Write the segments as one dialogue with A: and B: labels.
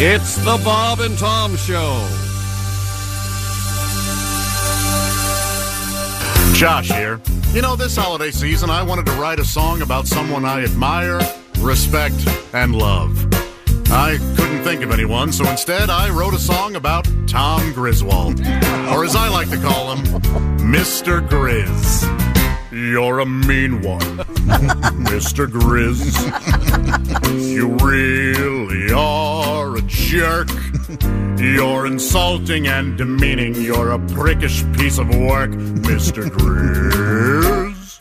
A: It's the Bob and Tom Show.
B: Josh here. You know, this holiday season, I wanted to write a song about someone I admire, respect, and love. I couldn't think of anyone, so instead I wrote a song about Tom Griswold, or as I like to call him, Mr. Grizz. You're a mean one, Mr. Grizz. You really are a jerk. You're insulting and demeaning. You're a prickish piece of work, Mr. Grizz.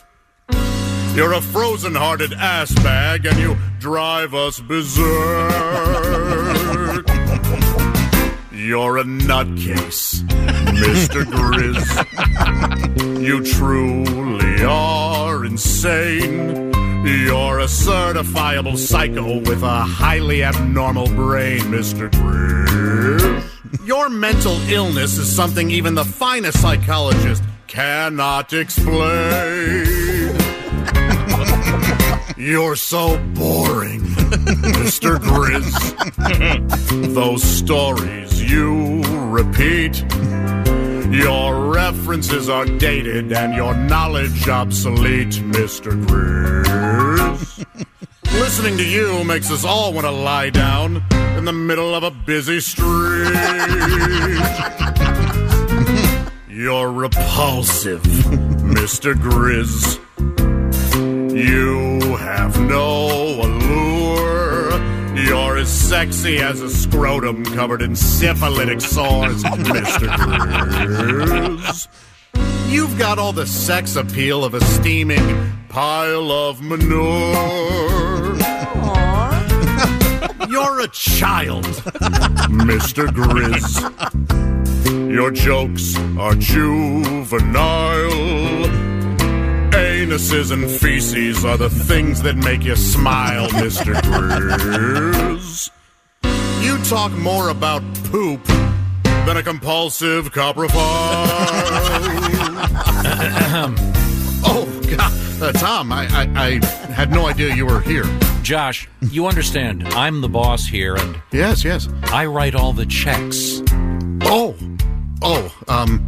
B: You're a frozen hearted ass bag and you drive us berserk. You're a nutcase, Mr. Grizz. You truly are insane. You're a certifiable psycho with a highly abnormal brain, Mr. Grizz. Your mental illness is something even the finest psychologist cannot explain. You're so boring, Mr. Grizz. Those stories you repeat. Your references are dated and your knowledge obsolete, Mr. Grizz. Listening to you makes us all want to lie down in the middle of a busy street. You're repulsive, Mr. Grizz. You have no allure. You're as sexy as a scrotum covered in syphilitic sores, Mr. Grizz. You've got all the sex appeal of a steaming pile of manure. You're a child, Mr. Grizz. Your jokes are juvenile. Anuses and feces are the things that make you smile, Mr. Grizz. You talk more about poop than a compulsive coprophile. oh, God. Uh, Tom, I, I, I had no idea you were here.
A: Josh, you understand, I'm the boss here and
B: Yes, yes.
A: I write all the checks.
B: Oh, oh, um,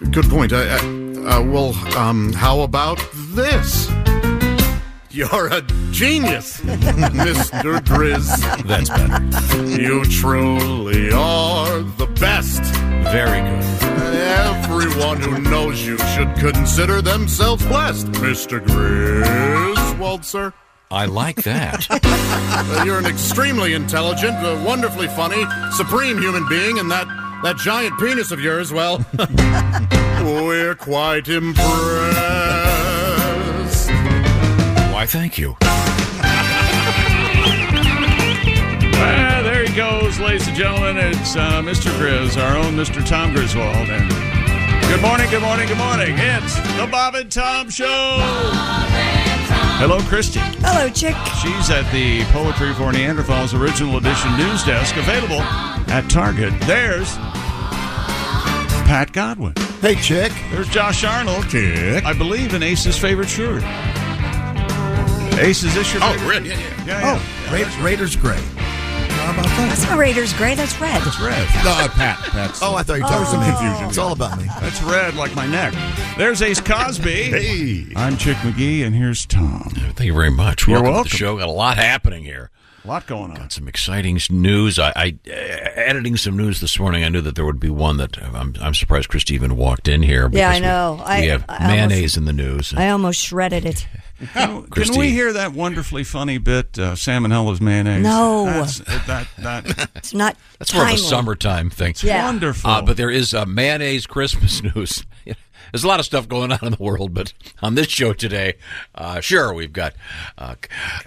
B: g- good point. I, I, uh, well, um, how about this? You're a genius, Mr. Grizz.
A: That's better.
B: You truly are the best.
A: Very good.
B: Everyone who knows you should consider themselves blessed, Mr. Griswold, sir.
A: I like that.
B: Uh, you're an extremely intelligent, uh, wonderfully funny, supreme human being, and that, that giant penis of yours, well, we're quite impressed.
A: Why, thank you.
C: Ah, there he goes, ladies and gentlemen. It's uh, Mr. Grizz, our own Mr. Tom Griswold. And good morning, good morning, good morning. It's the Bob and Tom Show. Hello, Christy.
D: Hello, chick.
C: She's at the Poetry for Neanderthals Original Edition News Desk, available at Target. There's Pat Godwin.
E: Hey, chick.
C: There's Josh Arnold.
E: Chick.
C: I believe in Ace's favorite shirt. Ace, is this your
B: Oh,
C: favorite?
B: really? Yeah, yeah.
C: Yeah, yeah.
E: Oh, Ra- Raiders Gray. How about that?
D: That's not Raiders Gray. That's red.
E: Red. No, uh, Pat. Pat's. Oh, I thought you were talking some confusion. It's all about me.
C: That's red like my neck. There's Ace Cosby. I'm Chick McGee, and here's Tom.
A: Thank you very much.
C: You're
A: welcome, to
C: welcome.
A: the show. Got a lot happening here.
C: A lot going on.
A: Some exciting news. I, I uh, editing some news this morning. I knew that there would be one that I'm, I'm surprised Christy even walked in here.
D: Yeah, I
A: because we-
D: know.
A: We,
D: I-
A: have
D: I almost-
A: mayonnaise in the news.
D: I almost shredded it.
C: Can, can
A: Christy.
C: we hear that wonderfully funny bit, uh, Salmonella's mayonnaise?
D: No.
C: That's, that, that,
D: It's not.
A: That's more of a
D: timely.
A: summertime thing.
D: Yeah.
C: wonderful.
A: Uh, but there is uh, mayonnaise Christmas news. There's a lot of stuff going on in the world, but on this show today, uh, sure, we've got uh,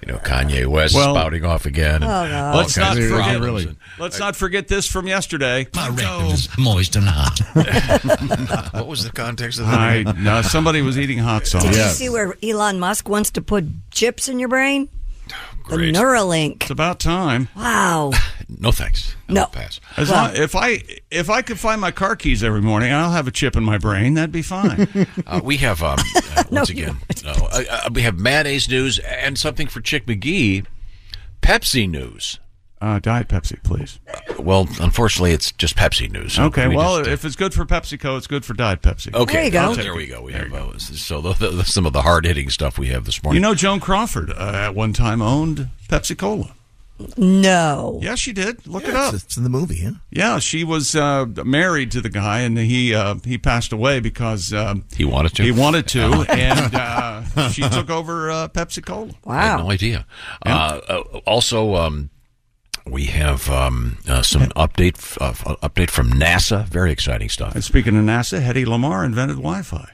A: you know Kanye West
C: Well-
A: spouting off again. And
D: Oh,
A: all
C: let's not
A: kinds of
C: forget.
A: problems. And-
C: Let's not forget this from yesterday.
F: moist and hot.
A: what was the context of
C: uh, I, no, somebody was eating hot sauce.
D: Did you see where Elon Musk wants to put chips in your brain?
A: Great.
D: The Neuralink.
C: It's about time.
D: Wow.
A: No thanks. I'll
D: No.
A: pass.
C: As
D: Well-
C: long, if I if I could find my car keys every morning, I'll have a chip in my brain. That'd be fine.
A: Uh, we have um, uh, once again. No, uh, uh, we have mayonnaise news and something for Chick McGee. Pepsi news. Uh,
C: uh, Diet Pepsi, please.
A: Well, unfortunately, it's just Pepsi news. So
C: Okay.
A: we
C: well,
A: just, uh,
C: if it's good for PepsiCo, it's good for Diet Pepsi.
A: Okay,
D: There you go.
A: oh, There we go. We have uh, so th th some of the hard hitting stuff we have this
C: You
A: morning.
C: know, Joan Crawford uh, at one time owned Pepsi Cola.
D: No.
C: Yeah, she did. Look it up.
B: It's, it's in the movie, yeah.
C: Yeah, she was uh, married to the guy, and he uh, he passed away because um,
A: he wanted to.
C: he wanted to, and uh, she took over uh, Pepsi Cola.
A: I had
D: Wow.
A: no idea. Uh, uh, also, um, we have um, uh, some update f- uh, f- update from NASA. Very exciting stuff.
C: And speaking of NASA, Hedy Lamar invented Wi-Fi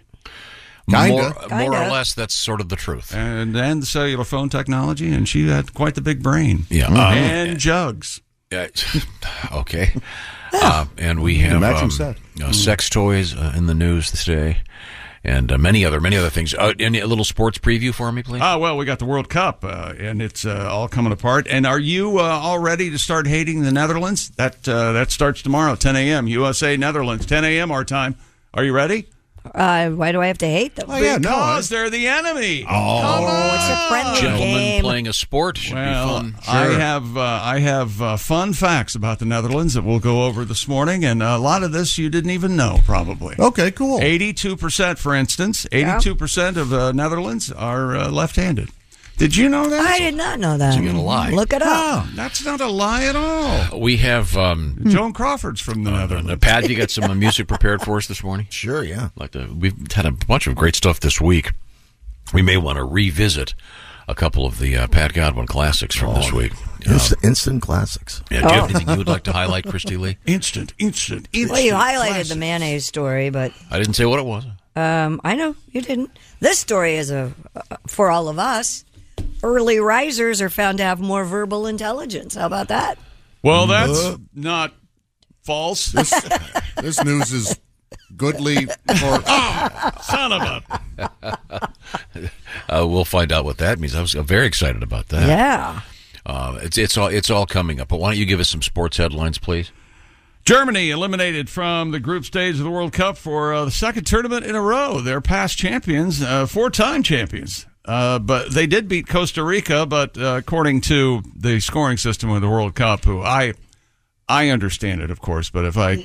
B: Kinda.
A: More, more or
D: Kinda.
A: less, that's sort of the truth.
C: and and the cellular phone technology, and she had quite the big brain.
A: yeah.
C: and jugs.
A: Uh, okay. Uh, and we have
B: Imagine
A: um,
B: that.
D: Hmm.
A: uh, sex toys uh, in the news today, and uh, many other many other things. Uh, any a little sports preview for me, please?
C: Ah, well, we got the World Cup, uh, and it's uh, all coming apart. And are you uh, all ready to start hating the Netherlands? That uh, that starts tomorrow, 10 a.m. USA Netherlands, 10 a.m. our time. Are you ready?
D: Uh, why do I have to hate them?
B: Oh, yeah, no. I-
C: Because they're the enemy.
D: Oh, it's a friendly
A: Gentlemen
D: game.
A: playing a sport should
C: Well,
A: be fun.
C: I have uh, I have uh, fun facts about the Netherlands that we'll go over this morning, and a lot of this you didn't even know probably.
B: Okay, cool.
C: Eighty-two percent, for instance, eighty-two percent of uh, Netherlands are uh, left-handed. Did you know that?
D: I did not know that.
A: gonna lie.
D: Look it up.
C: Oh, that's not a lie at all.
A: We have um,
C: Joan Crawford's from the Netherlands.
A: Uh, Pat, you got some uh, music prepared for us this morning?
B: Sure, yeah.
A: Like to, we've had a bunch of great stuff this week. We may want to revisit a couple of the uh, Pat Godwin classics from this week. Um,
B: Inst- instant classics.
A: yeah, do you
C: Oh.
A: have anything you would like to highlight, Christy Lee?
C: Instant, instant, instant.
D: Well, you highlighted the
C: classic.
D: mayonnaise story, but
A: I didn't say what it was.
D: um, I know you didn't. This story is a uh, for all of us. Early risers are found to have more verbal intelligence. How about that?
C: Well, that's not false.
B: This news is goodly for. Ah!
C: Son of a.
A: Uh, we'll find out what that means. I was uh, very excited about that.
D: Yeah.
A: Uh, it's it's all it's all coming up. But why don't you give us some sports headlines, please?
C: Germany eliminated from the group stage of the World Cup for uh, the second tournament in a row. They're past champions, uh, four-time champions. Uh, but they did beat Costa Rica, but uh, according to the scoring system of the World Cup, who I I understand it, of course, but if I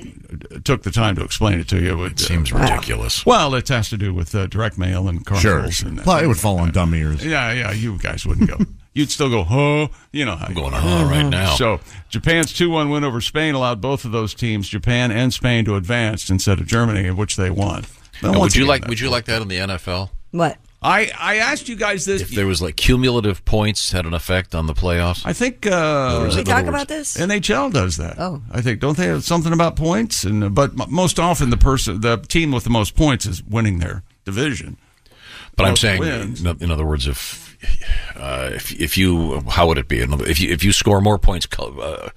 C: took the time to explain it to you, it would uh,
A: Seems ridiculous.
C: Well, it has to do with uh, direct mail and carnivals. And uh, that.
B: Well, it would fall on dumb ears.
C: Yeah, yeah, you guys wouldn't go. You'd still go, huh? You know how you
A: Going on right now.
C: So Japan's 2 1 win over Spain allowed both of those teams, Japan and Spain, to advance instead of Germany, in which they won. Now,
A: Uh,
C: once
A: would you
C: again,
A: like
C: that-
A: would you like that in the NFL?
D: What?
C: I, I asked you guys this.
A: If there was like cumulative points had an effect on the playoffs.
C: I think uh,
D: Did we
A: In other
D: talk about this?
C: NHL does that.
D: Oh.
C: I think don't they have something about points? And uh, but m- most often the person, the team with the most points is winning their division.
A: But I'm
C: Most
A: saying,
C: wins.
A: in, in other words, if uh, if if you how would it be? In other- If you if you score more points cu- uh,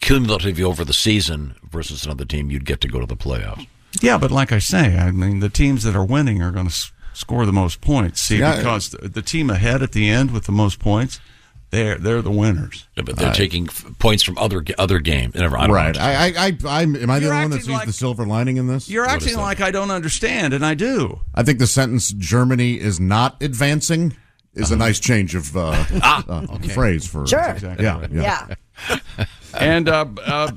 A: cumulatively over the season versus another team, you'd get to go to the playoffs.
C: Yeah, but like I say, I mean, the teams that are winning are going to s- score the most points. See,
B: Yeah.
C: because the, the team ahead at the end with the most points, they're they're the winners.
A: Yeah, but they're taking f- points from other g- other games. Never, I don't
B: Right.
A: know.
B: I, I, I, I'm, am I the
C: You're
B: only one that
C: acting
B: sees
C: like-
B: the silver lining in this?
C: You're acting like I don't understand, and I do.
B: I think the sentence "Germany is not advancing" is a nice change of uh, uh, phrase for
D: Uh-huh. Ah, Sure.
B: Yeah, yeah.
D: Yeah.
C: And uh, b- uh,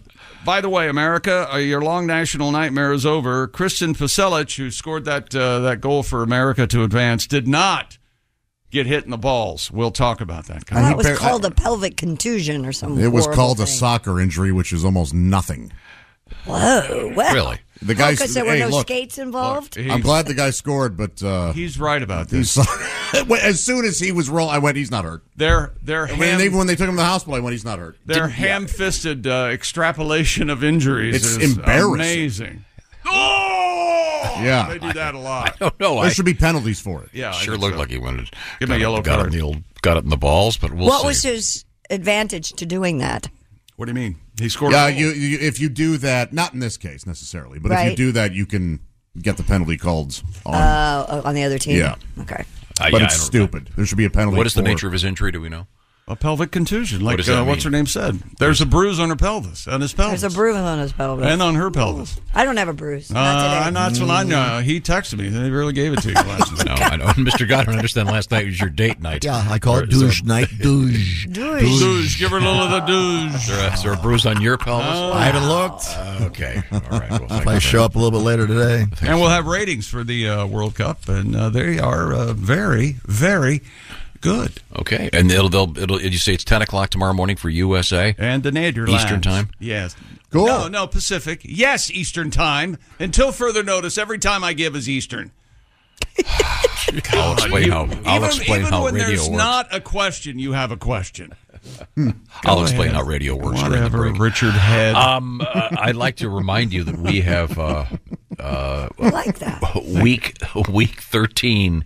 C: by the way, America, uh, your long national nightmare is over. Kristen Paselic, who scored that uh, that goal for America to advance, did not get hit in the balls. We'll talk about that.
B: And
D: That
B: he
D: was
B: par-
D: called a pelvic contusion or something.
B: It was called
D: thing.
B: a soccer injury, which is almost nothing.
D: Whoa, well,
A: Really?
B: The guy.
D: because there were
B: hey,
D: no
B: look,
D: skates involved.
C: He's,
B: I'm glad the guy scored, but uh,
C: he's right about
B: he
C: this.
B: saw- as soon as he was rolling, I went, "He's not hurt."
C: Their their
B: When they,
C: ham,
B: when they took him to the hospital, I went, "He's not hurt."
C: their ham-fisted uh, extrapolation of injuries
B: It's
C: is
B: embarrassing.
C: amazing. Oh,
B: Yeah.
C: they do that a lot.
A: Oh, no,
B: There
A: I
B: should be penalties for it.
C: Yeah, I
A: sure
C: think
A: looked
C: so.
A: like he went and
C: Give him a
A: got it-
C: yellow
A: got it
C: card.
A: in the old, got it in the balls, but we'll
D: What
A: see.
D: was his advantage to doing that?
C: What do you mean? He scored. a
B: Yeah,
C: goal.
B: you, you if you do that, not in this case necessarily, but if you
D: Right.
B: do that, you can get the penalty called on.
D: Uh, on the other team?
B: Yeah.
D: Okay.
A: I- yeah,
B: but it's
A: I don't know.
B: stupid. There should be a penalty.
A: What is the
B: for-
A: nature of his injury? Do we know?
C: a pelvic contusion, like
A: does
C: uh,
A: that
C: what's her
A: mean?
C: name said. There's a bruise on her pelvis, on his pelvis,
D: There's a bruise on his pelvis.
C: and on her pelvis.
D: I don't have a bruise. Oh, Not today.
C: Uh, not so I know. He texted me. They really gave it to you last night.
A: Mm. No, I don't. Mr. Goddard, I understand last night was your date night.
F: Yeah, I call it
A: Is there-
F: douche night. Douche.
D: Douche.
C: Douche, give her a little of the douche.
A: Is there, a, is there a bruise on your pelvis?
C: Oh.
F: I haven't looked.
D: Oh.
A: Uh, okay. All right. Well, thank
F: Might
A: you.
F: show up a little bit later today.
C: And we'll have ratings for the uh, World Cup, and uh, they are uh, very, very good.
A: Okay. And it'll, they'll, it'll, you say it's 10 o'clock tomorrow morning for USA?
C: And the Netherlands.
A: Eastern time?
C: Yes.
B: Cool.
C: No, no, Pacific. Yes, Eastern time. Until further notice, every time I give is Eastern.
A: I'll explain how, I'll
C: even
A: explain
C: even
A: how
C: when
A: radio
C: there's
A: works. Hmm.
C: not a question, you have a question.
A: I'll explain how radio works during the
C: Whatever,
A: break.
C: Richard Head.
A: Um, uh, I'd like to remind you that we have uh, uh,
D: I like that.
A: week week 13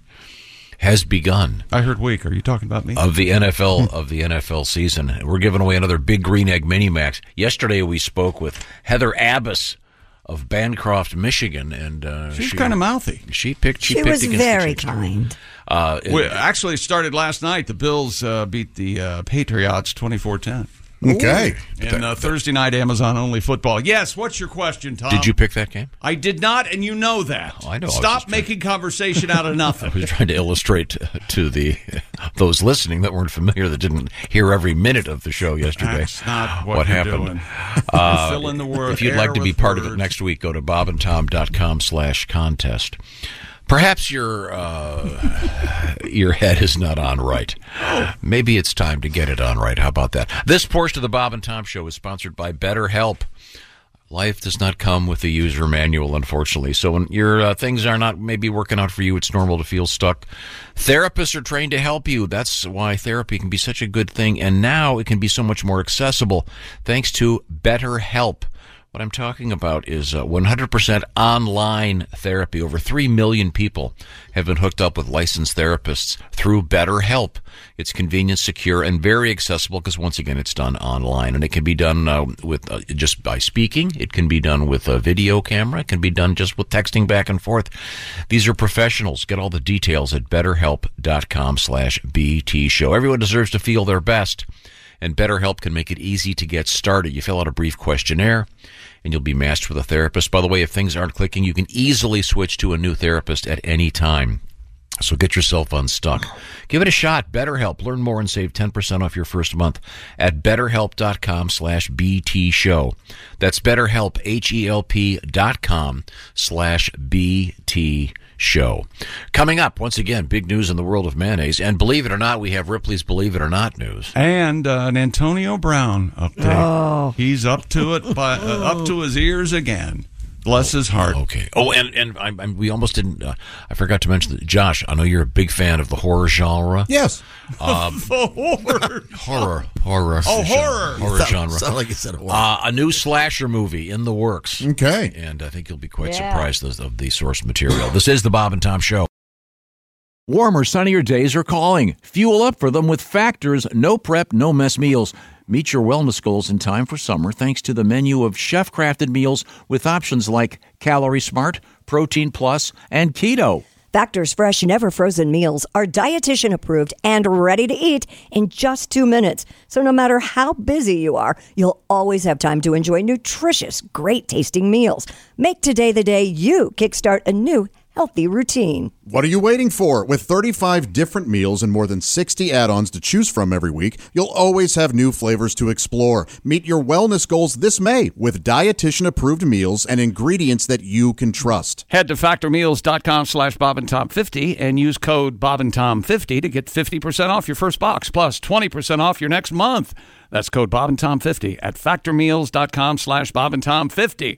A: has begun.
C: I heard weak. Are you talking about me?
A: of the NFL
C: Hmm.
A: of the NFL season. We're giving away another Big Green Egg Mini Max. Yesterday we spoke with Heather Abbas of Bancroft, Michigan, and uh,
C: She's
A: she
C: kind of mouthy.
A: She picked. She,
D: She
A: picked
D: was
A: against the
D: very
A: Chiefs.
D: kind.
A: Uh, it-
C: We actually it started last night. The Bills uh, beat the uh, Patriots 24-10.
B: Okay.
C: And uh, Thursday night Amazon only football. Yes, what's your question, Tom?
A: did you pick that game?
C: I did not, and you know that.
A: Oh, I know. I was
C: Stop
A: just
C: making conversation out of nothing.
A: I was trying to illustrate to the those listening that weren't familiar that didn't hear every minute of the show yesterday.
C: That's not what, you're
A: happened. Uh,
C: Doing. You're filling the word.
A: If you'd like to be part of it next week, go to bobandtom.com slash contest. Perhaps your uh, your head is not on right. Maybe it's time to get it on right. How about that? This portion of the Bob and Tom Show is sponsored by BetterHelp. Life does not come with a user manual, unfortunately. So when your uh, things are not maybe working out for you, it's normal to feel stuck. Therapists are trained to help you. That's why therapy can be such a good thing, and now it can be so much more accessible thanks to BetterHelp. What I'm talking about is uh, 100% online therapy. Over 3 million people have been hooked up with licensed therapists through BetterHelp. It's convenient, secure, and very accessible because, once again, it's done online. And it can be done uh, with uh, just by speaking, it can be done with a video camera, it can be done just with texting back and forth. These are professionals. Get all the details at betterhelp.com slash BT show. Everyone deserves to feel their best and BetterHelp can make it easy to get started. You fill out a brief questionnaire and you'll be matched with a therapist. By the way, if things aren't clicking, you can easily switch to a new therapist at any time. So get yourself unstuck. Give it a shot. BetterHelp. Learn more and save 10% off your first month at betterhelp.com slash BT show. That's betterhelp, H-E-L-P dot com slash BT show. Coming up, once again, big news in the world of mayonnaise. And believe it or not, we have Ripley's Believe It or Not news.
C: And uh, an Antonio Brown update. He's up to it, by, uh, up to his ears again. Bless his heart.
A: Okay. Oh, and and I, I, we almost didn't. Uh, I forgot to mention that Josh. I know you're a big fan of the horror genre.
B: Yes.
A: Um,
C: Forward.
A: Horror, horror.
C: Oh,
A: genre.
C: horror.
A: horror genre.
F: Sound like you said it was.
A: Uh, a new slasher movie in the works,
B: Okay.
A: and I think you'll be quite surprised of, of the source material. This is the Bob and Tom Show.
G: Warmer, sunnier days are calling. Fuel up for them with Factors no prep, no mess meals. Meet your wellness goals in time for summer thanks to the menu of chef crafted meals with options like Calorie Smart, Protein Plus, and Keto.
D: Factor's fresh, never frozen meals are dietitian approved and ready to eat in just two minutes. So no matter how busy you are, you'll always have time to enjoy nutritious, great tasting meals. Make today the day you kickstart a new healthy routine.
B: What are you waiting for? With 35 different meals and more than 60 add ons to choose from every week, you'll always have new flavors to explore. Meet your wellness goals this May with dietitian approved meals and ingredients that you can trust.
H: Head to factormeals.com slash Bob and Tom 50 and use code Bob and Tom 50 to get 50% off your first box plus 20% off your next month. That's code Bob and Tom 50 at factormeals.com slash Bob and Tom 50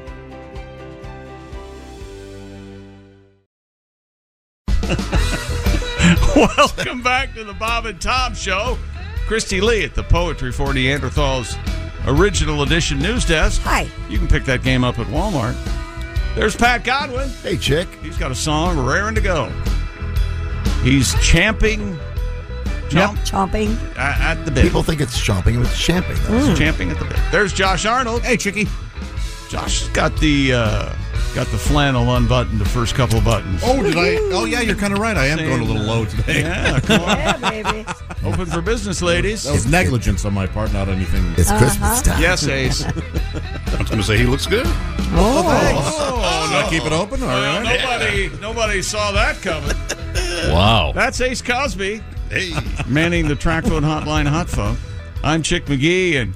C: Welcome back to the Bob and Tom Show. Christy Lee at the Poetry for Neanderthals Original Edition News Desk.
D: Hi.
C: You can pick that game up at Walmart. There's Pat Godwin.
F: Hey, chick.
C: He's got a song raring to go. He's champing, chomp,
D: Chomping. Mm.
C: a- at the bit.
F: People think it's chomping, but it's champing. Though.
C: He's champing at the bit. There's Josh Arnold. Hey, Chicky. Josh has got the uh, got the flannel unbuttoned, the first couple of buttons.
B: Oh, did I? Oh, yeah, you're kind of right. I am going a little low today.
C: Yeah, come on.
D: Yeah, baby.
C: Open for business, ladies.
B: That was negligence on my part, not anything.
D: Uh-huh.
F: It's Christmas time.
C: Yes, Ace.
A: I'm going to say he looks good.
C: Oh,
B: Should I keep it open? All
C: Well,
B: right.
C: nobody, nobody saw that coming.
A: Wow.
C: That's Ace Cosby. Manning the track phone hotline, hot phone. I'm Chick McGee, and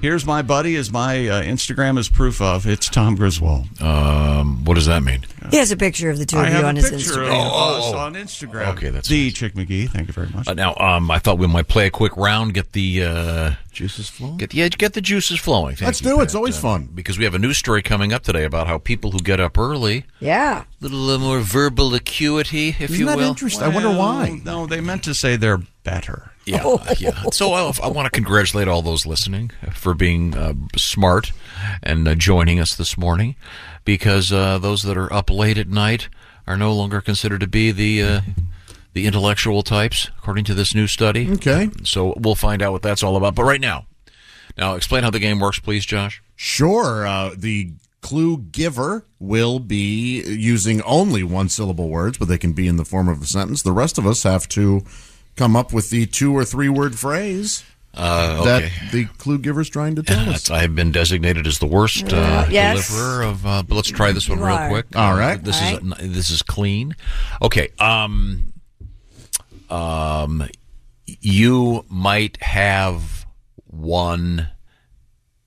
C: here's my buddy. Is my uh, Instagram is proof of it's Tom Griswold.
A: Um, what does that mean?
D: He has a picture of the two
C: I
D: of you
C: have
D: on
C: a
D: his
C: picture of
D: Instagram.
C: us
A: Oh.
C: on Instagram.
A: Okay, that's
C: the
A: nice.
C: Chick McGee. Thank you very much.
A: Uh, now, um, I thought we might play a quick round, get the uh,
F: Juices flowing.
A: Get yeah, get the juices flowing. Thank
B: Let's
A: you,
B: do it. It's
A: Pat.
B: always
A: Uh,
B: fun.
A: because we have a news story coming up today about how people who get up early,
D: Yeah.
A: a little uh, more verbal acuity, if
B: Isn't
A: you
B: that
A: will.
B: interesting? I wonder why.
C: No, they meant to say they're better.
A: Yeah, yeah. So uh, I, I want to congratulate all those listening for being uh, smart and uh, joining us this morning, because uh, those that are up late at night are no longer considered to be the uh, the intellectual types, according to this new study.
B: Okay.
A: So we'll find out what that's all about. But right now, now explain how the game works, please, Josh.
B: Sure. Uh, the clue giver will be using only one syllable words, but they can be in the form of a sentence. The rest of us have to come up with the two or three word phrase
A: Uh,
B: that the clue giver's trying to tell us.
A: That's- I have been designated as the worst uh,
D: yes.
A: deliverer of. Uh, but let's try this one
D: You
A: real
D: are.
A: quick.
B: All
A: Uh,
B: right.
A: This
D: All
A: is this is clean. Okay. Um. Um. You might have one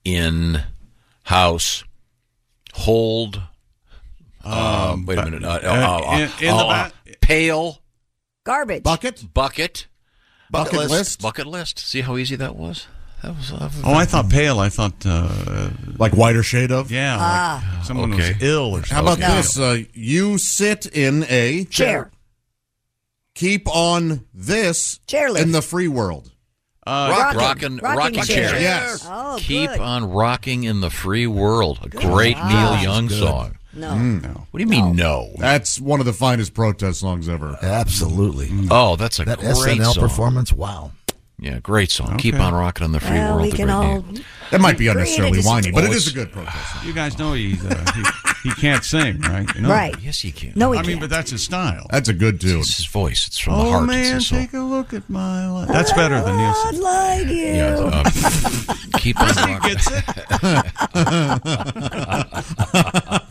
A: in house. Hold. Um. Wait a minute. Uh, uh, uh,
C: in- in the
A: uh,
C: ba-
A: pail
D: Garbage.
B: Bucket?
A: bucket
B: Bucket, list.
A: bucket list. See how easy that was. That was. that was-
C: Oh, I thought pale. I thought, uh,
B: Like wider shade of?
C: yeah, like
D: Uh, Ah.
C: someone
A: Okay.
C: was ill or
B: How
C: something.
B: about
A: Okay.
B: this? Uh, you sit in a
D: Chair.
B: Keep on this
D: Chairlift.
B: in the free world.
C: Uh,
A: Rock,
D: Rocking-
A: rocking,
D: rocking
A: rocking
D: chair.
A: chair.
B: Yes.
D: Oh,
A: Keep
D: good.
A: on rocking in the free world. A great Neil Young song.
D: No.
A: What do you mean no?
B: Mm. That's one of the finest protest songs ever.
F: Absolutely.
C: Mm.
A: Oh, that's a
F: That
A: great
F: SNL
A: song.
F: performance. Wow.
A: Yeah, great song. Keep on rocking in the free
D: Well,
A: world.
D: we
A: the
D: can
A: great
D: all.
A: Neil.
B: That might be
D: Created
B: unnecessarily
D: is-
B: whiny, but
A: Oh,
B: it is
A: it's-
B: a good protest song.
C: You guys know he's, uh, he, he can't sing, right? You know?
D: Right.
A: Yes, he can.
D: No, we
C: I mean,
D: can't.
C: but that's his style.
B: That's a good tune.
A: it's his voice. It's from
B: Oh,
C: Oh,
A: the heart. it's his soul.
C: a look at my life. That's better than
D: God
C: Nielsen.
D: Oh, like you.
A: Yeah, uh, keep on rocking.
C: Gets it?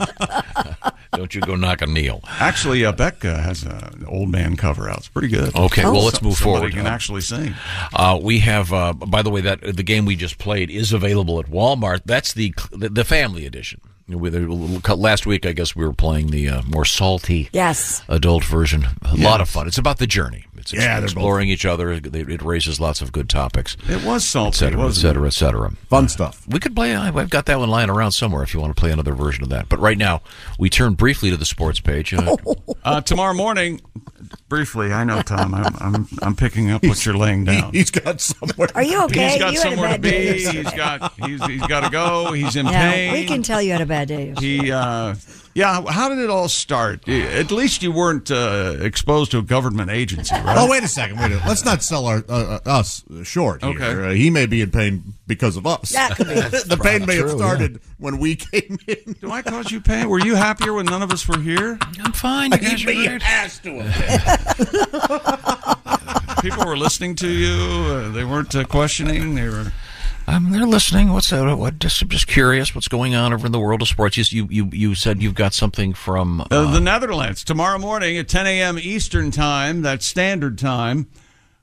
A: Don't you go knock a Neil.
C: Actually, uh, Beck uh, has a- an old man cover out. It's pretty good.
A: Okay, well, let's
C: Some-
A: move
C: somebody
A: forward.
C: can actually sing.
A: Uh, we have, uh, by the way, that the game we just played is available at Walmart. That's the the family edition. We- there- Last week, I guess we were playing the uh, more salty
D: Yes.
A: adult version. A lot of fun. It's about the journey. It's ex-
C: Yeah, they're both-
A: exploring each other. It it raises lots of good topics,
C: It was
A: et
C: salty,
A: cetera, et
C: wasn't it?
A: cetera, et cetera.
B: Fun stuff.
A: We could play. I- I've got that one lying around somewhere if you want to play another version of that. But right now, we turn briefly to the sports page. Uh,
C: Uh, tomorrow morning, briefly. I know, Tom. I'm I'm, I'm picking up what you're laying down.
B: He's got somewhere.
D: Are you okay?
C: He's got
D: you
C: somewhere
D: had
C: to
D: a bad
C: be.
D: day.
C: He's got he's he's got to go. He's in
D: Yeah,
C: pain.
D: we can tell you had a bad day. yesterday.
C: He, uh, yeah. How did it all start? At least you weren't uh, exposed to a government agency, right?
B: Oh, wait a second. Wait a Let's not sell our uh, uh, us short. Here.
C: Okay.
B: Uh, he may be in pain because of us.
D: That could be.
B: the pain may have started when we came in.
C: Do I cause you pain? Were you happier when none of us were here?
A: I'm fine. You guys are
B: Be
A: great.
B: ass to him.
C: People were listening to you. Uh, they weren't uh, questioning. They were.
A: Um, they're listening. What's that? What? Just, I'm just curious. What's going on over in the world of sports? You, you, you said you've got something from. Uh,
C: Uh, the Netherlands tomorrow morning at 10 a.m. Eastern time. That's standard time.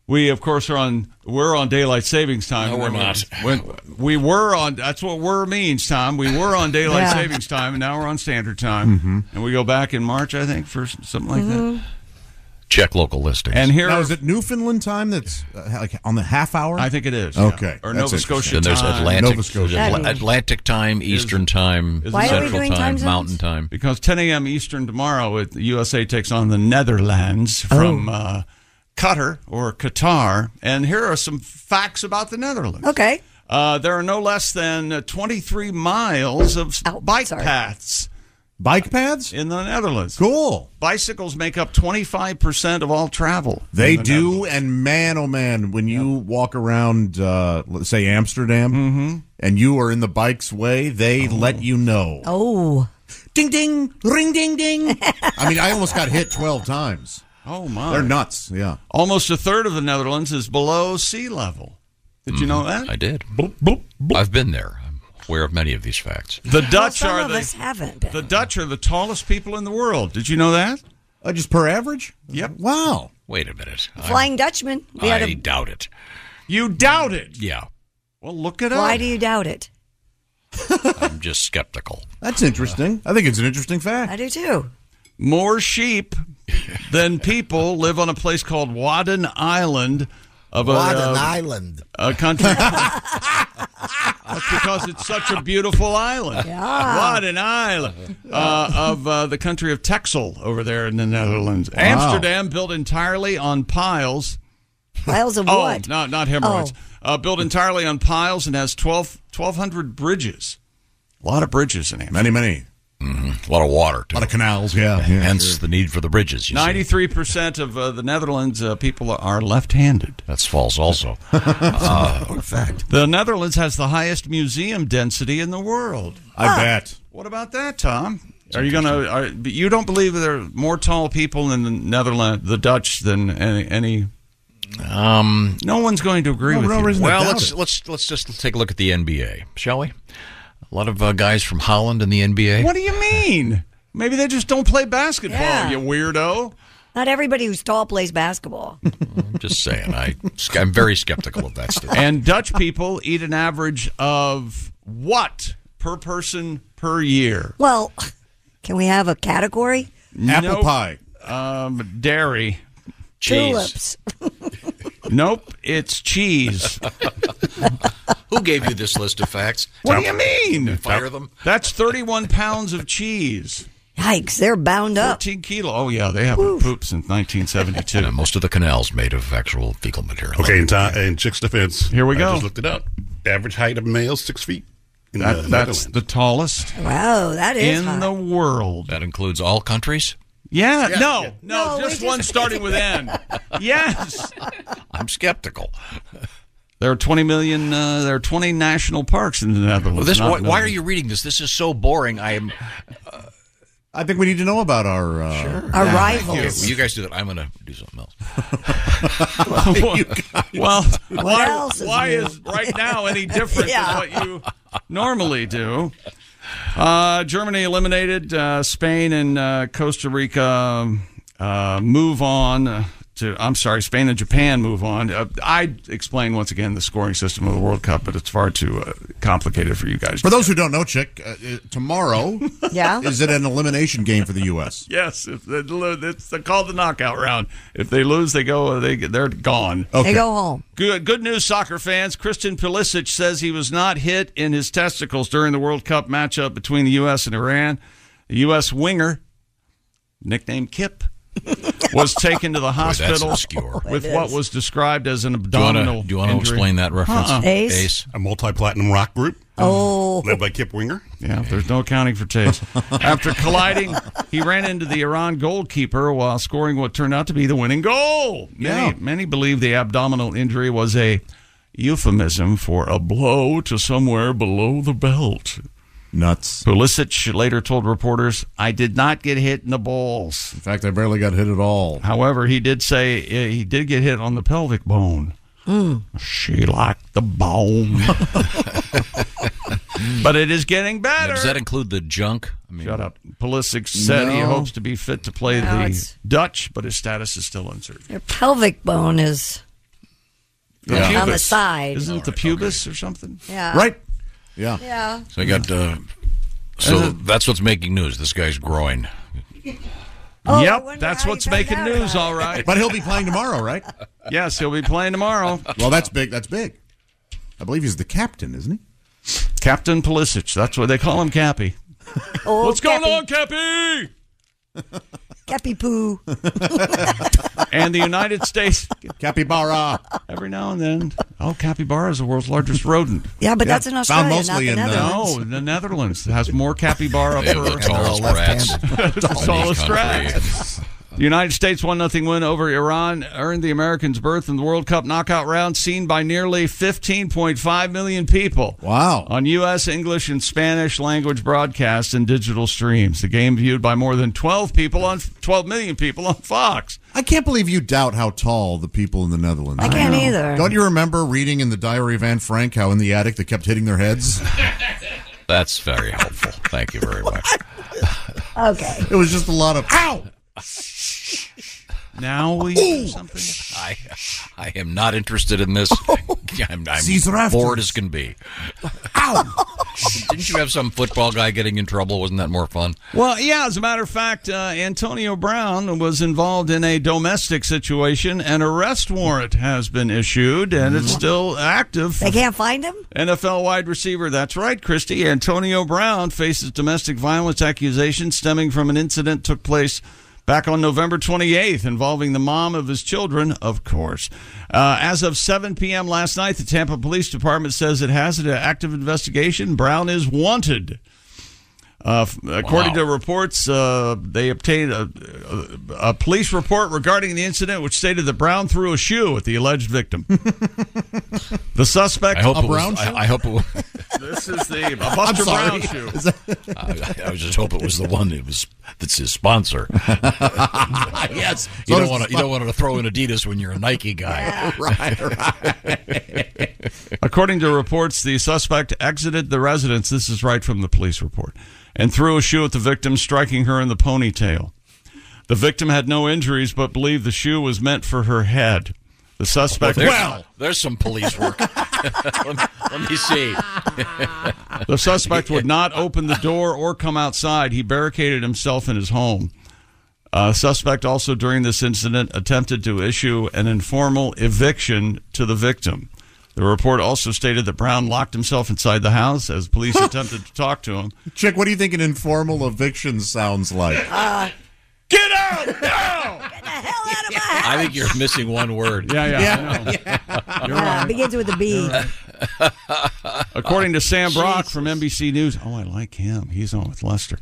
C: We of course are on. We're on daylight savings time.
A: No, we're not.
C: When- we were on. That's what "were" means, Tom. We were on daylight
D: Yeah.
C: savings time, and now we're on standard time.
A: Mm-hmm.
C: And we go back in March, I think, for s- something like that.
A: check local listings.
C: And here,
B: Now, is it Newfoundland time that's uh, like on the half hour?
C: I think it is.
B: Okay,
C: Or
B: that's
C: Nova
B: interesting.
C: Scotia.
A: then there's
C: time,
A: Atlantic,
B: Nova
A: there's
B: Scotia.
A: Atla-
D: That'd be-
A: Atlantic time, Eastern time,
C: is-
D: Why are we
A: Central
D: doing time
A: time,
D: zones?
A: Mountain time.
C: because 10 a.m. Eastern tomorrow, it, the USA takes on the Netherlands from
D: Oh.
C: uh, Qatar or Qatar. And here are some facts about the Netherlands.
D: Okay.
C: Uh, there are no less than uh, 23 miles of s-
D: Ow,
C: bike
D: sorry.
C: paths
B: Bike pads?
C: in the Netherlands.
B: Cool.
C: Bicycles make up 25% of all travel. in
B: They
C: the
B: do,
C: Netherlands.
B: and man, oh man, when you walk around, uh, let's say Amsterdam,
C: Mm-hmm.
B: and you are in the bike's way, they let you know.
D: Oh,
B: Ding ding, ring ding ding. I mean, I almost got hit twelve times.
C: Oh, my.
B: They're nuts. Yeah.
C: Almost a third of the Netherlands is below sea level. Did you know that?
A: Mm-hmm. I did. I've been there. I'm aware of many of these facts.
C: The Dutch
D: some
C: are
D: of
C: the
D: us haven't been.
C: the Dutch are the tallest people in the world. Did you know that?
B: Uh, just per average.
C: Yep.
B: Wow.
A: Wait a minute. I-
D: Flying Dutchman. We
A: I
D: had a,
A: doubt it.
C: You doubt it.
A: Yeah,
C: Well, look it
D: why
C: up.
D: do you doubt it?
A: I'm just skeptical.
B: That's interesting. I think it's an interesting
D: I
B: fact.
D: do too.
C: More sheep than people live on a place called Wadden Island of a,
F: What an
C: uh,
F: island.
C: a country. That's because it's such a beautiful island.
D: Ah.
C: Wadden Island uh, of uh, the country of Texel over there in the Netherlands. Amsterdam built entirely on piles.
D: Miles of
C: Oh,
D: what?
C: no, not hemorrhoids.
D: Oh.
C: Uh, built entirely on piles and has 12, 1,200 bridges. A lot of bridges in Amsterdam.
B: Many, many.
A: Mm-hmm. A lot of water,
B: A
A: too.
B: lot of canals. Yeah. yeah,
A: Hence
B: sure.
A: the need for the bridges. You see.
C: Ninety-three percent of uh, the Netherlands uh, people are left-handed.
A: That's false, also.
B: Oh,
C: The Netherlands has the highest museum density in the world.
B: I bet.
C: What about that, Tom? Are you gonna? Are, but you don't believe there are more tall people in the Netherlands, the Dutch, than any? any
A: Um,
C: no one's going to agree with
B: no
C: you.
B: reason to
A: well,
B: doubt
A: let's
B: it.
A: let's let's just take a look at the NBA, shall we? A lot of uh, guys from Holland in the NBA.
C: What do you mean? Maybe they just don't play basketball.
D: Yeah.
C: You weirdo.
D: Not everybody who's tall plays basketball.
A: I'm just saying, I I'm very skeptical of that statement.
C: And Dutch people eat an average of what per person per year?
D: well, can we have a category?
B: Apple
C: Nope.
B: pie.
C: Um, dairy.
D: Tulips.
C: Nope, it's cheese.
A: Who gave you this list of facts?
C: What do you mean?
A: Fire them.
C: That's 31 pounds of cheese.
D: Yikes, they're bound up.
C: 14 kilo. Oh, yeah, they haven't pooped since 1972.
A: Yeah, most of the canals made of actual fecal material.
I: Okay, in, time, in chick's defense,
C: Here we
I: I
C: go.
I: just looked it up. Average height of males six feet. In
C: That,
I: the
C: that's
I: Netherlands.
C: the tallest
D: Wow, that is
C: in
D: high.
C: the world.
A: That includes all countries.
C: Yeah, no, no,
D: No, we
C: just
D: just-
C: one starting with N. Yes.
A: I'm skeptical.
C: There are 20 million, uh, there are 20 national parks in the Netherlands.
A: Well, this,
C: not
A: why, why are
C: million.
A: you reading this? This is so boring. I am.
B: I think we need to know about our. Uh,
D: Our
A: Okay,
D: rivals.
A: well, you guys do that. I'm going to do something else.
C: well, why,
D: else is
C: why
D: new?
C: is right now any different
D: Yeah.
C: than what you normally do? Uh, Germany eliminated uh, Spain and uh, Costa Rica. um, Uh, move on uh, to I'm sorry, Spain and Japan move on. Uh, I explain once again the scoring system of the World Cup, but it's far too uh, complicated for you guys.
B: For those who don't know, Chick, uh, uh, tomorrow
C: Yeah.
B: is it an elimination game for the U.S.?
C: yes, if they, lo- it's the call the knockout round. If they lose, they go. They they're gone.
B: Okay.
D: go home.
C: Good good news, soccer fans. Christian Pulisic says he was not hit in his testicles during the World Cup matchup between the U.S. and Iran. The U.S. winger, nicknamed Kip, was taken to the
A: that's
C: hospital
A: obscure.
C: with
A: It
C: what
A: is.
C: was described as an
A: Do you wanna-
C: abdominal.
A: do you wanna
C: injury.
A: explain that reference?
C: Uh-uh.
D: Ace?
I: A multi-platinum rock group.
D: Oh.
I: Led by Kip Winger.
C: Yeah, there's no accounting for taste. After colliding, he ran into the Iran goalkeeper while scoring what turned out to be the winning goal. Many,
H: Yeah.
C: many believe the abdominal injury was a euphemism for a blow to somewhere below the belt.
B: Nuts.
C: Pulisic later told reporters, I did not get hit in the balls.
B: In fact, I barely got hit at all.
C: However, he did say eh, he did get hit on the pelvic bone.
D: Hmm.
C: She liked the bone. but it is getting better.
A: Does that include the junk? I mean,
C: Shut up. Pulisic said he
A: No.
C: hopes to be fit to play
D: No,
C: the
D: it's-
C: Dutch, but his status is still uncertain.
D: Your pelvic bone is
C: The
D: Yeah. On the
C: pubis.
D: side.
C: Isn't it the pubis or something?
D: yeah.
B: Right. Yeah.
D: Yeah.
A: So I got. Uh, so that's what's making news. This guy's groin.
D: Oh, I
C: yep,
D: wonder
C: that's
D: how
C: what's
D: you found
C: making
D: out
C: news,
D: about
C: all right.
B: But he'll be playing tomorrow, right?
C: yes, he'll be playing tomorrow.
B: Well, that's big. That's big. I believe he's the captain, isn't he?
C: Captain Pulisic, that's what they call him, Cappy.
D: Oh,
C: What's going
D: Cappy-
C: on, Cappy?
D: Cappy poo.
C: and the United States,
B: Capybara.
C: every now and then, oh, capybara is the world's largest rodent.
D: Yeah, but that's in Australia,
B: Found mostly
D: not the
B: in, uh,
D: Netherlands.
C: No, the Netherlands has more capybara
A: They have
C: per
A: the tallest rats.
C: It's the tallest
A: country.
C: rats. The United States 1 0 win over Iran earned the Americans berth in the World Cup knockout round seen by nearly 15.5 million people.
B: Wow.
C: On U.S., English, and Spanish language broadcasts and digital streams. The game viewed by more than 12 people on 12 million people on Fox.
B: I can't believe you doubt how tall the people in the Netherlands
D: I
B: are.
D: can't either.
B: Don't you remember reading in the diary of Anne Frank how in the attic they kept hitting their heads?
A: That's very helpful. Thank you very much.
D: Okay.
B: It was just a lot of ow.
C: Now we do something. Oh.
A: I I am not interested in this. I'm,
B: These
A: I'm
B: rafters.
A: bored as can be. Didn't you have some football guy getting in trouble? Wasn't that more fun?
C: Well, yeah, as a matter of fact, uh, Antonio Brown was involved in a domestic situation. An arrest warrant has been issued, and it's still active.
D: They can't find him?
C: NFL wide receiver, that's right, Christy. Antonio Brown faces domestic violence accusations stemming from an incident took place back on November 28th involving the mom of his children, of course. Uh, as of 7 p.m. last night, the Tampa Police Department says it has an active investigation. Brown is wanted. Uh, f- according to reports, uh, they obtained a, a, a police report regarding the incident, which stated that Brown threw a shoe at the alleged victim. the suspect.
A: I hope it
B: brown
A: was. I, I hope it was.
C: This is the Buster Brown shoe.
A: I, I just hope it was the one that was that's his sponsor. yes, you don't
B: So does
A: want
B: the
A: to you don't want to throw in Adidas when you're a Nike guy.
B: right, right.
C: According to reports, the suspect exited the residence. This is right from the police report, and threw a shoe at the victim, striking her in the ponytail. The victim had no injuries, but believed the shoe was meant for her head. The suspect.
A: There's, there's some police work. let, me, let me see.
C: The suspect would not open the door or come outside. He barricaded himself in his home. Uh, suspect also during this incident attempted to issue an informal eviction to the victim. The report also stated that Brown locked himself inside the house as police attempted to talk to him.
B: Chick, what do you think an informal eviction sounds like?
D: Uh,
C: Get out now!
D: Get the hell out of my house.
A: I think you're missing one word.
C: yeah, yeah. I know.
D: Yeah, begins with a B.
C: According to Sam Brock from NBC News, oh, I like him. He's on with Lester.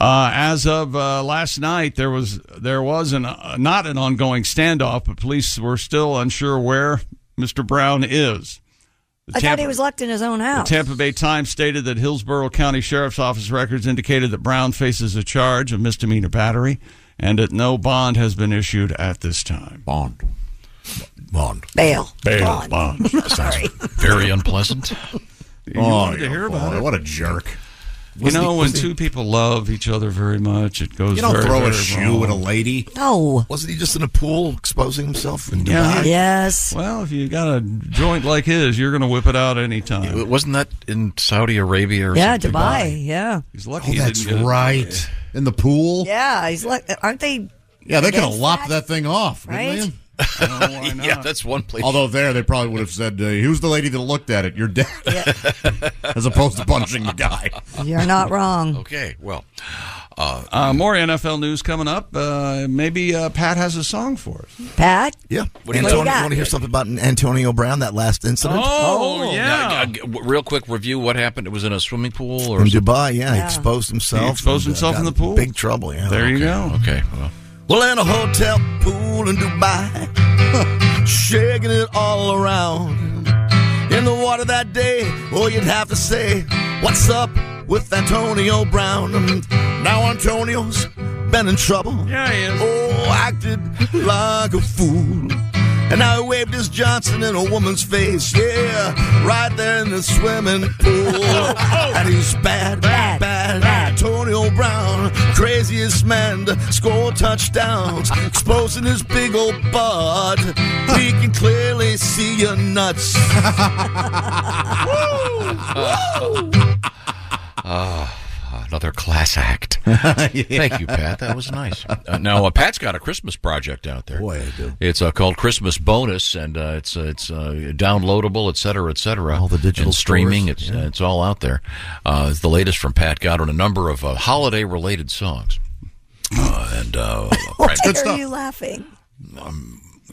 C: Uh, as of uh, last night, there was there was an uh, not an ongoing standoff, but police were still unsure where Mr. Brown is. The
D: I thought
C: Tampa-
D: he was locked in his own
C: the
D: house.
C: Tampa Bay Times stated that Hillsborough County Sheriff's Office records indicated that Brown faces a charge of misdemeanor battery, and that no bond has been issued at this time.
B: Bond. Bond.
D: Bail. Gone.
A: Very unpleasant.
C: You wanted to hear about
B: boy, What a jerk.
C: You know, when
I: wasn't he-
C: two people love each other very much, it goes.
I: You don't
C: very,
I: throw a
C: very
I: shoe
C: wrong.
I: at a lady.
D: No.
F: Wasn't he just in a pool exposing himself? In
C: Yeah,
F: Dubai?
C: he-
D: Yes.
C: Well, if you got a joint like his, you're going to whip it out anytime.
A: Wasn't that in Saudi Arabia or
D: Yeah,
A: something?
D: Dubai. Yeah.
C: He's lucky.
B: Oh,
C: he
B: that's
C: didn't get it.
B: right. In the pool. Yeah,
D: Yeah. He's like, aren't they?
B: they could have
D: Against
B: lopped that
D: that,
B: thing off,
D: right?
B: didn't
C: Why not?
A: Yeah, that's one
B: they?
A: place.
B: Although there, they probably would have said, uh, "Who's the lady that looked at it? Your dad," as opposed to punching the guy.
D: You're not wrong.
A: okay, well,
C: Uh, more NFL news coming up. Uh, maybe uh, Pat has a song for us.
D: Pat?
F: Yeah. What
D: do you
F: Antonio,
D: got?
F: want to hear something about Antonio Brown, that last incident?
C: Oh,
A: now,
C: yeah.
A: uh, g- w- real quick review. What happened? It was in a swimming pool or
F: From
A: something?
F: Dubai, yeah, He
D: Yeah.
F: exposed himself.
C: He exposed
F: and, uh,
C: himself
F: got
C: in the pool?
F: Big trouble, yeah.
C: There you go.
A: Okay, well,
F: Well, in a hotel pool in Dubai, shaking it all around. In the water that day, oh, you'd have to say, What's up with Antonio Brown? Now Antonio's been in trouble.
C: Yeah, he is.
F: Oh, acted like a fool. And now he waved his Johnson in a woman's face. Yeah, right there in the swimming pool. and he's bad,
D: Bad,
F: bad, bad. Antonio Brown, craziest man to score touchdowns, exposing his big old butt. We can clearly see your nuts.
A: Ah, another class act. Thank you, Pat. That was nice. Uh, now, uh, Pat's got a Christmas project out there.
F: Boy, I do.
A: It's uh, called Christmas Bonus, and uh, it's uh, it's uh, downloadable, et cetera, et cetera.
F: All the digital
A: and streaming.
F: stores,
A: It's
F: yeah.
A: uh, it's all out there. Uh, it's the latest from Pat Goddard, a number of uh, holiday related songs. Uh, and uh,
D: Why
A: right,
D: are
B: stuff.
D: you laughing?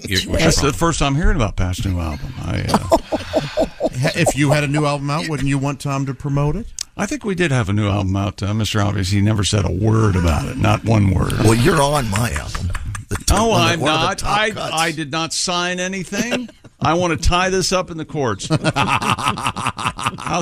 A: you-
C: That's the first time hearing about Pat's new album. I, uh,
B: if you had a new album out, wouldn't you want Tom to promote it?
C: I think we did have a new album out. Uh, Mr. Obvious, he never said a word about it. Not one word.
F: Well, you're on my album. The t-
C: No,
F: one of the-
C: I'm
F: one of the
C: not.
F: top
C: I,
F: cuts.
C: I did not sign anything. I want to tie this up in the courts. How's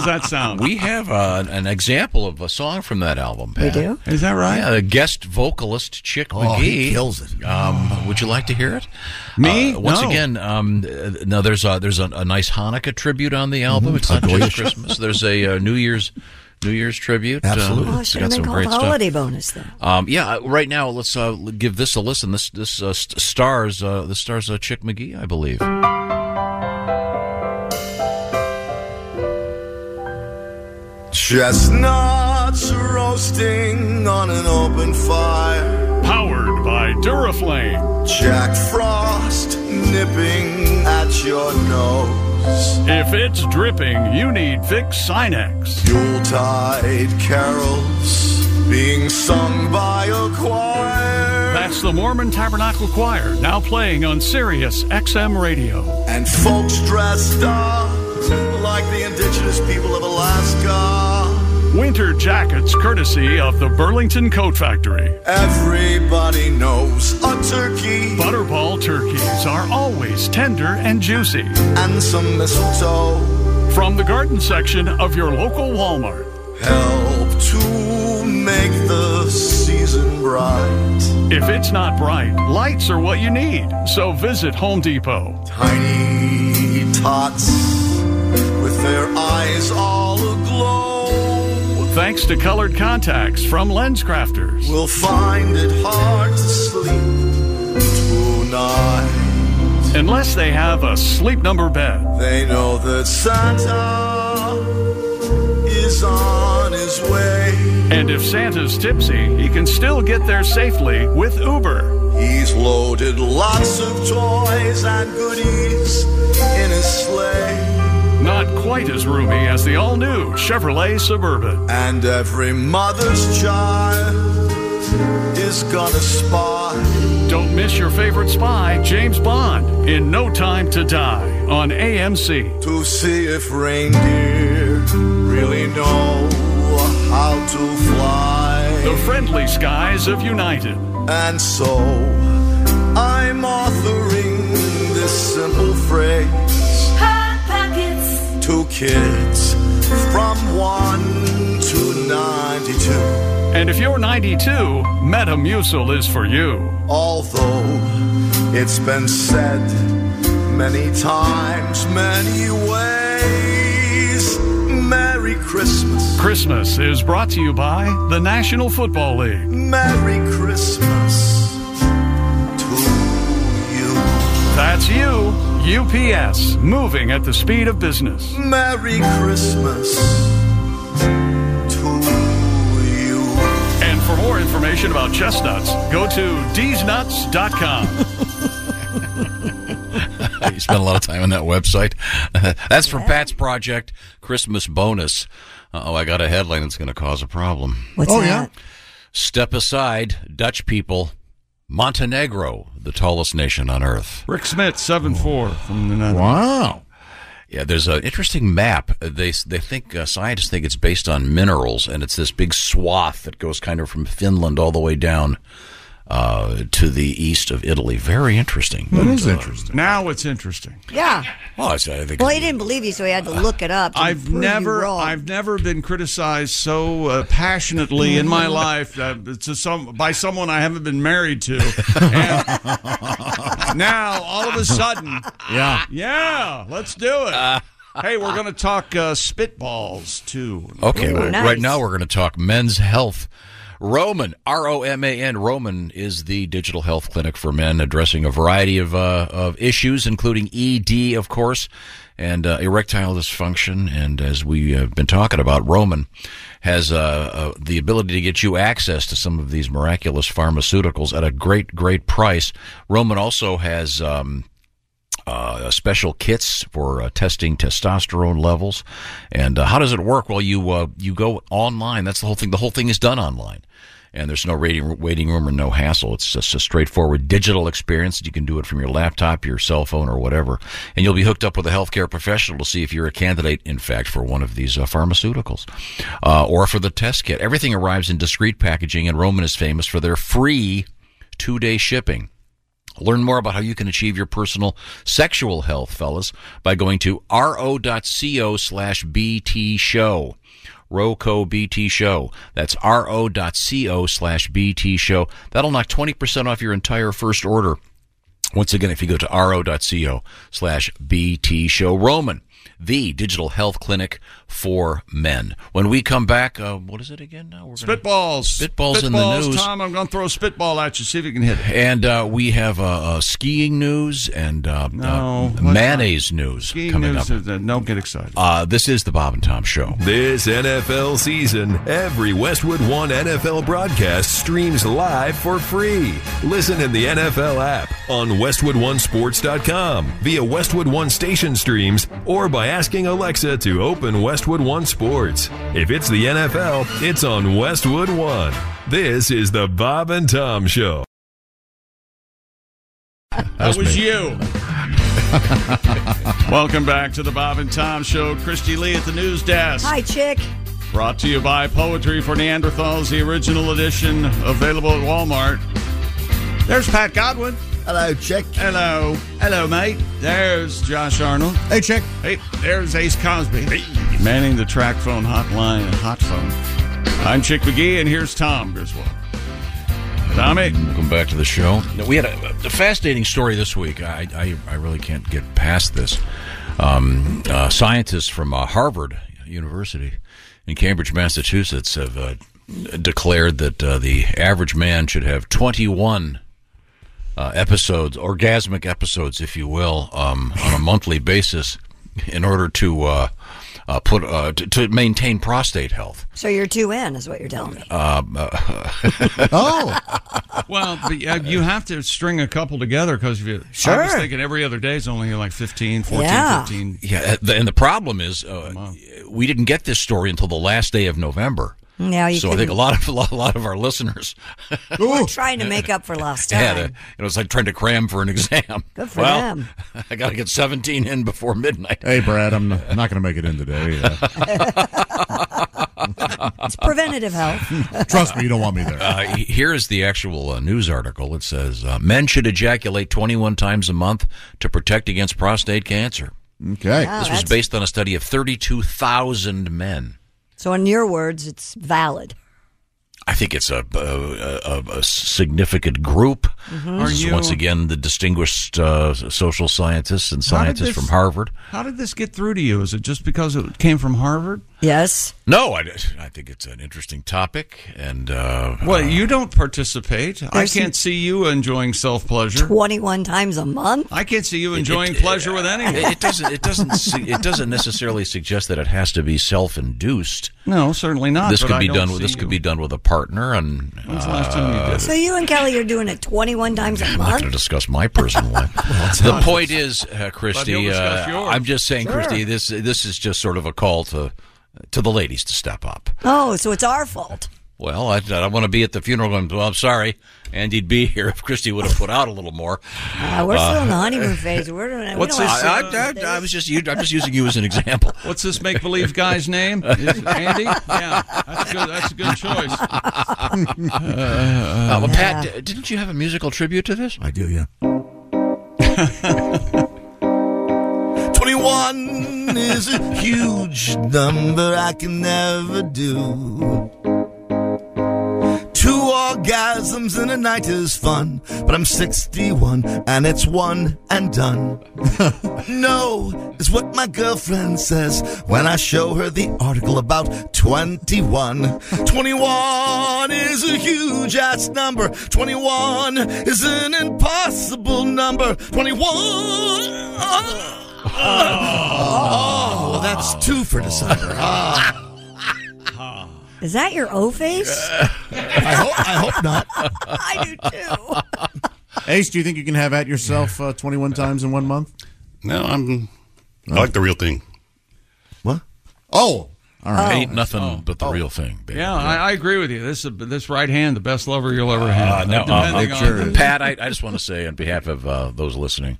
C: that sound?
A: we have uh, an example of a song from that album. Pat.
D: do?
C: Is that right?
A: Yeah, the guest vocalist Chick
F: Oh,
A: McGee
F: he kills it.
A: Um, would you like to hear it?
C: Me?
A: Uh, once
C: No.
A: again, um, uh, now there's a there's a, a nice Hanukkah tribute on the
D: Mm-hmm.
A: album. It's not just Christmas. There's a uh, New Year's New Year's tribute.
F: Absolutely.
A: Uh,
D: Oh,
A: it's
D: should
A: got
D: have
A: some
D: been
A: great
D: called
A: stuff.
D: holiday bonus then.
A: Um, yeah, uh, right now let's uh, l- give this a listen. This this uh, st- stars uh, this stars uh, Chick McGee, I believe.
F: Chestnuts roasting on an open fire.
J: Powered by Duraflame.
F: Jack Frost nipping at your nose.
J: If it's dripping, you need Vicks Sinex.
F: Yuletide carols being sung by a choir.
J: That's the Mormon Tabernacle Choir, now playing on Sirius XM Radio.
F: And folks dressed up like the indigenous people of Alaska.
J: Winter jackets courtesy of the Burlington Coat Factory.
F: Everybody knows a turkey
J: Butterball turkeys are always tender and juicy.
F: and some mistletoe.
J: From the garden section of your local Walmart.
F: Help to make the season bright.
J: If it's not bright, lights are what you need. So visit Home Depot.
F: Tiny tots with their eyes all aglow
J: Thanks to colored contacts from Lens Crafters.
F: will find it hard to sleep tonight.
J: Unless they have a sleep number bed.
F: They know that Santa is on his way.
J: And if Santa's tipsy, he can still get there safely with Uber.
F: He's loaded lots of toys and goodies in his sleigh.
J: Not quite as roomy as the all new Chevrolet Suburban.
F: And every mother's child is gonna spy.
J: Don't miss your favorite spy, James Bond, in No Time to Die on AMC.
F: to see if reindeer really know how to
J: The
F: fly.
J: friendly skies of United.
F: And so I'm authoring this simple phrase to kids from 1 to 92.
J: And if you're 92, Metamucil is for you.
F: Although it's been said many times, many ways. Merry Merry Christmas.
H: Christmas is brought to you by the National Football League.
F: Merry Christmas to you.
H: That's you, UPS, moving at the speed of business.
F: Merry Christmas to you.
H: And for more information about chestnuts, go to deesnuts.com.
A: you spent a lot of time on that website. That's from Pat's project, Christmas bonus. Oh, I got a headline that's going to cause a problem.
D: What's
B: Oh,
D: that?
A: Step aside, Dutch people. Montenegro, the tallest nation on earth.
C: Rick Smith, seven four from the Netherlands.
B: Wow.
A: Yeah, there's an interesting map. They they think uh, scientists think it's based on minerals, and it's this big swath that goes kind of from Finland all the way down uh, to the east of Italy. Very interesting.
B: That is interesting.
C: Now it's interesting.
D: Yeah.
A: Well, it's, I think
D: Well,
A: it's-
D: he didn't believe you, so he had to look it up. to
C: Uh, I've
D: prove you
C: never,
D: wrong.
C: I've never been criticized so uh, passionately in my life uh, to some by someone I haven't been married to. And now, all of a sudden,
B: Yeah.
C: yeah, let's do it. Hey, we're going to talk uh, spitballs too.
A: Okay, well,
D: nice.
A: right now we're going to talk men's health. Roman, R O M A N, Roman is the digital health clinic for men addressing a variety of, uh, of issues, including ED, of course, and uh, erectile dysfunction. And as we have been talking about, Roman has uh, uh, the ability to get you access to some of these miraculous pharmaceuticals at a great, great price. Roman also has. Um, uh, special kits for uh, testing testosterone levels. And uh, how does it work? Well, you uh, you go online. That's the whole thing. The whole thing is done online. And there's no waiting, waiting room or no hassle. It's just a straightforward digital experience. You can do it from your laptop, your cell phone, or whatever. And you'll be hooked up with a healthcare professional to see if you're a candidate, in fact, for one of these uh, pharmaceuticals uh, or for the test kit. Everything arrives in discreet packaging, and Roman is famous for their free two day shipping. Learn more about how you can achieve your personal sexual health, fellas, by going to ro.co slash BT show. Roco BT show. That's ro.co slash BT show. That'll knock 20% off your entire first order. Once again, if you go to ro.co slash BT show Roman, the digital health clinic for men. When we come back, uh, what is it again now? We're gonna-
C: Spitballs,
A: Spitballs in the news.
C: Tom, I'm going to throw a spitball at you. See if you can hit it.
A: And uh, we have uh, uh, skiing news and uh,
C: No,
A: uh,
C: let's
A: mayonnaise news
C: Skiing
A: coming
C: news.
A: up.
C: is, uh, don't get excited.
A: Uh, this is the Bob and Tom Show.
K: This NFL season, every Westwood One NFL broadcast streams live for free. Listen in the NFL app, on WestwoodOneSports.com, via Westwood One station streams, or by asking Alexa to open Westwood One Sports. If it's the NFL, it's on Westwood One. This is the Bob and Tom Show.
C: That was you. Welcome back to the Bob and Tom Show. Christy Lee at the news desk.
D: Hi, chick.
C: Brought to you by Poetry for Neanderthals, the original edition, available at Walmart. There's Pat Godwin.
F: Hello, Chick.
C: Hello. Hello, mate. There's Josh Arnold.
B: Hey, check.
C: Hey, there's Ace Cosby. Hey. Manning the track phone hotline and hot phone. I'm Chick McGee, and here's Tom Griswold. Tommy.
A: Welcome back to the show. Now, we had a, a fascinating story this week. I, I, I really can't get past this. Um, uh, scientists from uh, Harvard University in Cambridge, Massachusetts, have uh, declared that uh, the average man should have 21 uh, episodes, orgasmic episodes, if you will, um, on a monthly basis in order to uh, uh, put uh, to, to maintain prostate health. Uh,
D: So you're two in, is what you're telling me.
B: Oh,
C: Well, but uh, you have to string a couple together because you. I was
D: Sure.
C: thinking every other day is only like 15, 14,
D: Yeah.
C: 15.
A: Yeah, uh, the- and the problem is uh, we didn't get this story until the last day of November.
D: Now Oh, you
A: so I
D: couldn't-
A: think a lot of a lot, a lot of our listeners
D: We're trying to make up for lost time.
A: had a, it was like trying to cram for an exam.
D: Good for
A: well,
D: them.
A: I got to get 17 in before midnight.
B: hey, Brad. I'm not going to make it in today. Uh,
D: It's preventative health.
B: Hmm. trust me, you don't want me there.
A: Uh, he- here is the actual uh, news article. It says uh, men should ejaculate 21 times a month to protect against prostate cancer.
B: Okay.
A: This
D: Oh,
A: was
D: that's-
A: based on a study of 32,000 men.
D: so in your words, it's valid.
A: I think it's a, a, a, a significant group. This is
C: Mm-hmm. you-
A: once again the distinguished uh, social scientists and
C: How did
A: scientists
C: this-
A: from Harvard.
C: How did this get through to you? Is it just because it came from Harvard?
D: Yes.
A: No, I, I think it's an interesting topic, and uh,
C: Well, you don't participate. I
D: There's
C: can't see you enjoying self pleasure.
D: 21 times a month?
C: I can't see you enjoying pleasure with anyone.
A: It, it doesn't. It doesn't. su- it doesn't necessarily suggest that it has to be self-induced.
C: No, certainly not.
A: this
C: but
A: could
C: I
A: be
C: don't
A: done with.
C: see
A: This
C: you.
A: could be done with a partner. And
C: When's the last time you did it?
D: So you and Kelly are doing it 21 times a
A: I'm not going
D: month?
A: to discuss my personal life. the point is, uh, Christy,
C: you'll discuss
A: uh,
C: yours.
A: I'm just saying, Christy, this this is just sort of a call to to the ladies to step up.
D: Oh, so it's our fault.
A: Well, I, I don't want to be at the funeral. Going, well, I'm sorry, Andy'd be here if Christy would have put out a little more.
D: Uh, we're still in the honeymoon phase. We're doing,
C: What's
D: we don't
C: this, uh,
D: have
A: I,
D: honeymoon
A: I-
D: phase.
A: I- I was just you, I'm just using you as an example.
C: What's this make believe guy's name? Is it Andy? Yeah, that's good. That's a good choice.
A: Uh, well, Pat, d- didn't you have a musical tribute to this?
F: I do, yeah. 21 is a huge number I can never do. Two orgasms in a night is fun, but I'm 61 and it's one and done. no is what my girlfriend says when I show her the article about 21. 21 is a huge ass number. 21 is an impossible number. 21. Oh, that's two for December. Ah,
D: Is that your O face?
F: I, hope, I hope not.
D: I do too.
B: Ace, do you think you can have at yourself uh, 21 times in one month?
I: No, I'm. I like the real thing.
F: What?
B: Oh, all right.
A: Ain't nothing but the real thing, baby.
C: Yeah, I, I agree with you. This is this right hand, the best lover you'll ever
A: Uh,
C: have.
A: no, uh,
C: Depending
A: uh,
C: on-
A: Pat, I, I just want to say on behalf of uh, those listening,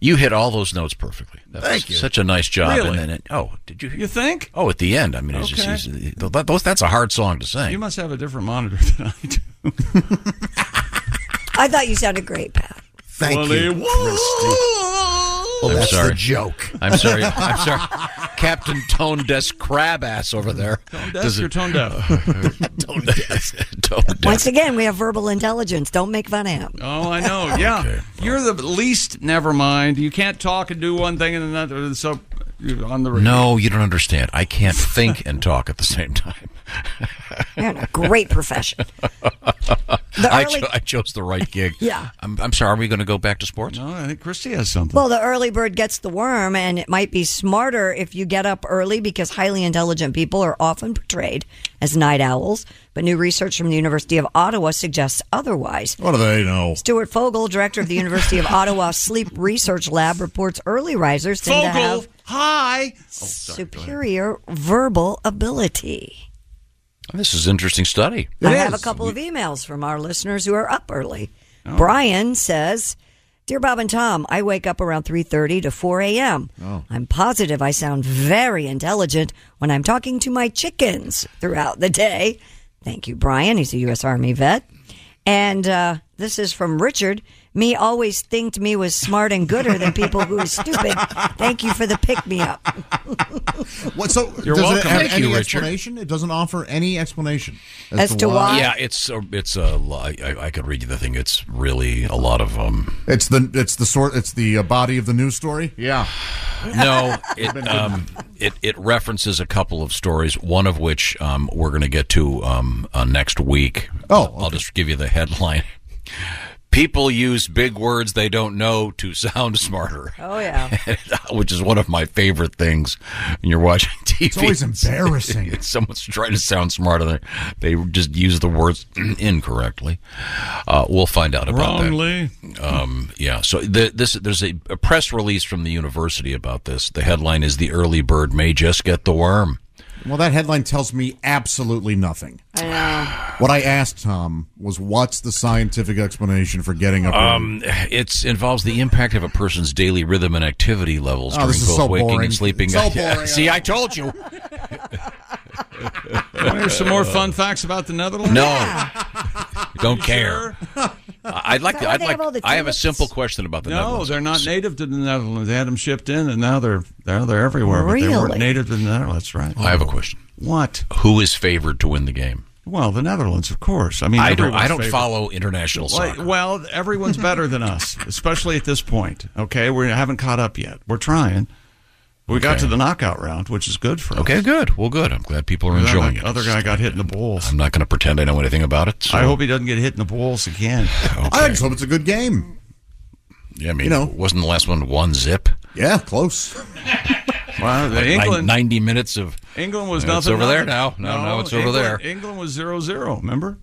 A: you hit all those notes perfectly. That was
F: Thank you.
A: Such a nice job.
C: Really?
A: And then it, oh, did you hear?
C: you think
A: oh, at the end. I mean, it's just,
C: Okay.
A: it's- that- those, that's a hard song to sing.
C: you must have a different monitor than I do?
D: I thought you sounded great, Pat.
F: Thank you, Christy. Well,
A: I'm
F: that's
A: sorry.
F: the joke.
A: I'm sorry. I'm sorry. Captain Tone Desk Crabass over there.
C: Tone
A: Does
C: deaf
A: it-
C: or tone deaf?
A: Tone Desk. Tone Desk.
D: Once again, we have verbal intelligence. Don't make fun of him.
C: Oh, I know. Yeah,
A: Okay,
C: you're the least. Never mind. You can't talk and do one thing and another. So you're on the radio.
A: No, you don't understand. I can't think and talk at the same time.
D: You're in a great profession. The
A: I,
D: early-
A: cho- I chose the right gig.
D: Yeah.
A: I'm, I'm sorry. Are we going to go back to sports?
C: No, I think Christy has something.
D: Well, the early bird gets the worm, and it might be smarter if you get up early because highly intelligent people are often portrayed as night owls. But new research from the University of Ottawa suggests otherwise.
B: What do they know?
D: Stuart Fogel, director of the University of Ottawa Sleep Research Lab, reports early risers tend to
C: Fogel,
D: have
C: hi. Oh,
D: superior verbal ability.
A: This is an interesting study.
D: I have a couple of emails from our listeners who are up early.
C: Oh.
D: Brian says, "Dear Bob and Tom, I wake up around 3:30 to 4 a.m.
C: Oh.
D: I'm positive I sound very intelligent when I'm talking to my chickens throughout the day." Thank you, Brian. He's a U.S. Army vet. And uh, this is from Richard. Me always thinked me was smart and gooder than people who are stupid. Thank you for the pick me up.
B: What, so
C: You're
B: does
C: welcome.
B: It have
A: Thank
B: any
A: you, Richard.
B: explanation? It doesn't offer any explanation
D: As to why-
A: Yeah, it's a- it's a. I, I- I could read you the thing. It's really a lot of um.
B: It's the it's the sort it's the uh, body of the news story. Yeah.
A: No, it um it it references a couple of stories. One of which um we're going to get to um uh, next week.
B: Oh,
A: I'll just give you the headline. People use big words they don't know to sound smarter.
D: Oh yeah.
A: Which is one of my favorite things when you're watching TV.
B: It's always embarrassing.
A: If someone's trying to sound smarter than they just use the words incorrectly. Uh, we'll find out about
C: Wrongly.
A: that. Um, yeah. So the, this there's a, a press release from the university about this. The headline is "The early bird may just get the worm."
B: well, that headline tells me absolutely nothing. What I asked Tom was, "What's the scientific explanation for getting up?"
C: Um,
B: early?
A: It Um, involves the impact of a person's daily rhythm and activity levels
B: Oh,
A: during
B: this
A: both
B: is so
A: waking
B: boring.
A: and sleeping.
B: So boring.
A: See, I told you.
C: Want to hear some more fun facts about the Netherlands?
A: No, don't care.
C: Sure.
A: I'd like.
D: Is that
A: To,
D: why
A: I'd like.
D: they have all the
A: I have a
D: tulips?
A: simple question about the
C: No,
A: Netherlands.
C: they're not native to the Netherlands. They had them shipped in, and now they're now they're everywhere. But they
D: Really?
C: weren't native to the Netherlands, right?
A: I have a question.
C: What?
A: Who is favored to win the game?
C: Well, the Netherlands, of course. I mean,
A: I don't.
C: everyone's
A: I don't
C: favorite.
A: follow international
C: Well,
A: soccer.
C: Well, everyone's better than us, especially at this point. Okay, we haven't caught up yet. We're trying. We got
A: Okay.
C: to the knockout round, which is good for us.
A: Okay, good. Well, good. I'm glad people are
C: That
A: enjoying it.
C: Other guy got hit in the balls.
A: I'm not going to pretend I know anything about it. so-
C: oh, I hope he doesn't get hit in the balls again.
B: I just hope it's a good game.
A: Yeah, I mean,
B: you know.
A: wasn't the last one one zip?
B: Yeah, close.
C: Well, the
A: Like nine-
C: England,
A: 90 minutes of
C: England was
A: Uh, it's
C: nothing.
A: over there
C: nothing.
A: now. No, no, it's over
C: England-
A: there.
C: England was 0-0, Remember?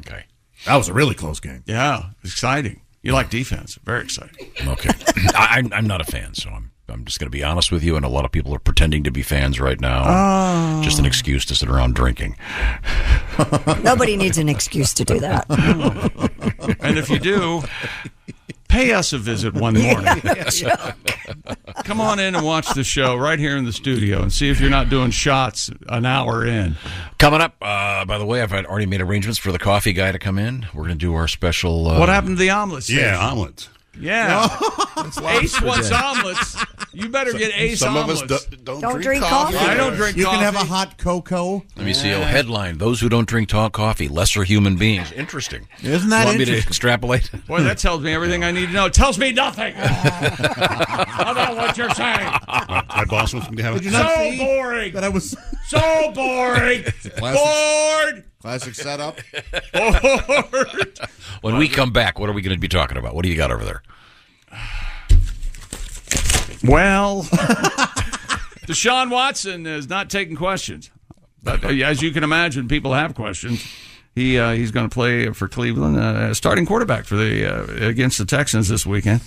A: Okay.
B: That was a really close game.
C: Yeah, exciting. You like defense? Very exciting.
A: Okay. I, I'm, I'm not a fan, so I'm I'm just going to be honest with you. And a lot of people are pretending to be fans right now.
B: Oh.
A: Just an excuse to sit around drinking.
D: Nobody needs an excuse to do that.
C: And if you do, pay us a visit one morning. Come on in and watch the show right here in the studio and see if you're not doing shots an hour in.
A: Coming up, uh, by the way, I've already made arrangements for the coffee guy to come in. We're going to do our special. Uh,
C: What happened to the omelets?
I: Yeah,
C: Steve?
I: omelets.
C: Yeah. Ace
I: lobster
C: wants
I: day.
C: omelets. You better get Ace
I: Some
C: omelets.
I: of us do, don't,
D: Don't
I: drink,
D: drink
I: coffee.
D: coffee.
C: I don't drink
B: You
C: coffee.
B: can have a hot cocoa.
A: Let me see. Oh, headline: Those who don't drink tall coffee, lesser human beings. Interesting.
B: Isn't that
A: Want me to
B: interesting?
A: extrapolate?
C: Boy, that tells me everything I need to know. It tells me nothing about what you're saying.
I: My, my boss wants me to have
B: Did you
I: it.
B: not
C: So
B: see
C: boring.
B: that I was
C: So boring. Bored.
B: classic setup? Oh,
C: Bored.
A: When we come back, what are we going to be talking about? What do you got over there?
C: Well, Deshaun Watson is not taking questions. But uh, as you can imagine, people have questions. He uh, he's going to play for Cleveland, uh, starting quarterback for the uh, against the Texans this weekend.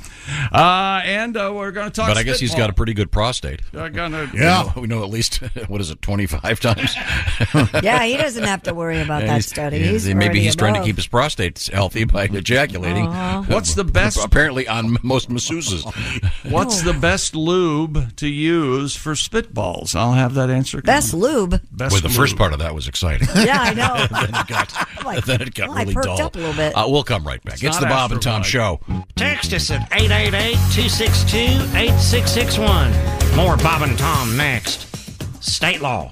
C: Uh, and uh, we're going to talk.
A: But I guess he's got a pretty good prostate.
C: spitball. Uh, gonna-
A: We know, we know at least what is it, twenty five times.
D: Yeah, he doesn't have to worry about that study.
A: Yeah,
D: He's
A: maybe
D: already
A: he's trying to
D: above.
A: keep his prostate healthy by ejaculating.
C: What's the best?
A: Apparently, on most masseuses.
C: What's
D: Oh.
C: the best lube to use for spitballs? I'll have that answer. coming.
D: Best lube.
C: best
A: Well, the first
C: lube.
A: part of that was exciting.
D: Yeah, I know.
A: It got-
D: Like,
A: then it got
D: well, I
A: really
D: perked
A: dull.
D: up a little bit.
A: Uh, we'll come right back. It's,
C: not
A: the Bob and Tom
C: Astrobike.
A: Show.
L: Text us at 888-262-8661. More Bob and Tom next. State law.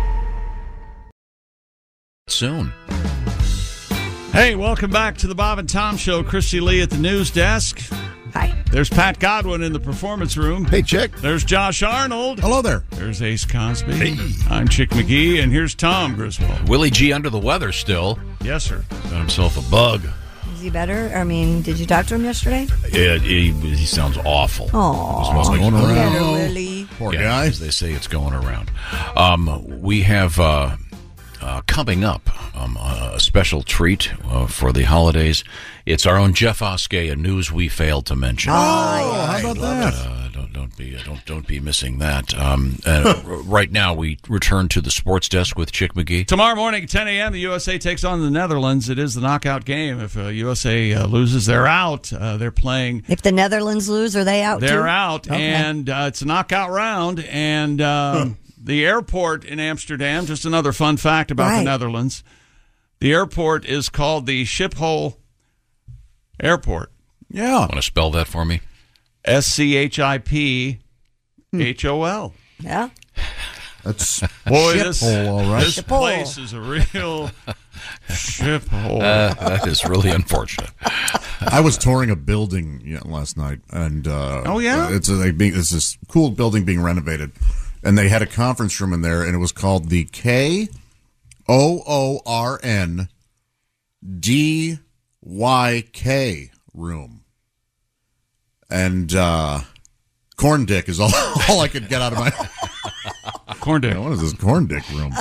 A: Soon.
C: Hey, welcome back to the Bob and Tom Show. Christy Lee at the news desk. Hi. There's Pat Godwin in the performance room.
B: Hey, Chick.
C: There's Josh Arnold.
B: Hello there.
C: There's Ace Cosby. I'm Chick McGee, and here's Tom Griswold.
A: Willie G under the weather still.
C: Yes, sir.
A: Got himself a bug.
D: Is he better? I mean, did you talk to him yesterday?
A: Yeah, he, he sounds awful.
D: Aw.
A: Smells like-
B: Going around.
D: Better, Willie.
B: Poor
A: Yeah,
B: guy.
A: as they say, it's going around. Um, we have uh, uh, coming up um, a special treat uh, for the holidays. It's our own Jeff Oskey, a news we failed to mention.
B: Oh, how about that?
A: Uh, don't don't be uh, don't don't be missing that. Um, uh, r- right now, we return to the sports desk with Chick McGee.
C: Tomorrow morning, 10 a.m., the USA takes on the Netherlands. It is the knockout game. If uh, USA uh, loses, they're out. Uh, they're playing.
D: If the Netherlands lose, are they out
C: They're
D: too?
C: out, and uh, it's a knockout round. And um, the airport in Amsterdam. Just another fun fact about the
D: Right.
C: Netherlands: the airport is called the Schiphol Airport.
B: Yeah.
A: Want to spell that for me?
C: S C H I P H O L.
D: Yeah.
B: That's
C: Boy,
B: shit
C: this,
B: hole, all right.
C: this place is a real shithole.
A: Uh, that is really unfortunate.
B: I was touring a building yeah, last night, and uh,
C: Oh, yeah?
B: it's a, they being, it's this cool building being renovated, and they had a conference room in there, and it was called the K O O R N D Y K room, and uh, Corn dick is all, all I could get out of my
C: corn dick.
B: What is this corn dick room?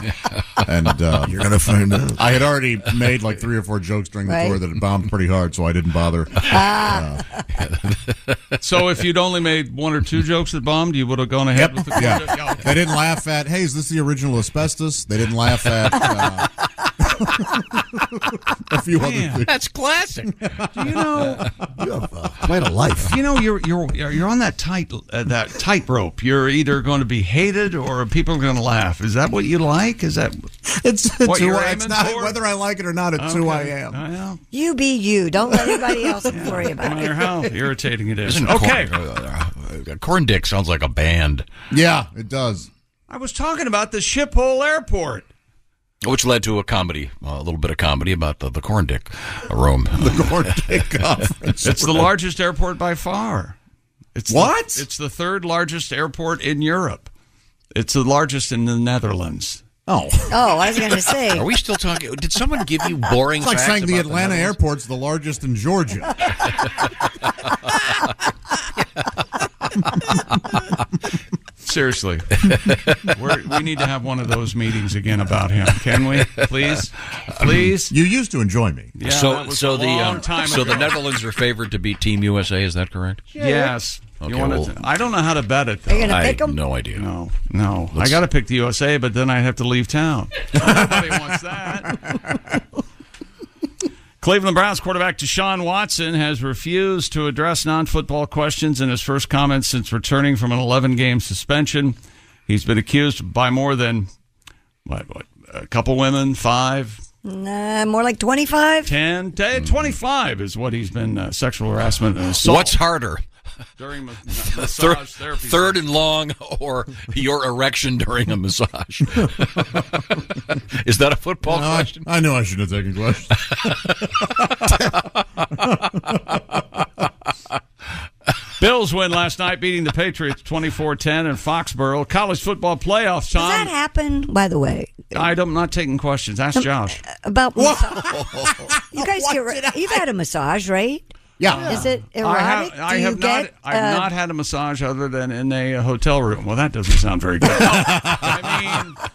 B: And uh,
F: You're gonna find out.
B: I had already made like three or four jokes during the
C: Right.
B: tour that had bombed pretty hard, so I didn't bother.
C: Ah.
B: Uh,
C: So if you'd only made one or two jokes that bombed, you would have gone ahead with the corn dick?
B: yeah, they didn't laugh at. Hey, is this the original asbestos? They didn't laugh at. Uh, a few other
C: Man.
B: things.
C: That's classic. Do you know
F: you have uh, quite a life.
C: You know, you're you're you're on that tight uh, that tightrope. You're either going to be hated or people are going to laugh. Is that what you like? Is that
B: it's,
C: what
B: who
C: you're
B: I-
C: aiming
B: it's not-
C: for?
B: whether I like it or not. It's who I am.
D: You be you. Don't let anybody else worry
C: No
D: about it.
C: matter how irritating it is.
A: Isn't
C: Okay.
A: Corn, uh, uh, corn dick sounds like a band.
B: Yeah, it does.
C: I was talking about the Shiphole Airport.
A: Which led to a comedy, uh, a little bit of comedy about the, the corn dick uh, room. the
B: corn dick
C: It's the largest airport by far. It's the-
A: What?
C: it's the third largest airport in Europe. It's the largest in the Netherlands.
B: Oh.
D: Oh, I was going to say.
A: Are we still talking? Did someone give you
B: It's like saying the Atlanta airport's the largest in Georgia.
C: Seriously, We're, we need to have one of those meetings again about him. Can we, please? Please.
B: You used to enjoy me.
C: Yeah, that
A: so
C: was
A: so
C: a
A: the
C: long
A: um,
C: time
A: so the
C: ago.
A: Netherlands are favored to beat Team USA. Is that correct?
C: Yes.
A: Okay.
C: You wanna-
A: well,
C: I don't know how to bet it. Though.
A: Are you gonna I pick 'em? have no idea.
C: No, no.
A: Let's-
C: I got to pick the USA, but then I have to leave town. Nobody wants that. Cleveland Browns quarterback Deshaun Watson has refused to address non football questions in his first comments since returning from an 11 game suspension. He's been accused by more than, what, what a couple women, five,
D: Nah, more like 25?
C: 10, 10 25 is what he's been uh, sexual harassment and assault.
A: What's harder?
C: During ma-
A: Thir-
C: massage therapy.
A: third and long, or your erection during a massage? Is that a football
B: No, I-
A: question?
B: I, knew I shouldn't have taken questions.
C: Bills win last night, beating the Patriots 24 10 in Foxborough. College football playoffs, Tom.
D: Does that happen, by the way? uh,
C: I don't, I'm not taking questions. Ask Josh.
D: About massage. you guys get re- you've had a massage, right?
C: Yeah.
D: Is it
C: I have,
D: erotic?
C: I
D: Do you
C: have not.
D: get,
C: I've
D: uh,
C: not had a massage other than in a, uh, hotel room. Well, that doesn't sound very good. I mean,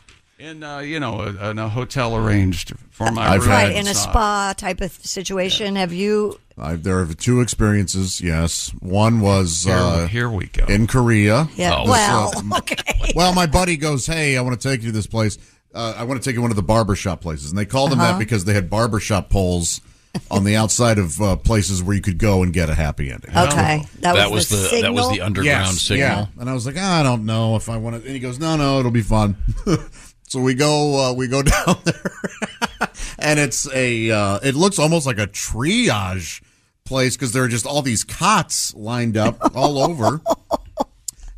C: in uh, you know, a, in a hotel arranged for my room
D: right in a
C: massage.
D: spa type of situation? Have you?
B: I, there are two experiences. Yes, one was
C: Here-
B: uh,
C: here we go
B: in Korea.
D: Yeah.
B: This,
D: well,
B: uh,
D: okay.
B: well, my buddy goes, "Hey, I want to take you to this place. Uh, I want to take you to one of the barbershop places." And they called them
D: Uh-huh.
B: that because they had barbershop poles on the outside of uh, places where you could go and get a happy ending.
D: Okay, that was That was the the- that was signal? the
A: underground
B: Oh, Yes,
A: signal.
B: Yeah. And I was like, "I don't know if I want to." And he goes, "No, no, it'll be fun." so we go, uh, we go down there, and it's a, uh, it looks almost like a triage place because there are just all these cots lined up all over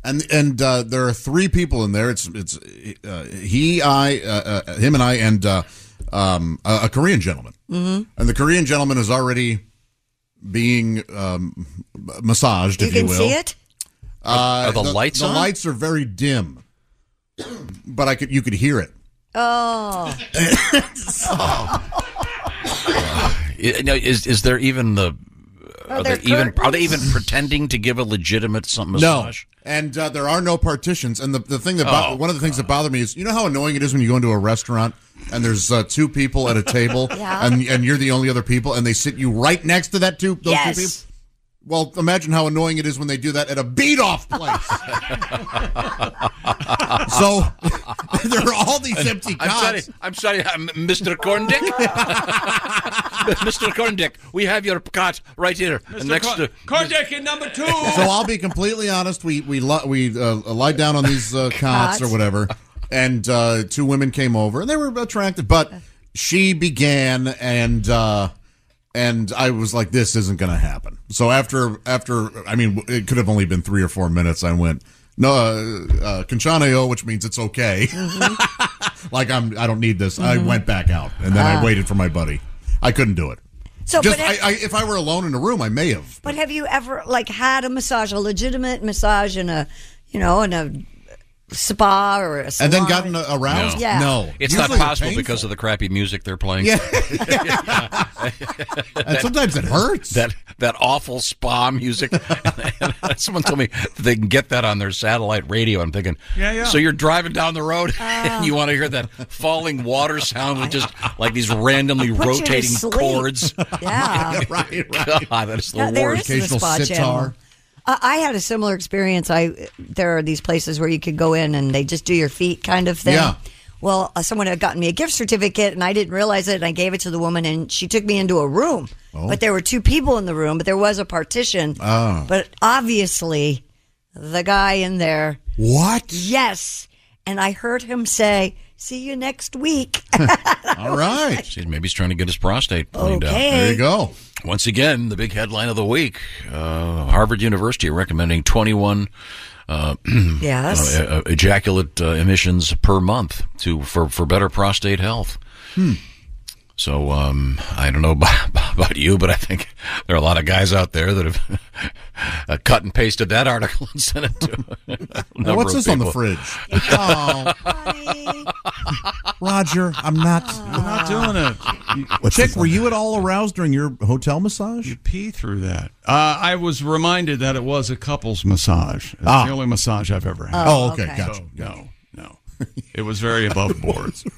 B: and and uh, there are three people in there. It's it's uh, he, I, uh, uh, him, and I, and uh, um, a, a Korean gentleman.
D: Mhm.
B: And the Korean gentleman is already being um, massaged,
D: You
B: if you
D: can
B: will.
D: see it?
A: Are
B: Uh,
A: the lights
B: The
A: on?
B: lights are very dim, but I could you could hear it.
D: Oh.
A: I- now, Is is there even the?
D: Are
A: Are, they
D: there
A: even are they even
D: curtains?
A: pretending to give a legitimate some
B: No,
A: massage?
B: and uh, there are no partitions. And the, the thing that bo-
A: Oh,
B: one of the things that bothered me is you know how annoying it is when you go into a restaurant and there's uh, two people at a table
J: Yeah.
B: and and you're the only other people and they sit you right next to that two those
J: Yes.
B: two people. Well, imagine how annoying it is when they do that at a beat off place. so there are all these empty
A: I'm sorry,
B: cots.
A: I'm sorry, I'm Mr. Corndick. Mr. Corndick, we have your cot right here next to
C: Kordick in number two.
B: so I'll be completely honest. We we li- we uh, lie down on these uh, cots
C: Cots.
B: or whatever, and uh, two women came over and they were attractive, but she began and uh, and I was like, this isn't going to happen. So after after I mean, it could have only been three or four minutes. I went. No, uh, uh, Conchanayo, which means it's okay. like I'm, I don't need this. I went back out, and then
D: Mm-hmm. Ah.
B: I waited for my buddy. I couldn't do it.
D: So,
B: Just,
D: but have-
B: I, I, if I were alone in a room, I may have.
D: But have you ever like had a massage, a legitimate massage in a, you know, in a spa or a salon.
B: And then gotten aroused?
A: No.
D: Yeah.
A: No. It's not
B: Usually
A: possible
B: painful.
A: because of the crappy music they're playing.
B: Yeah.
A: That-
B: sometimes it hurts.
A: That that awful spa music. Someone told me they can get that on their satellite radio. I'm thinking,
C: Yeah, yeah.
A: So you're driving down the road and
D: Oh.
A: you want to hear that falling water sound with just like these randomly
D: Put you to
A: rotating
D: sleep.
A: chords.
D: Yeah.
A: right,
B: right.
A: God, that is the
D: Yeah, there
A: worst.
D: is the spa channel. I I had a similar experience. I there are these places where you could go in and they just do your feet kind of thing.
M: Yeah.
D: Well, uh, someone had gotten me a gift certificate and I didn't realize it and I gave it to the woman and she took me into a room.
M: Oh.
D: But there were two people in the room, but there was a partition.
M: Oh.
D: But obviously the guy in there
B: What?
D: Yes. And I heard him say, "See you next week."
A: All right. maybe he's trying to get his prostate cleaned
D: Okay.
A: out.
D: There you
B: go.
A: Once again, the big headline of the week uh, Harvard University recommending 21 uh,
D: Yes.
A: uh, uh, ejaculate uh, emissions per month to for, for better prostate health.
N: Hmm.
A: So um, I don't know about, about you, but I think there are a lot of guys out there that have uh, cut and pasted that article and sent it to. a number
B: what's
A: of
B: this on the
A: people.
B: fridge? Oh, Roger, I'm not. I'm
C: not doing it.
B: Chick, were you at all aroused during your hotel massage? You
C: pee through that. Uh, I was reminded that it was a couple's massage. It's
B: Ah.
C: the only massage I've ever had.
B: Oh, Oh, okay, okay. gotcha.
C: So, no, no. It was very above board.
D: So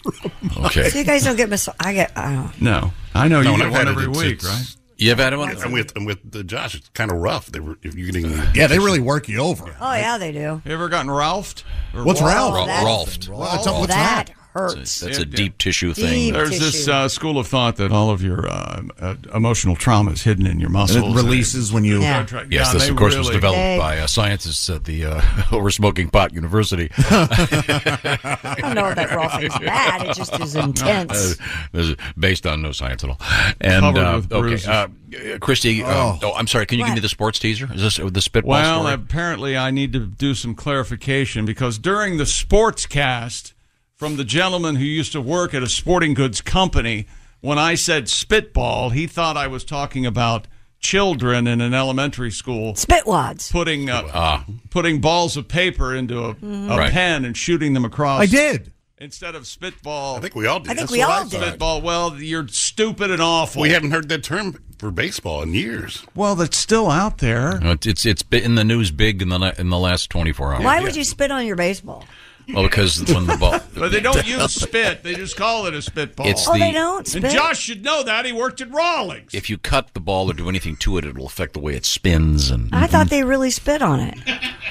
D: you guys don't get mis- I get I don't.
C: No, I know
I: No,
C: you
I: and
C: get
I: I've
C: one
I: had it,
C: every
I: it's-
C: week,
I: it's-
C: right?
A: You've had
I: one.
D: That's-
I: I'm with I'm with uh, Josh. It's kind of rough. They were if you're getting
B: Yeah, they really work you over.
D: Oh yeah, they do. Oh,
C: You ever gotten Ralphed? Or
B: What's Ralph?
C: Ralphed?
A: Ra- Ralphed.
B: What's up with
D: that?
B: that?
D: Hurts.
A: That's a deep tissue thing.
D: Deep
C: There's this
D: tissue.
C: uh, school of thought that all of your uh, uh, emotional trauma is hidden in your muscles.
B: releases when you- Yeah.
A: Yes,
C: God,
A: this
C: they
A: of course was
C: really-
A: developed by uh, scientists at the uh, over smoking pot university.
D: I don't know that Rolf is bad. It just is intense.
A: Uh, this is based on no science at all. And
C: Covered
A: uh,
C: with bruises.
A: okay, uh, Christy. uh, oh, I'm sorry. Can you give me the sports teaser? Is this the spitball
C: Well,
A: story?
C: apparently I need to do some clarification because during the sports cast from the gentleman who used to work at a sporting goods company, when I said spitball, he thought I was talking about children in an elementary school
D: spitwads
C: putting uh, putting balls of paper into a, a
A: Right.
C: pen and shooting them across.
B: I did.
C: Instead of spitball, I think
I: we all did.
D: I think That's we what all I did. thought.
C: Spitball. Well, you're stupid and awful.
I: We haven't heard that term for baseball in years.
C: Well, that's still out there.
A: No, it's it's it's been in the news big in the la- in the last 24 hours.
D: Why would you spit on your baseball?
A: Well, because when the ball.
C: But they don't use spit. They just call it a spitball.
A: It's Oh, the- they
D: don't
C: And
D: spit?
C: Josh should know that. He worked at Rawlings.
A: If you cut the ball or do anything to it, it'll affect the way it spins and
D: I thought they really spit on it.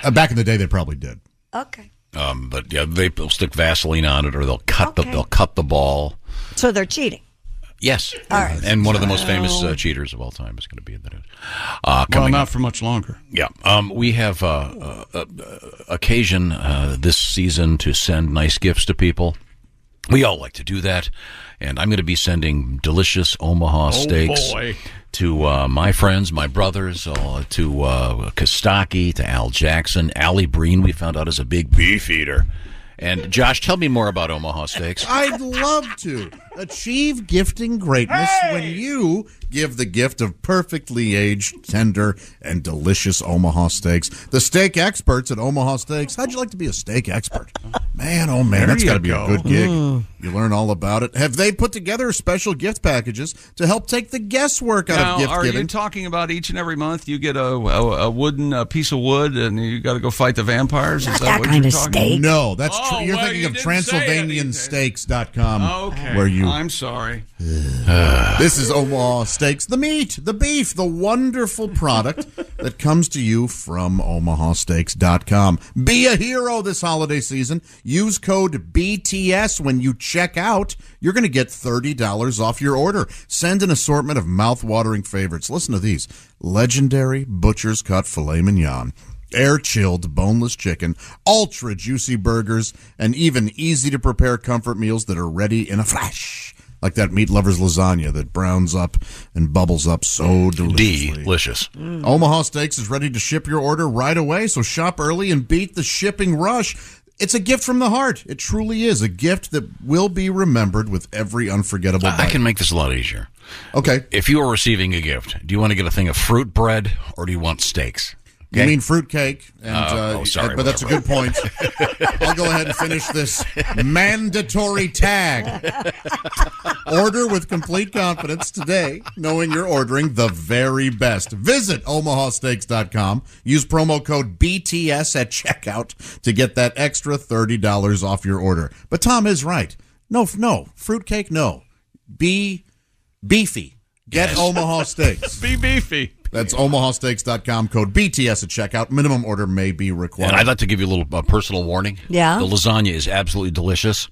B: Uh, back in the day, they probably did.
D: Okay.
A: Um, but yeah, they, they'll stick Vaseline on it, or they'll cut
D: Okay.
A: the they'll cut the ball.
D: So they're cheating.
A: Yes,
D: All right.
A: and one of the most
D: Wow.
A: famous uh, cheaters of all time is going to be in the news. Uh,
C: Well,
A: coming
C: not
A: up.
C: for much longer.
A: Yeah, um, we have uh, uh, uh, occasion uh, this season to send nice gifts to people. We all like to do that, and I'm going to be sending delicious Omaha
C: Oh,
A: steaks
C: boy.
A: to uh, my friends, my brothers, uh, to uh, Kostaki, to Al Jackson, Allie Breen. We found out is a big beef eater. And Josh, tell me more about Omaha steaks.
B: I'd love to achieve gifting greatness when you give the gift of perfectly aged, tender, and delicious Omaha steaks. The steak experts at Omaha Steaks. How'd you like to be a steak expert? Man, oh man,
J: There
B: that's
J: you
B: got to be
J: go.
B: a good gig.
J: Mm.
B: You learn all about it. Have they put together special gift packages to help take the guesswork out
C: Now,
B: of gift
C: are
B: giving?
C: you talking about each and every month you get a, a, a wooden a piece of wood and you got to go fight the vampires? Is that, what you're talking
B: No, that's
C: Oh,
B: tr- you're
C: well,
B: thinking
C: you
B: of
C: didn't say
B: Transylvaniansteaks.com.
C: Okay.
B: Where you
C: I'm sorry.
B: this is Omaha Steaks, the meat, the beef, the wonderful product that comes to you from omahasteaks.com. Be a hero this holiday season. Use code BTS when you check out. You're going to get $30 off your order. Send an assortment of mouth-watering favorites. Listen to these. Legendary Butcher's Cut Filet Mignon. Air chilled boneless chicken, ultra juicy burgers, and even easy to prepare comfort meals that are ready in a flash like that meat lover's lasagna that browns up and bubbles up so deliciously. Mm.
A: Delicious.
B: Omaha Steaks is ready to ship your order right away, so shop early and beat the shipping rush. It's a gift from the heart. It truly is a gift that will be remembered with every unforgettable.
A: I- I
B: bite.
A: can make this a lot easier.
B: Okay.
A: If you are receiving a gift, do you want to get a thing of fruit bread or do you want steaks?
B: You mean fruitcake? And,
A: Oh,
B: uh,
A: oh, sorry,
B: But that's a good point. I'll go ahead and finish this mandatory tag. Order with complete confidence today, knowing you're ordering the very best. Visit omahasteaks.com. Use promo code BTS at checkout to get that extra $30 off your order. But Tom is right. No, no. Fruitcake, no. Be beefy. Get
C: Yes.
B: Omaha Steaks.
C: Be beefy.
B: That's omahasteaks.com code BTS at checkout. Minimum order may be required.
A: And I'd like to give you a little uh, personal warning.
B: Yeah?
A: The lasagna is absolutely delicious.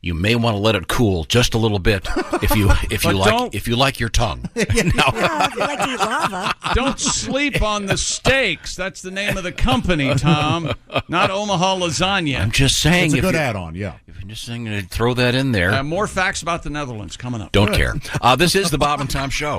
A: You may want to let it cool just a little bit if you if you
C: But
A: like
C: don't-
A: if you like your tongue.
C: Don't sleep on the steaks. That's the name of the company, Tom. Not Omaha Lasagna.
A: I'm just saying if you-
B: yeah.
A: If I'm just saying uh, throw that in there.
C: Uh, more facts about the Netherlands coming up.
A: Don't care. Uh, this is the Bob and Tom Show.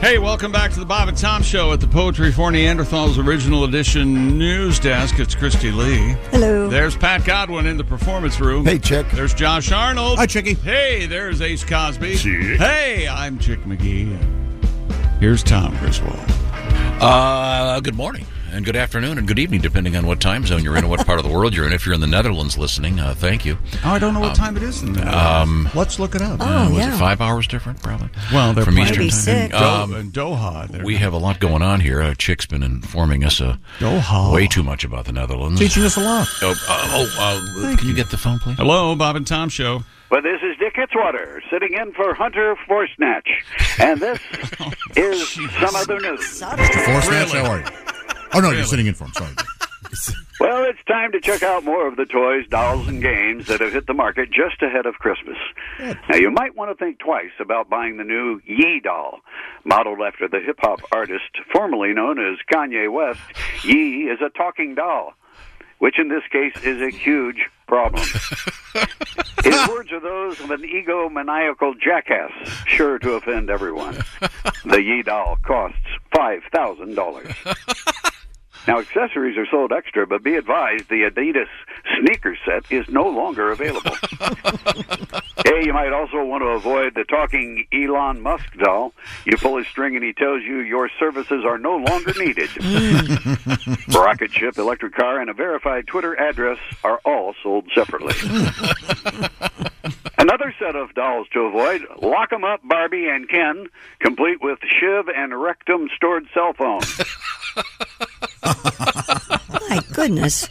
C: Hey, welcome back to the Bob and Tom Show at the Poetry for Neanderthals Original Edition News Desk. It's Christy Lee. Hello. There's Pat Godwin in the performance room. Hey, Chick. There's Josh Arnold. Hi, Chicky. Hey, there's Ace Cosby. Hey, I'm Chick McGee. Here's Tom Griswold.
A: Uh, good morning and good afternoon and good evening, depending on what time zone you're in and what part of the world you're in. If you're in the Netherlands listening, uh, thank you.
C: Oh, I don't know what
A: Um,
C: time it is in there.
A: Um,
C: Let's look it up.
A: uh, was it five hours different, probably?
C: Well, they're
A: from
C: playing
A: Eastern
C: in
A: time.
C: Doha-
A: Um,
C: in Doha. They're-
A: we have a lot going on here. Uh, Chick's been informing us uh,
C: Doha.
A: way too much about the Netherlands.
C: Teaching us a lot.
A: Oh, uh, oh uh,
C: Thank
A: can you get the phone, please?
C: Hello, Bob and Tom Show.
O: But this is Dick Hitzwater sitting in for Hunter Forsnatch. And this
A: Oh,
O: is some other news.
B: Forrest Nance, how are you? Oh, no, you're sitting in for him. Sorry.
O: Well, it's time to check out more of the toys, dolls, and games that have hit the market just ahead of Christmas. Now, you might want to think twice about buying the new Yee doll. Modeled after the hip hop artist formerly known as Kanye West, Yee is a talking doll, which in this case is a huge problem. His words are those of an egomaniacal jackass, sure to offend everyone. The Yee doll costs $5,000. Now, accessories are sold extra, but be advised the Adidas sneaker set is no longer available. hey, you might also want to avoid the talking Elon Musk doll. You pull his string and he tells you your services are no longer needed.
D: Mm.
O: Rocket ship, electric car, and a verified Twitter address are all sold separately. Another set of dolls to avoid Lock 'em Up Barbie and Ken, complete with Shiv and Rectum stored cell phone.
D: Oh, My goodness.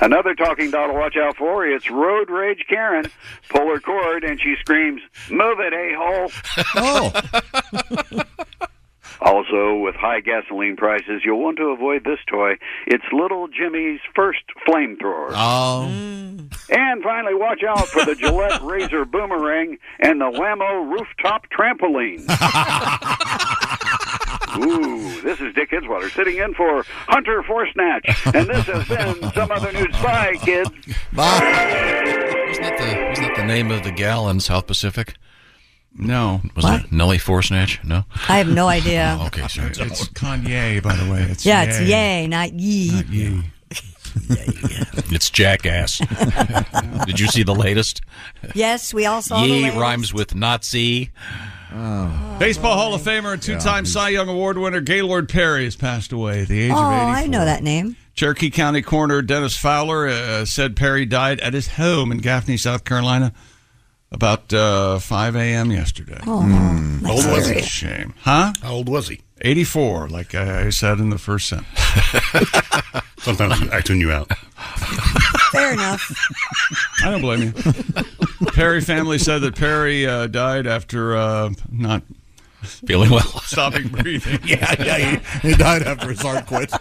O: Another talking doll to watch out for. It's Road Rage Karen. Pull her cord, and she screams, "Move it, a hole!"
C: Oh.
O: also, with high gasoline prices, you'll want to avoid this toy. It's Little Jimmy's first flamethrower.
B: Oh.
O: And finally, watch out for the Gillette Razor Boomerang and the Whammo Rooftop Trampoline. Ooh, this is Dick Hitzwater sitting in for Hunter Forsnatch, and this has been some other news. Bye, kids.
A: Isn't that the name of the gal in South Pacific?
C: No.
A: Was it Nellie Forsnatch? No?
D: I have no idea.
A: Oh, okay, sorry.
C: It's Kanye, by the way. It's
D: yeah, it's yay, not ye.
A: It's jackass. Did you see the latest?
D: Yes, we all saw the
A: Ye
D: latest.
A: rhymes with Nazi.
C: Baseball Hall of Famer and two-time Cy Young Award winner Gaylord Perry has passed away at the age
D: Oh,
C: of 84.
D: I know that name.
C: Cherokee County Coroner Dennis Fowler uh, said Perry died at his home in Gaffney, South Carolina, about uh, 5 a.m. yesterday. Hmm.
I: Oh,
B: Hmm.
I: Mm. that's
C: Old was he?
I: scary.
C: Shame, huh?
I: How old was he?
C: 84, like I said in the first sentence.
I: Sometimes I tune you out.
D: Fair enough.
C: I don't blame you. Perry family said that Perry uh, died after uh, not
A: feeling well,
C: stopping breathing.
A: Yeah, yeah,
B: he, he died after his heart quit.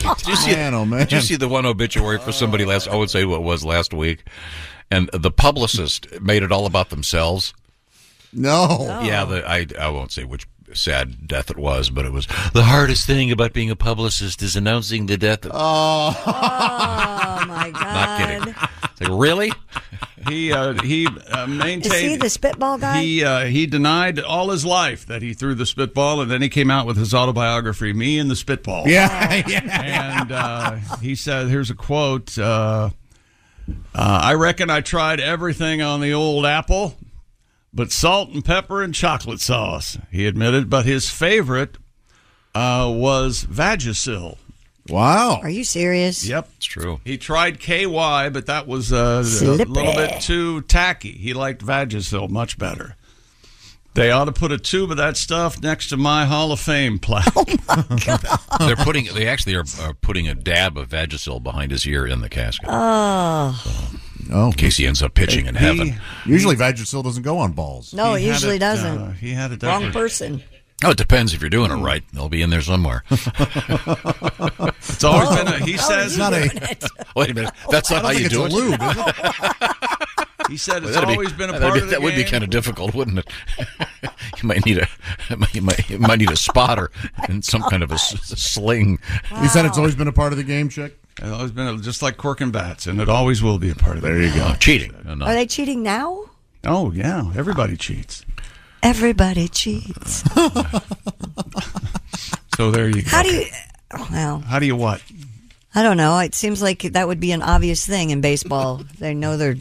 A: Did you see,
B: Man, oh, man.
A: Did you see the one obituary for somebody last? I would say what it was last week, and the publicist made it all about themselves.
B: No.
A: Oh. Yeah, the, I I won't say which sad death it was, but it was the hardest thing about being a publicist is announcing the death. Of, Oh.
D: oh, my God.
A: not kidding. It's like, really?
C: He uh, he uh, maintained.
D: Is he the spitball guy?
C: He uh, he denied all his life that he threw the spitball, and then he came out with his autobiography, "Me and the Spitball."
I: Yeah,
C: yeah. And uh, he said, "Here's a quote: uh, uh, I reckon I tried everything on the old apple, but salt and pepper and chocolate sauce." He admitted, but his favorite uh, was Vagisil.
B: Wow.
D: Are you serious?
C: Yep,
A: it's true.
C: He tried KY, but that was uh, a
D: Slippery.
C: little bit too tacky. He liked Vagisil much better. They ought to put a tube of that stuff next to my Hall of Fame plaque.
D: Oh,
A: They're putting. They actually are, are putting a dab of Vagisil behind his ear in the casket.
D: Oh.
A: Oh, in case he ends up pitching in
B: He-
A: heaven.
B: Usually, Vagisil doesn't go on balls.
D: No,
B: He
D: it
B: had
D: usually
B: it,
D: doesn't.
B: uh,
C: he had it
D: Wrong
B: different.
D: person.
A: Oh, it depends if you're doing it right. They'll be in there somewhere.
C: it's always been
A: Oh.
C: a. He says.
A: Wait a minute. That's not how you do it.
C: He said
A: Well,
C: it's
A: that'd be-
C: always been a
A: that'd
C: part
A: be-
C: of the
A: That would be
C: game.
A: kind of difficult, wouldn't it? you might need a you might, you might need a spotter and some kind of a, s- sling.
B: You said it's always been a part of the game, Chick?
C: It's always been a, just like corking bats, and it always will be a part of it. There
B: you go.
A: cheating.
D: Are they cheating now?
C: Oh yeah, everybody cheats.
D: Everybody cheats.
C: So there you go.
D: How do you? Well,
C: How do you what?
D: I don't know. It seems like that would be an obvious thing in baseball. they know they're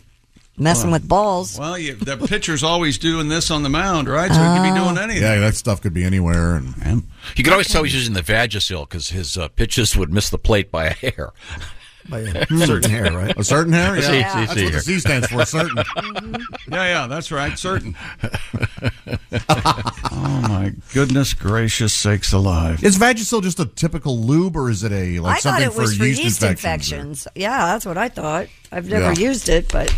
D: messing with balls.
C: Well, you, the pitcher's always doing this on the mound, right? So he could
D: Ah.
C: be doing anything.
B: Yeah, that stuff could be anywhere. And
A: You could always tell he's using the Vagisil because his uh, pitches would miss the plate by a hair.
B: By a certain hair, right? Hmm. A certain hair,
A: A
B: yeah.
A: C-
B: Yeah.
A: C-
B: That's
A: C
B: what the
A: hair.
B: C stands for, certain.
C: Mm-hmm. Yeah, yeah, that's right. Certain. oh my goodness gracious sakes alive!
B: Is Vagisil just a typical lube, or is it a like
D: I thought
B: something
D: it was
B: for,
D: for
B: yeast, infections?
D: infections. Yeah, that's what I thought. I've never
B: Yeah.
D: used it, but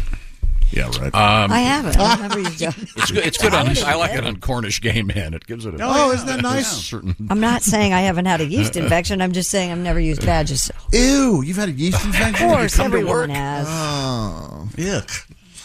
B: Yeah, right.
A: Um,
D: I haven't. I've never used it.
A: It's good. It's good on.
D: Outed
A: I like it on Cornish game hen. It gives it. A,
D: Oh, isn't that
A: a
D: nice?
A: Certain.
D: I'm not saying I haven't had a yeast infection. I'm just saying I've never used Vagisil.
B: Ew, you've had a yeast
D: Of course, everyone has.
B: Oh.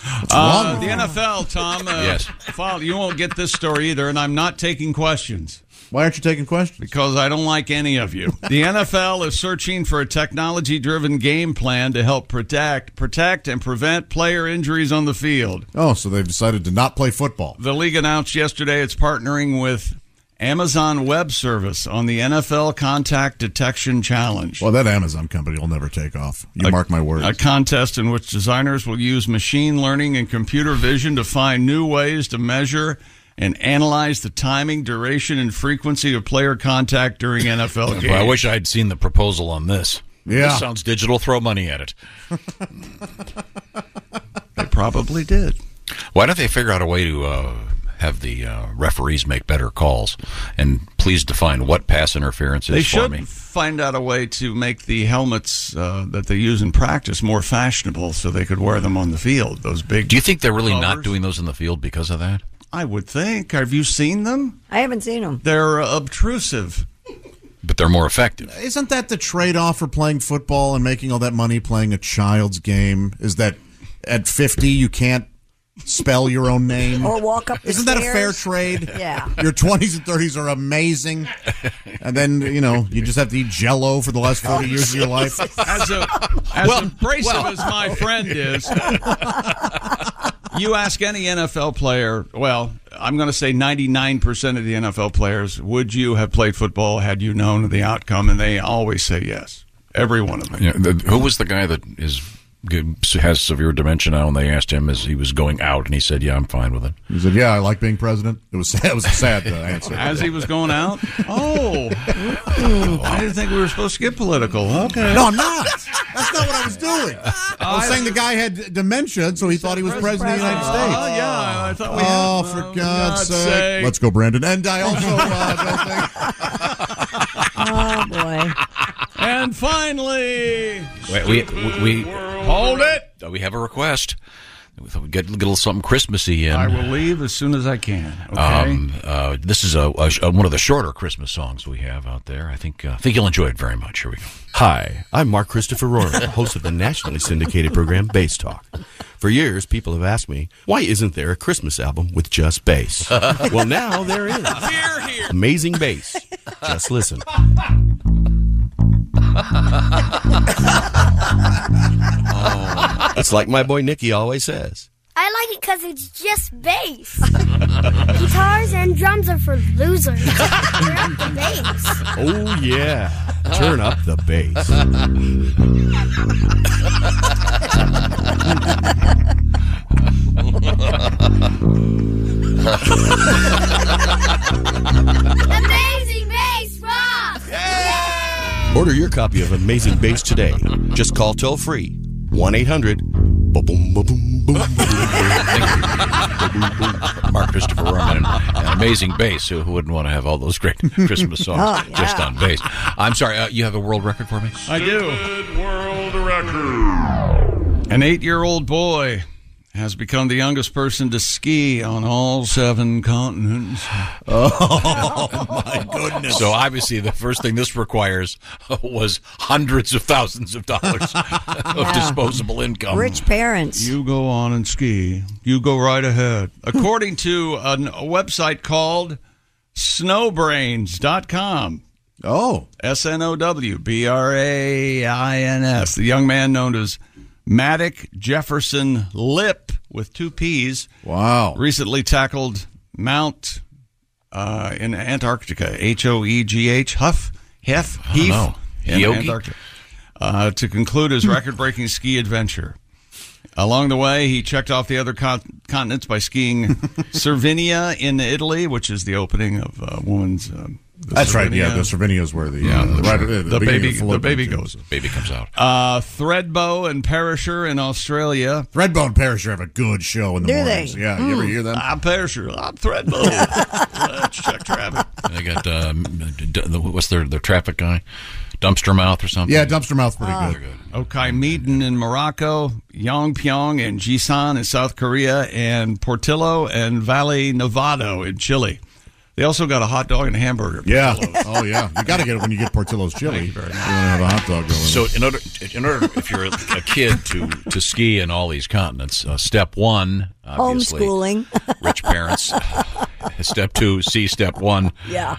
C: Uh,
B: wrong
C: the
B: with
C: NFL, Tom. Uh,
B: Yes.
C: Fal- you won't get this story either, and I'm not taking questions.
B: Why aren't you taking questions?
C: Because I don't like any of you. The NFL is searching for a technology-driven game plan to help protect, protect, and prevent player injuries on the field.
B: Oh, so they've decided to not play football.
C: The league announced yesterday it's partnering with Amazon Web Service on the NFL Contact Detection Challenge.
B: Well, that Amazon company will never take off. You mark my words.
C: A contest in which designers will use machine learning and computer vision to find new ways to measure and analyze the timing, duration, and frequency of player contact during NFL games.
A: Boy, I wish I'd seen the proposal on this.
C: Yeah.
A: This sounds digital. Throw money at it.
C: they probably did.
A: Why don't they figure out a way to uh, have the uh, referees make better calls? And please define what pass interference is
C: They
A: for
C: should
A: me.
C: find out a way to make the helmets uh, that they use in practice more fashionable, so they could wear them on the field. Those big.
A: Do you think they're really not doing those in the field because of that?
C: I would think. Have you seen them?
D: I haven't seen them.
C: They're obtrusive.
A: But they're more effective.
B: Isn't that the trade off for playing football and making all that money playing a child's game? Is that at 50 you can't spell your own name?
D: Or walk up the
B: Isn't that a fair
D: stairs.
B: trade?
D: Yeah.
B: Your 20s and 30s are amazing. And then, you know, you just have to eat jello for the last 40 years of your life.
C: As, a, as
B: Well-
C: abrasive
B: well-
C: as my friend is, you ask any NFL player, well, I'm going to say 99% of the NFL players, would you have played football had you known the outcome? And they always say yes. Every one of them.
A: Yeah, the, who was the guy that is has severe dementia now? And they asked him as he was going out, and he said, "Yeah, I'm fine with it."
B: He said, "Yeah, I like being president." It was it was sad to answer.
C: As he was going out, oh, I didn't think we were supposed to get political. Okay.
B: Mm. No, I'm not. That's not what I was doing. I was saying the guy had dementia, so he thought he was president of the United States.
C: Oh, yeah. I thought we
B: Oh, for God's, sake. Let's go, Brandon. And I also
D: Oh boy.
C: And finally,
A: Wait, we we, we
C: Hold it.
A: Uh, We have a request. We thought we'd get, get a little something Christmassy in.
C: I will leave as soon as I can. Okay.
A: Um, uh, this is a, a, sh- uh, one of the shorter Christmas songs we have out there. I think uh, I think you'll enjoy it very much. Here we go.
P: Hi, I'm Mark Christopher Rohrer, host of the nationally syndicated program Base Talk. For years, people have asked me, why isn't there a Christmas album with just bass? well, now there is. Amazing bass. Just listen. It's like my boy Nicky always says.
Q: I like it because it's just bass. Guitars and drums are for losers. Turn up the bass.
P: Oh, yeah. Turn up the bass.
Q: Amazing bass rock!
P: Order your copy of Amazing Bass today. Just call toll free 1 800
A: Mark Christopher Roman, and an amazing bass. Who, who wouldn't want to have all those great Christmas songs
C: Oh, yeah.
A: just on bass? I'm sorry, uh, you have a world record for me?
C: I do. World record. An eight-year-old boy has become the youngest person to ski on all seven continents.
A: Oh my goodness! So obviously, the first thing this requires was hundreds of thousands of dollars of
D: Yeah.
A: disposable income.
D: Rich parents.
C: um, You go on and ski. You go right ahead. According to an, a website called snowbrains.com.
B: Oh.
C: S N O W B R A I N S. The young man known as Maddock Jefferson Lip with two P's.
B: Wow.
C: Recently tackled Mount uh, in Antarctica. H O E G H. Huff. Hef. Heath.
A: know.
C: in
A: Yogi?
C: Antarctica. Uh, to conclude his record breaking ski adventure. Along the way, he checked off the other con- continents by skiing Cervinia in Italy, which is the opening of uh, woman's. Um, the
B: That's right, yeah,
C: Cervinia.
B: the Cervinia's where the,
C: yeah,
B: uh,
C: that's right.
B: right at the
C: the,
B: beginning
C: baby
B: of
C: the
B: Fallopian
C: baby
B: Tube.
C: goes
A: baby comes out.
C: Uh, Threadbow and Perisher in Australia.
B: Threadbow and Perisher have a good show in the
C: Do
B: mornings.
C: they?
B: Yeah, you ever
C: Mm.
B: hear them?
C: I'm Perisher. I'm Threadbow. Let's check traffic.
A: They got um, d- d- what's their their traffic guy, dumpster mouth or something. Ah.
C: Oh. Okay, Meaden in Morocco, Yongpyong and Jisan in South Korea, and Portillo and Valle Nevado in Chile. They also got a hot dog and a hamburger.
B: Yeah. oh, yeah. You got to get it when you get Portillo's chili. You want to have a hot dog going.
A: So in order, in order, if you're a, a kid to to ski in all these continents, uh, step one, obviously,
D: Homeschooling.
A: rich parents. step two, see step one.
D: yeah.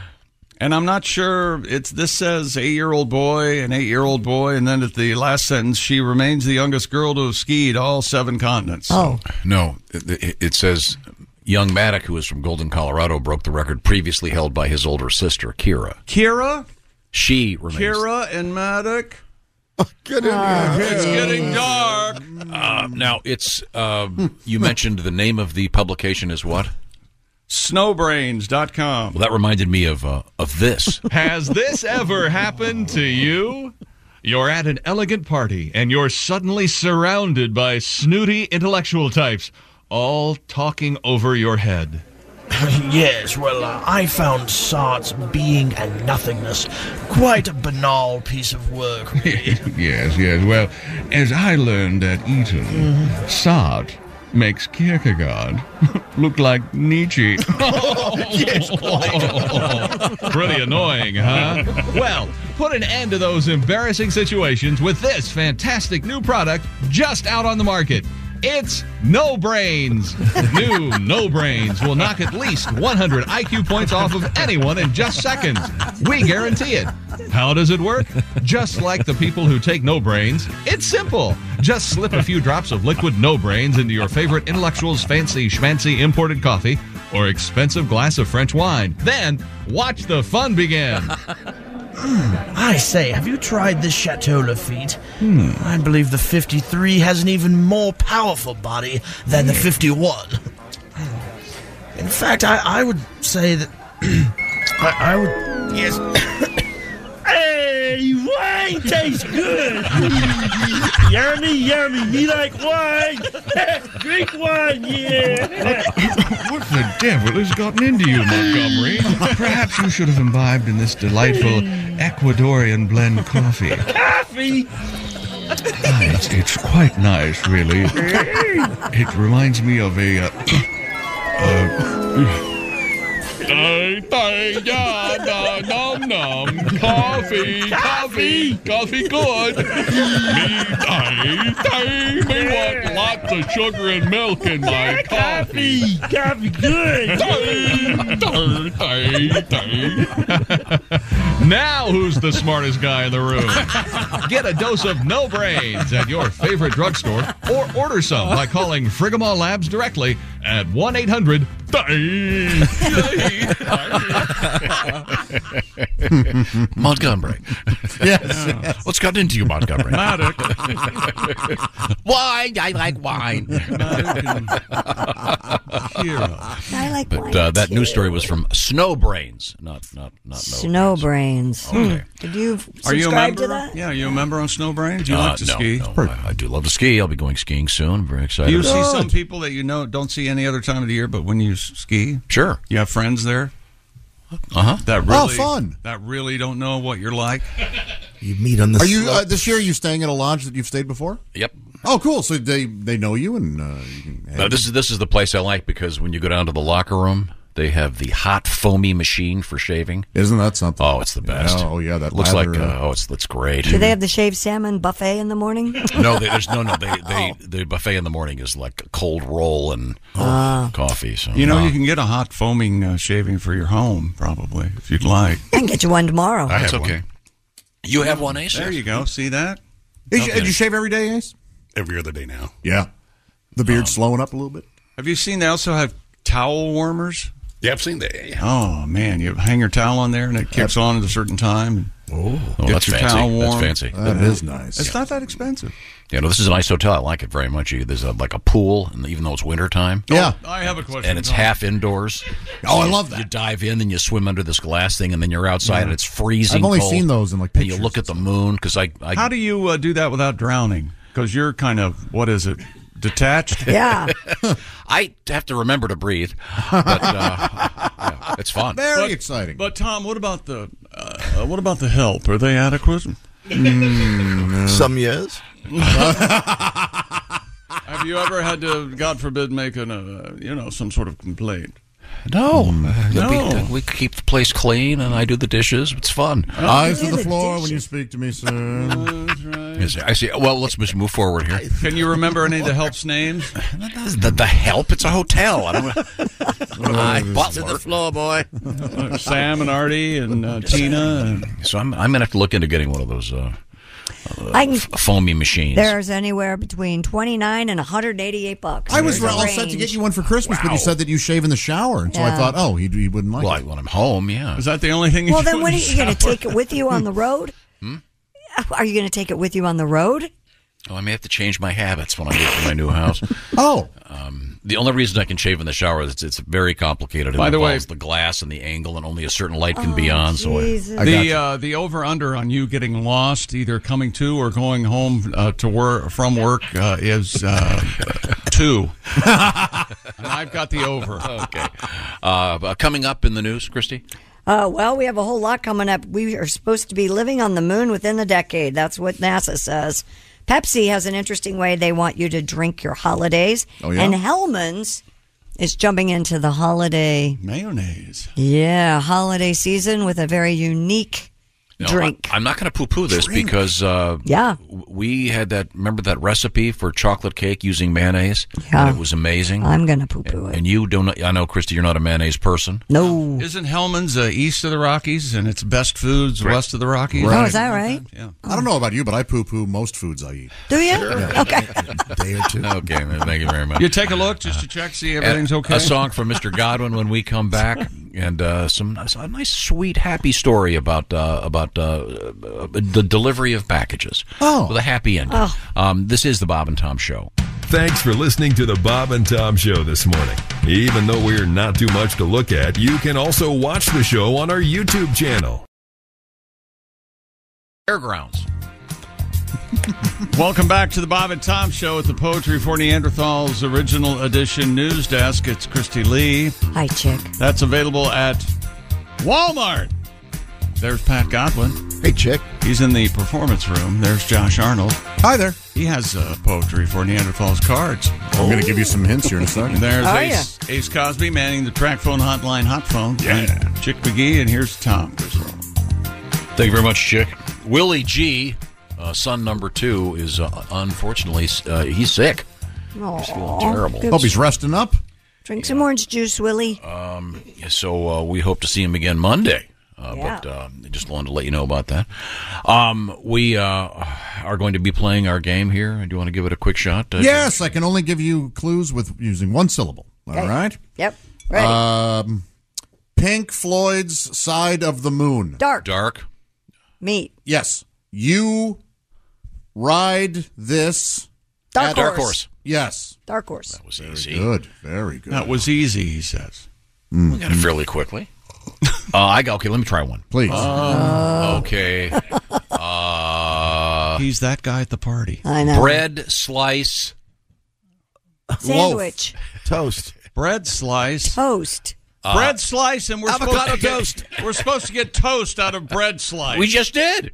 C: And I'm not sure it's this says eight year old boy, an eight year old boy, and then at the last sentence, she remains the youngest girl to have skied all seven continents.
A: Oh. No, it, it says young Maddock, who is from Golden, Colorado, broke the record previously held by his older sister, Kira.
C: Kira?
A: She remains.
C: Kira and Maddock.
B: Get in
C: It's getting dark.
A: Uh, now, it's um, you mentioned the name of the publication is what?
C: Snowbrains.com.
A: Well, that reminded me of uh, of this.
R: Has this ever happened to you? You're at an elegant party and you're suddenly surrounded by snooty intellectual types, all talking over your head.
S: yes, well, uh, I found Sartre's Being and Nothingness quite a banal piece of work.
R: yes, yes. Well, as I learned at Eton,
S: Mhm.
R: Sartre makes Kierkegaard look like Nietzsche.
S: yes,
R: Pretty annoying, huh? Well, put an end to those embarrassing situations with this fantastic new product just out on the market. It's No Brains. New No Brains will knock at least 100 IQ points off of anyone in just seconds. We guarantee it. How does it work? Just like the people who take No Brains, it's simple. Just slip a few drops of liquid No Brains into your favorite intellectual's fancy schmancy imported coffee or expensive glass of French wine. Then watch the fun begin.
S: I say, have you tried this Chateau Lafitte?
R: Hmm.
S: I believe the 53 has an even more powerful body than the 51. In fact, I, I would say that. I, I would. Yes. hey, wine tastes good! yummy, yummy. Me like wine. Drink wine, yeah.
R: What the devil has gotten into you, Montgomery? Perhaps you should have imbibed in this delightful Ecuadorian blend coffee.
S: Coffee!
R: Ah, it's, it's quite nice, really. It reminds me of a. Uh, uh,
S: Nom nom.
R: Coffee, coffee, coffee good. Me, I, I may want lots of sugar and milk in my coffee. Coffee good. now who's the smartest guy in the room? Get a dose of no brains at your favorite drugstore or order some by calling Frigamaw Labs directly at 1 800
A: Montgomery.
I: Yes.
A: What's gotten into you, Montgomery?
I: Maddox.
A: wine. I like wine.
D: I like
A: but uh, that news story was from Snowbrains, not not not
D: Snowbrains.
A: Okay.
D: Hmm. Did you
C: Are you a
D: subscribe
C: member?
D: to that?
C: Yeah, are you a member on Snowbrain? Do you
A: Uh,
C: like to
A: no,
C: ski?
A: no, I, I do love to ski. I'll be going skiing soon. I'm very excited.
C: Do you
A: about
C: see
A: it.
C: some people that you know don't see any other time of the year, but when you s- ski,
A: sure,
C: you have friends there.
A: Uh huh.
C: That really
B: Oh, fun.
C: That really don't know what you're like.
B: You meet on
C: the
B: Are you uh,
C: slopes.
B: this year? Are you staying at a lodge that you've stayed before?
A: Yep.
B: Oh, cool. So they they know you and uh, you can.
A: No, this is this is the place I like because when you go down to the locker room, they have the hot foamy machine for shaving.
B: Isn't that something?
A: Oh, it's the best.
B: oh, yeah, that
A: looks like.
B: lather,
A: Uh,
B: uh,
A: oh, it's that's great.
D: Do they have the shaved salmon buffet in the morning?
A: no, they, there's no, no. They, they
D: Oh.
A: the buffet in the morning is like a cold roll and
D: Ah.
A: coffee. So
C: You know, you can get a hot foaming uh, shaving for your home, probably, if you'd like.
D: I can get you one tomorrow.
C: I have one.
A: You have one ace.
C: There you go. See that?
B: Is- uh, do you shave every day, Ace?
I: Every other day now.
B: Yeah. The beard's slowing up a little bit.
C: Have you seen they also have towel warmers?
I: Yeah, I've seen that. Yeah.
C: Oh man, you hang your towel on there and it kicks on at a certain time.
A: Oh,
C: Get
A: that's
C: your
A: fancy.
C: towel warm.
A: That's fancy.
C: That is
B: nice.
C: It's not that expensive.
A: Yeah, no, this is a nice hotel. I like it very much. You- There's a, like a pool, and even though it's winter time,
B: Yeah.
C: Oh, I have a question.
A: and it's half indoors.
B: Oh, I
A: You-
B: love that.
A: You dive in, then you swim under this glass thing, and then you're outside, and it's freezing.
B: I've only
A: cold.
B: seen those in, like,
A: And you look at the moon because I, I
C: How do you uh, do that without drowning? Because you're kind of what is it? Detached.
A: I have to remember to breathe. But uh, yeah, it's fun.
C: Very But-
B: exciting.
C: But Tom, what about the uh, what about the help? Are they adequate? Mm,
S: Some years.
C: Have you ever had to, God forbid, make an uh, you know some sort of complaint?
A: No,
C: No.
A: We, we keep the place clean, and I do the dishes. It's fun.
B: Eyes to the floor when you speak to me, sir.
A: Yes, I see. Well, let's just move forward here.
C: Can you remember any of the help's names?
A: The, the help? It's a hotel. I don't. I butler.
C: floor, boy. Sam and Artie and uh, Tina.
A: So I'm, I'm gonna have to look into getting one of those uh, uh,
D: I can-
A: f- foamy machines.
D: There's anywhere between 29 and 188 bucks.
B: I was
D: There's a
B: all set to
D: range.
B: get you one for Christmas, but you said that you shave in the shower, and so I
D: Yeah.
B: thought, oh, he, he wouldn't like
A: Well,
B: it.
A: when I'm home, yeah.
C: Is that the only thing?
D: Well, then what are you going to take it with you on the road?
A: Hmm?
D: Are you going to take it with you on the road?
A: Oh, I may have to change my habits when I move to my new house.
B: Oh,
A: um, the only reason I can shave in the shower is it's, it's very complicated. It
C: By the way-
A: involves the glass and the angle, and only a certain light can
D: Oh,
A: be on. So I, I
C: the uh, the over under on you getting lost, either coming to or going home uh, to work from work, uh, is uh, two. and I've got the over.
A: Okay. Uh, but coming up in the news, Christy.
D: Uh, well, we have a whole lot coming up. We are supposed to be living on the moon within the decade. That's what NASA says. Pepsi has an interesting way they want you to drink your holidays.
C: Oh, yeah?
D: And Hellman's is jumping into the holiday.
C: Mayonnaise.
D: Yeah, holiday season with a very unique
A: No,
D: drink.
A: I, am not going to poo-poo this because uh,
D: Yeah.
A: w- we had that. Remember that recipe for chocolate cake using mayonnaise?
D: Yeah.
A: and it was amazing.
D: I'm going to poo poo it.
A: and you don't. I know, Christy, you're not a mayonnaise person.
D: No.
C: Isn't Hellman's uh, east of the Rockies and it's best foods west of the Rockies?
B: Right.
D: Oh, is that right?
C: Yeah.
B: I don't know about you, but I poo poo most foods I eat.
D: Do you? Okay.
A: Day or two. okay, man, thank you very much.
C: You take a Uh, look just to check, see everything's
A: And
C: okay.
A: A song from Mr. Godwin when we come back, and uh, some a nice, sweet, happy story about uh, about uh, the delivery of packages. Oh, with a happy ending.
K: Oh.
A: Um, this is the Bob and Tom Show.
K: Thanks for listening to the Bob and Tom Show this morning. Even though we're not too much to look at, you can also watch the show on our YouTube channel.
A: Fairgrounds.
C: Welcome back to the Bob and Tom Show at the Poetry for Neanderthals Original Edition News Desk. It's Christy Lee.
D: Hi, chick.
C: That's available at Walmart. There's Pat Godwin.
N: Hey, chick.
C: He's in the performance room. There's Josh Arnold.
B: Hi there.
C: He has uh, Poetry for Neanderthals cards.
B: I'm going to give you some hints here in a second.
C: And there's
B: Oh,
C: Ace, Ace Cosby manning the track phone hotline hot phone. Yeah. Chick McGee, and here's Tom. Griswold.
A: Thank you very much, Chick. Willie G, uh, son number two, is uh, unfortunately uh, he's sick. He's feeling terrible.
D: Good.
A: resting up.
D: Drink some orange juice, Willie.
A: Um, so uh, we hope to see him again Monday. Uh,
D: Yeah.
A: But uh, just wanted to let you know about that. Um, we uh, are going to be playing our game here. Do you want to give it a quick shot? Uh,
B: yes, I can only give you clues with using one syllable. All
D: Okay.
B: right.
D: Yep. Ready.
B: Um, Pink Floyd's "Side of the Moon."
D: Dark.
A: Dark.
D: Meat.
B: Yes. You ride this.
D: Dark
B: at-
D: Dark horse.
B: Yes.
D: Dark horse.
A: was
B: easy. Good. Very good.
C: That was easy, he says. Mm.
A: We got it fairly quickly. uh, I got, okay, let me try one. Uh,
B: Please.
A: okay. Uh,
C: He's that guy at the party.
D: I know.
A: Bread slice.
D: Sandwich.
C: Toast. Bread slice.
D: Toast.
A: Uh,
C: bread slice, and we're
A: avocado
C: supposed to get, toast. We're supposed to get toast out of bread slice.
A: We just did.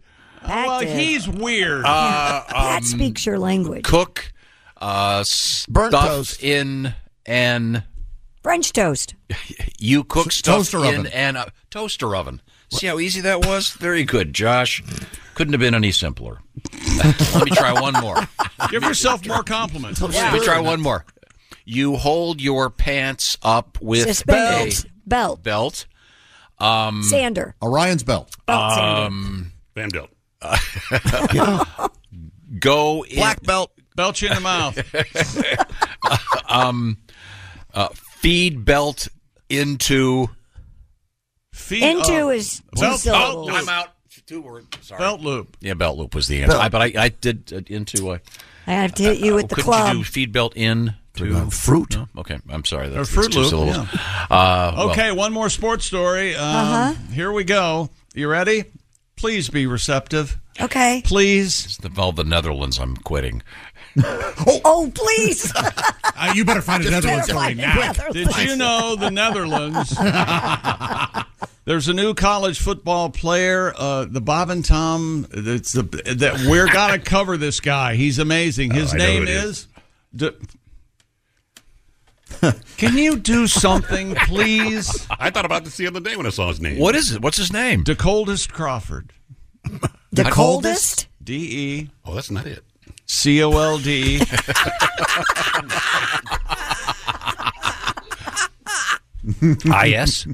C: Well,
D: did.
C: he's weird.
A: Uh,
D: That
A: um,
D: speaks your language.
A: Cook uh, stuff
D: toast.
A: in an.
D: French toast.
A: You cook stuff
D: toaster
A: in
D: oven.
A: an uh, toaster oven. See how easy that was? Very good, Josh. Couldn't have been any simpler. Let me try one more.
C: Give yourself more compliments.
A: Let me try one more. You hold your pants up with
D: Suspenders.
A: a
D: Belt.
A: belt. Um,
D: Sander.
B: Orion's belt.
D: Belt sander.
A: um,
I: Bam dealt.
A: go in, black
P: belt.
C: Belch in the mouth.
A: um, uh, feed belt into
C: Feet
D: Into
C: up.
D: is two
C: uh, Belt-
D: syllables.
C: belt loop.
A: out. Two words. Sorry.
C: Belt loop.
A: yeah belt loop was the answer.
C: Belt.
A: I, but I, I did uh, into a.
D: I have to hit you with the
A: couldn't
D: club.
A: you do feed belt in to fruit? Okay, I'm sorry. That's,
C: Or Fruit
A: that's two
C: Loop,
A: syllables.
C: yeah.
I: Oh,
A: Uh, well,
C: Okay, one more sports story. Um,
D: Uh-huh.
C: Here we go. You ready? Please be receptive.
D: Okay.
C: Please.
A: It's involved the Netherlands. I'm quitting.
D: Oh, please.
C: Uh,
B: you better find
D: Just another better one find coming now. another
C: Did
D: one.
C: you know the Netherlands? There's a new college football player, uh, the Bob and Tom. It's the that we're gonna cover this guy. He's amazing. His
I: Oh, I know
C: name
I: who it is.
C: is. D- Can you do something, please?
I: I thought about this the other day when I saw his name.
A: What is it? What's his name?
C: DeColdest Crawford.
D: The coldest?
C: D E
I: Oh, that's not it.
C: C O L D. E.
A: I S.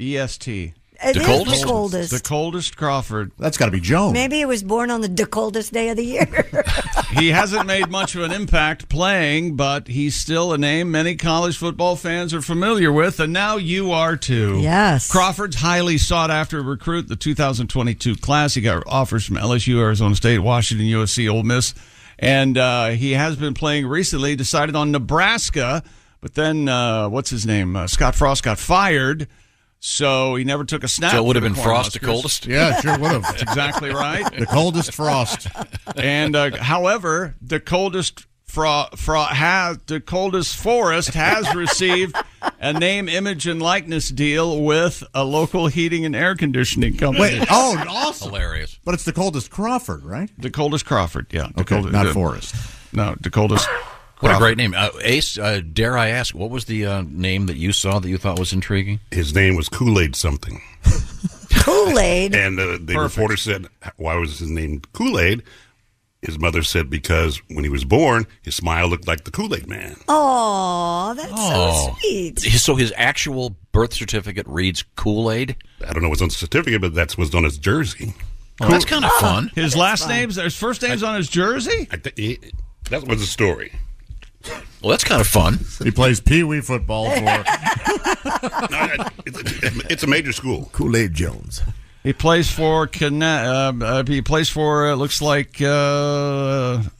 C: EST.
D: It is the DeColdest? coldest.
C: E The coldest Crawford.
B: That's got to be Jones.
D: Maybe it was born on the de- coldest day of the year.
C: he hasn't made much of an impact playing, but he's still a name many college football fans are familiar with, and now you are too.
D: Yes.
C: Crawford's highly sought after recruit, the 2022 class. He got offers from LSU, Arizona State, Washington, USC, Ole Miss, and uh, he has been playing recently, decided on Nebraska, but then uh, what's his name? Uh, Scott Frost got fired. So he never took a snap.
A: So it would
C: for
A: have been
C: the
A: Frost the
C: Cornhuskers.
A: coldest?
B: Yeah, it sure would have.
C: That's exactly right.
B: The coldest frost.
C: And uh, however, the coldest fra- fra- has the coldest forest has received a name, image, and likeness deal with a local heating and air conditioning company.
B: Wait, oh, awesome.
A: Hilarious.
B: But it's the coldest Crawford, right?
C: The coldest Crawford, yeah. The
B: Okay,
C: coldest-
B: not
C: the-
B: Forrest.
C: No, the coldest.
A: What a
C: Crawford.
A: great name. Uh, Ace, uh, dare I ask, what was the uh, name that you saw that you thought was intriguing?
I: His name was Kool Aid something.
D: Kool Aid.
I: And uh, the reporter said, "Why was his name Kool Aid?" His mother said, "Because when he was born, his smile looked like the Kool Aid Man."
D: Oh, that's so sweet.
A: His- So his actual birth certificate reads Kool Aid?
I: I don't know what's on the certificate, but that's what's on his jersey.
A: Well, that's kind of fun.
C: His last name's, his first name's on his jersey?
I: I th- he- that was the story.
A: Well, that's kind of fun.
B: He plays pee wee football for.
I: No, I- it's, it's a major school.
P: Kool Aid Jones.
C: He plays for Conne- uh, uh, he plays for it looks like uh,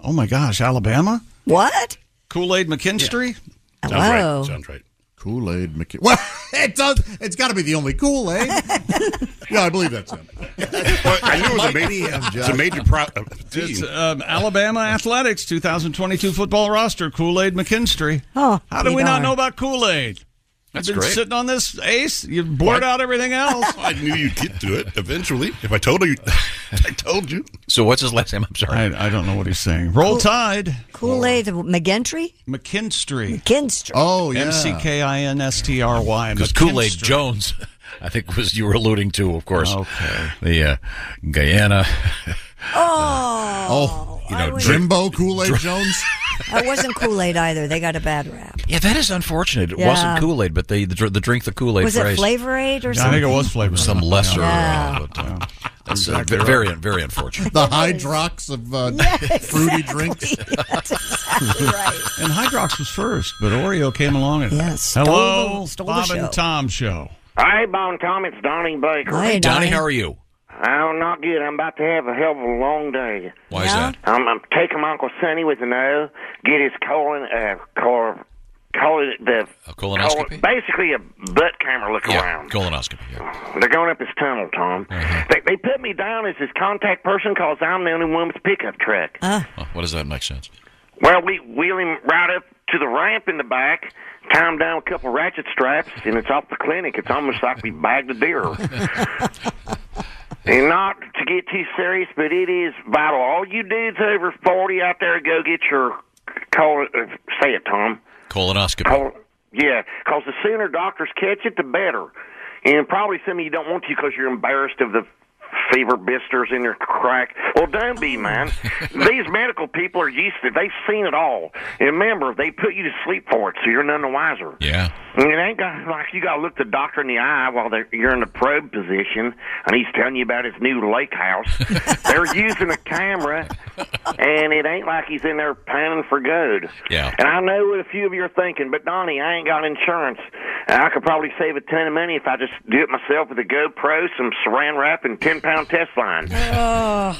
C: oh my gosh, Alabama?
D: What?
C: Kool-Aid McKinstry?
D: Hello.
I: Sounds right.
B: Kool Aid McKinstry. Well, it does. It's got to be the only Kool Aid. yeah, I believe that's him.
I: Well, I knew it was a major.
B: um,
I: it's a major pro- uh,
C: It's
I: team.
C: um, Alabama Athletics 2022 football roster. Kool Aid McKinstry.
D: Oh,
C: How do
D: be
C: we not
D: darned.
C: know about Kool Aid? That's been
A: great.
C: Sitting on this ace, you blurt out everything else.
I: I knew you'd get to it eventually. If I told you, I told you.
A: So what's his last name? I'm sorry.
C: I, I don't know what he's saying. Roll Tide,
D: Kool Aid McGentry?
C: McKinstry.
D: Kinstry.
B: Oh yeah.
C: M C K I N S T R Y.
A: Because Kool Aid Jones I think was you were alluding to, of course. The uh, Guyana.
D: Oh,
A: Oh, you know,
B: Jimbo Kool Aid Jones.
D: that wasn't Kool Aid either. They got a bad rap.
A: Yeah, that is unfortunate. It
D: Yeah.
A: wasn't Kool Aid, but they the, dr- the drink the Kool Aid.
D: Was it Flavor Aid or
A: I think it
D: something?
A: was Flavor. Some lesser.
D: Yeah.
A: uh, but, uh, that's, uh, ve- very very unfortunate.
B: The Hydrox of uh, fruity drinks.
C: And Hydrox was first, but Oreo came along and
D: yes,
C: hello,
T: stole the- stole the
C: Bob
T: show.
C: and Tom show.
T: Hey, Bone Tom, it's Donnie Baker.
C: Hey, Donnie, Donnie. how are
A: you?
T: I'm not good. I'm about to have a hell of a long day.
A: Why is that?
T: I'm, I'm taking my Uncle Sonny with an O, get his colon, uh, cor, colon, the
A: colonoscopy?
T: colon- basically a butt camera look around.
A: Colonoscopy.
T: They're going up his tunnel, Tom.
A: Uh-huh.
T: They, they put me down as his contact person because I'm the only one with a pickup truck.
D: Uh.
A: Oh, what does that make sense?
T: Well, we wheel him right up to the ramp in the back, tie him down with a couple ratchet straps, and it's off the clinic. It's almost like we bagged a deer. and not to get too serious, but it is vital. All you dudes over 40 out there, go get your call. Uh, say it, Tom.
A: Colonoscopy.
T: Col- yeah, because the sooner doctors catch it, the better. And probably some of you don't want to because you're embarrassed of the fever blisters in your crack. Well, don't be, man. These medical people are used to it. They've seen it all. And remember, they put you to sleep for it, so you're none the wiser.
A: Yeah.
T: And it ain't got, like you got to look the doctor in the eye while they're, you're in the probe position, and he's telling you about his new lake house. they're using a camera, and it ain't like he's in there panning for gold.
A: Yeah.
T: And I know what a few of you are thinking, but Donnie, I ain't got insurance. And I could probably save a ton of money if I just do it myself with a GoPro, some saran wrap, and 10 pound test line. but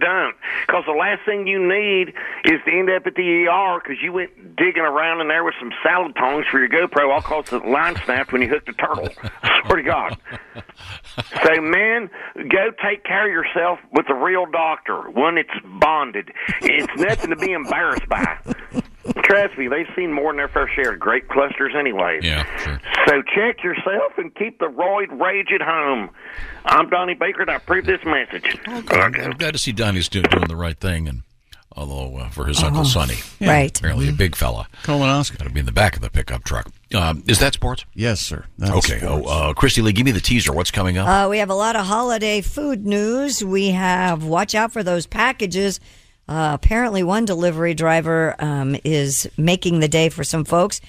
T: don't. Because the last thing you need is to end up at the ER because you went digging around in there with some salad tongs for your GoPro, all cause the line snapped when you hooked a turtle. Swear to God. So, men, go take care of yourself with a real doctor, one that's bonded. It's nothing to be embarrassed by. Trust me, they've seen more than their fair share of grape clusters anyway.
A: Yeah,
T: So check yourself and keep the roid rage at home. I'm Donnie Baker, and I approve this message.
A: I'm, I'm glad to see Donnie's do, doing the right thing, and although uh, for his uncle
C: Uh-huh.
A: Sonny,
T: Yeah. Right.
A: apparently
C: Mm-hmm.
A: a big fella,
C: colonoscopy,
A: gotta be in the back of the pickup truck. Um, is that sports?
C: Yes, sir.
A: okay. Oh, uh, Christy Lee, give me the teaser. What's coming up?
D: Uh, we have a lot of holiday food news. We have watch out for those packages. Uh, apparently, one delivery driver um, is making the day for some folks.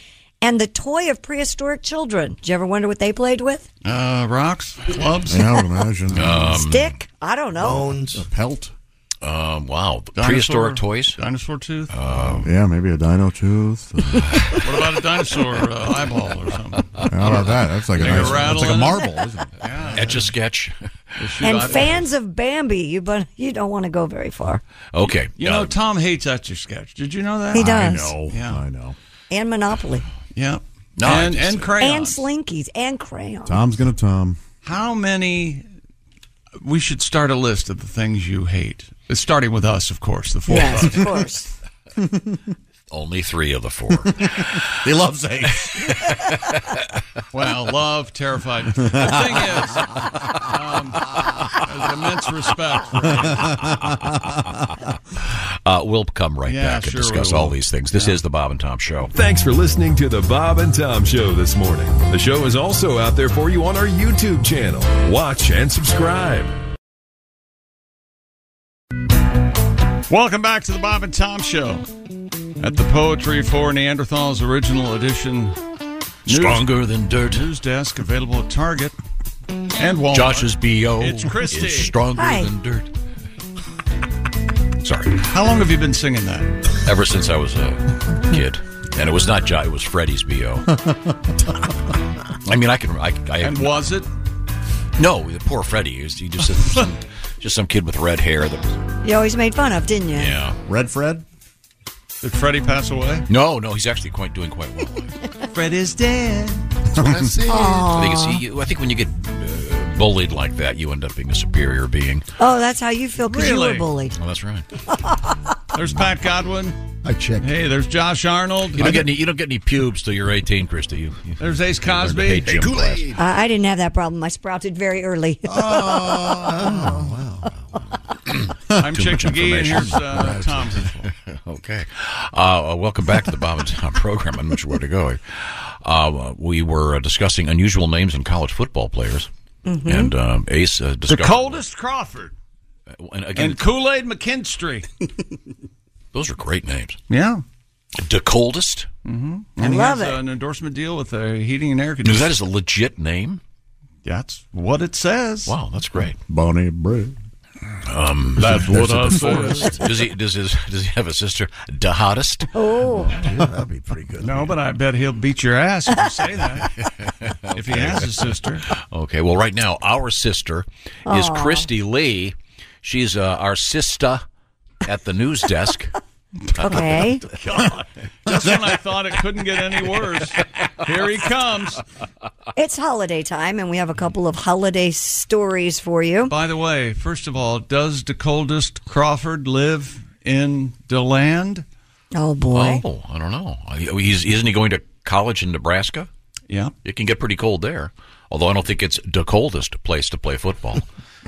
D: And the toy of prehistoric children. Did you ever wonder what they played with?
C: Uh, rocks, clubs.
B: Yeah, I would imagine.
A: Um, Hmm.
D: Stick? I don't know.
A: bones,
B: pelt.
A: Um, wow,
C: Dinosaur-
A: prehistoric toys, Uh,
C: dinosaur tooth.
B: yeah, maybe a dino tooth. Uh,
C: what about a dinosaur uh, eyeball or something?
B: How about that? That's like a
C: Dig
B: nice. That's
C: rattle
B: like a
C: in it.
B: marble, isn't it?
A: etch a sketch.
D: And fans of Bambi, you but you don't want to go very far.
A: Okay.
C: You know, Tom hates Etch a Sketch. Did you know that?
D: He does. I know.
C: Yeah. I
B: know.
D: And Monopoly,
C: Yeah.
B: No, I
C: and
B: just-
C: and crayons.
D: and Slinkies, and crayons.
B: Tom's gonna Tom.
C: How many? We should start a list of the things you hate. It's starting with us, of course, the four
D: Yes,
C: us.
D: of course.
A: Only three of the four.
C: he loves hate. well, love, terrified. The thing is, um, there's immense respect. For hate.
A: Uh, we'll come right
K: Yeah,
A: back and
K: sure
A: discuss
K: we will.
A: all these things. This is the Bob and Tom Show.
K: Thanks for listening to the Bob and Tom Show this morning. The show is also out there for you on our YouTube channel. Watch and subscribe.
C: Welcome back to the Bob and Tom Show at the Poetry for Neanderthals Original Edition.
A: Stronger than dirt.
C: News desk available at Target and Walmart.
A: Josh's BO
C: It's Christy.
A: is stronger Hi. than dirt. Sorry.
C: How long have you been singing that?
A: Ever since I was a kid, and it was not Jai, it was Freddie's bo. I mean, I can. I, I
C: And was it?
A: No, the poor Freddie. He, was, he just some, just some kid with red hair. That was,
D: You always made fun of, didn't you?
A: yeah,
B: red Fred.
C: Did Freddie pass away?
A: No, no, he's actually quite doing quite well.
C: Fred is dead.
A: I think it's, you, I think when you get uh, bullied like that, you end up being a superior being.
D: Oh, that's how you feel because you
C: Really?
D: were bullied.
A: Well, that's right.
C: There's Pat Godwin.
B: I checked.
C: Hey, there's Josh Arnold.
A: You don't get any. You don't get any pubes till you're 18, Christy. You, you
C: There's Ace
A: learn to
C: Cosby.
A: hate gym class.
D: Uh, I didn't have that problem. I sprouted very early.
C: I'm
A: Too
C: Chick
A: much
C: McGee, and
A: information.
C: here's uh,
A: That's
C: Tom.
A: okay. Okay. Uh, welcome back to the Bob and Tom program. I'm not sure where to go. here. Uh, we were uh, discussing unusual names in college football players.
D: Mm-hmm.
C: Mhm.
A: And um, Ace uh,
C: The
A: discovered.
C: coldest Crawford
A: and again,
C: and Kool Aid McKinstry.
A: those are great names.
C: Yeah.
A: The coldest?
C: Mm-hmm.
A: I
C: And he
A: love
C: has,
A: it.
C: uh, an endorsement deal with a heating and air
A: Dude,
C: conditioner.
A: that is a legit name.
C: That's what it says.
I: Oh,
A: Wow, that's great.
B: Bonnie Britt.
A: Um,
B: That's what
A: there's a-
B: I
A: the
B: said.
A: forest. Does he does his does he have a sister? The hottest.
D: Oh,
A: that'd be pretty good.
C: No, but I bet he'll beat your ass if you say that. If he has a sister.
A: Okay. Well, right now our sister is
C: Aw.
A: Christy Lee. She's uh, our sister at the news desk.
C: Okay. Just when I thought it couldn't get any worse, here he comes.
D: It's holiday time, and we have a couple of holiday stories for you.
C: By the way, first of all, does the coldest Crawford live in DeLand?
D: Oh boy.
A: Oh, I don't know. He's, isn't he going to college in Nebraska?
C: Yeah.
A: It can get pretty cold there. Although I don't think it's the coldest place to play football.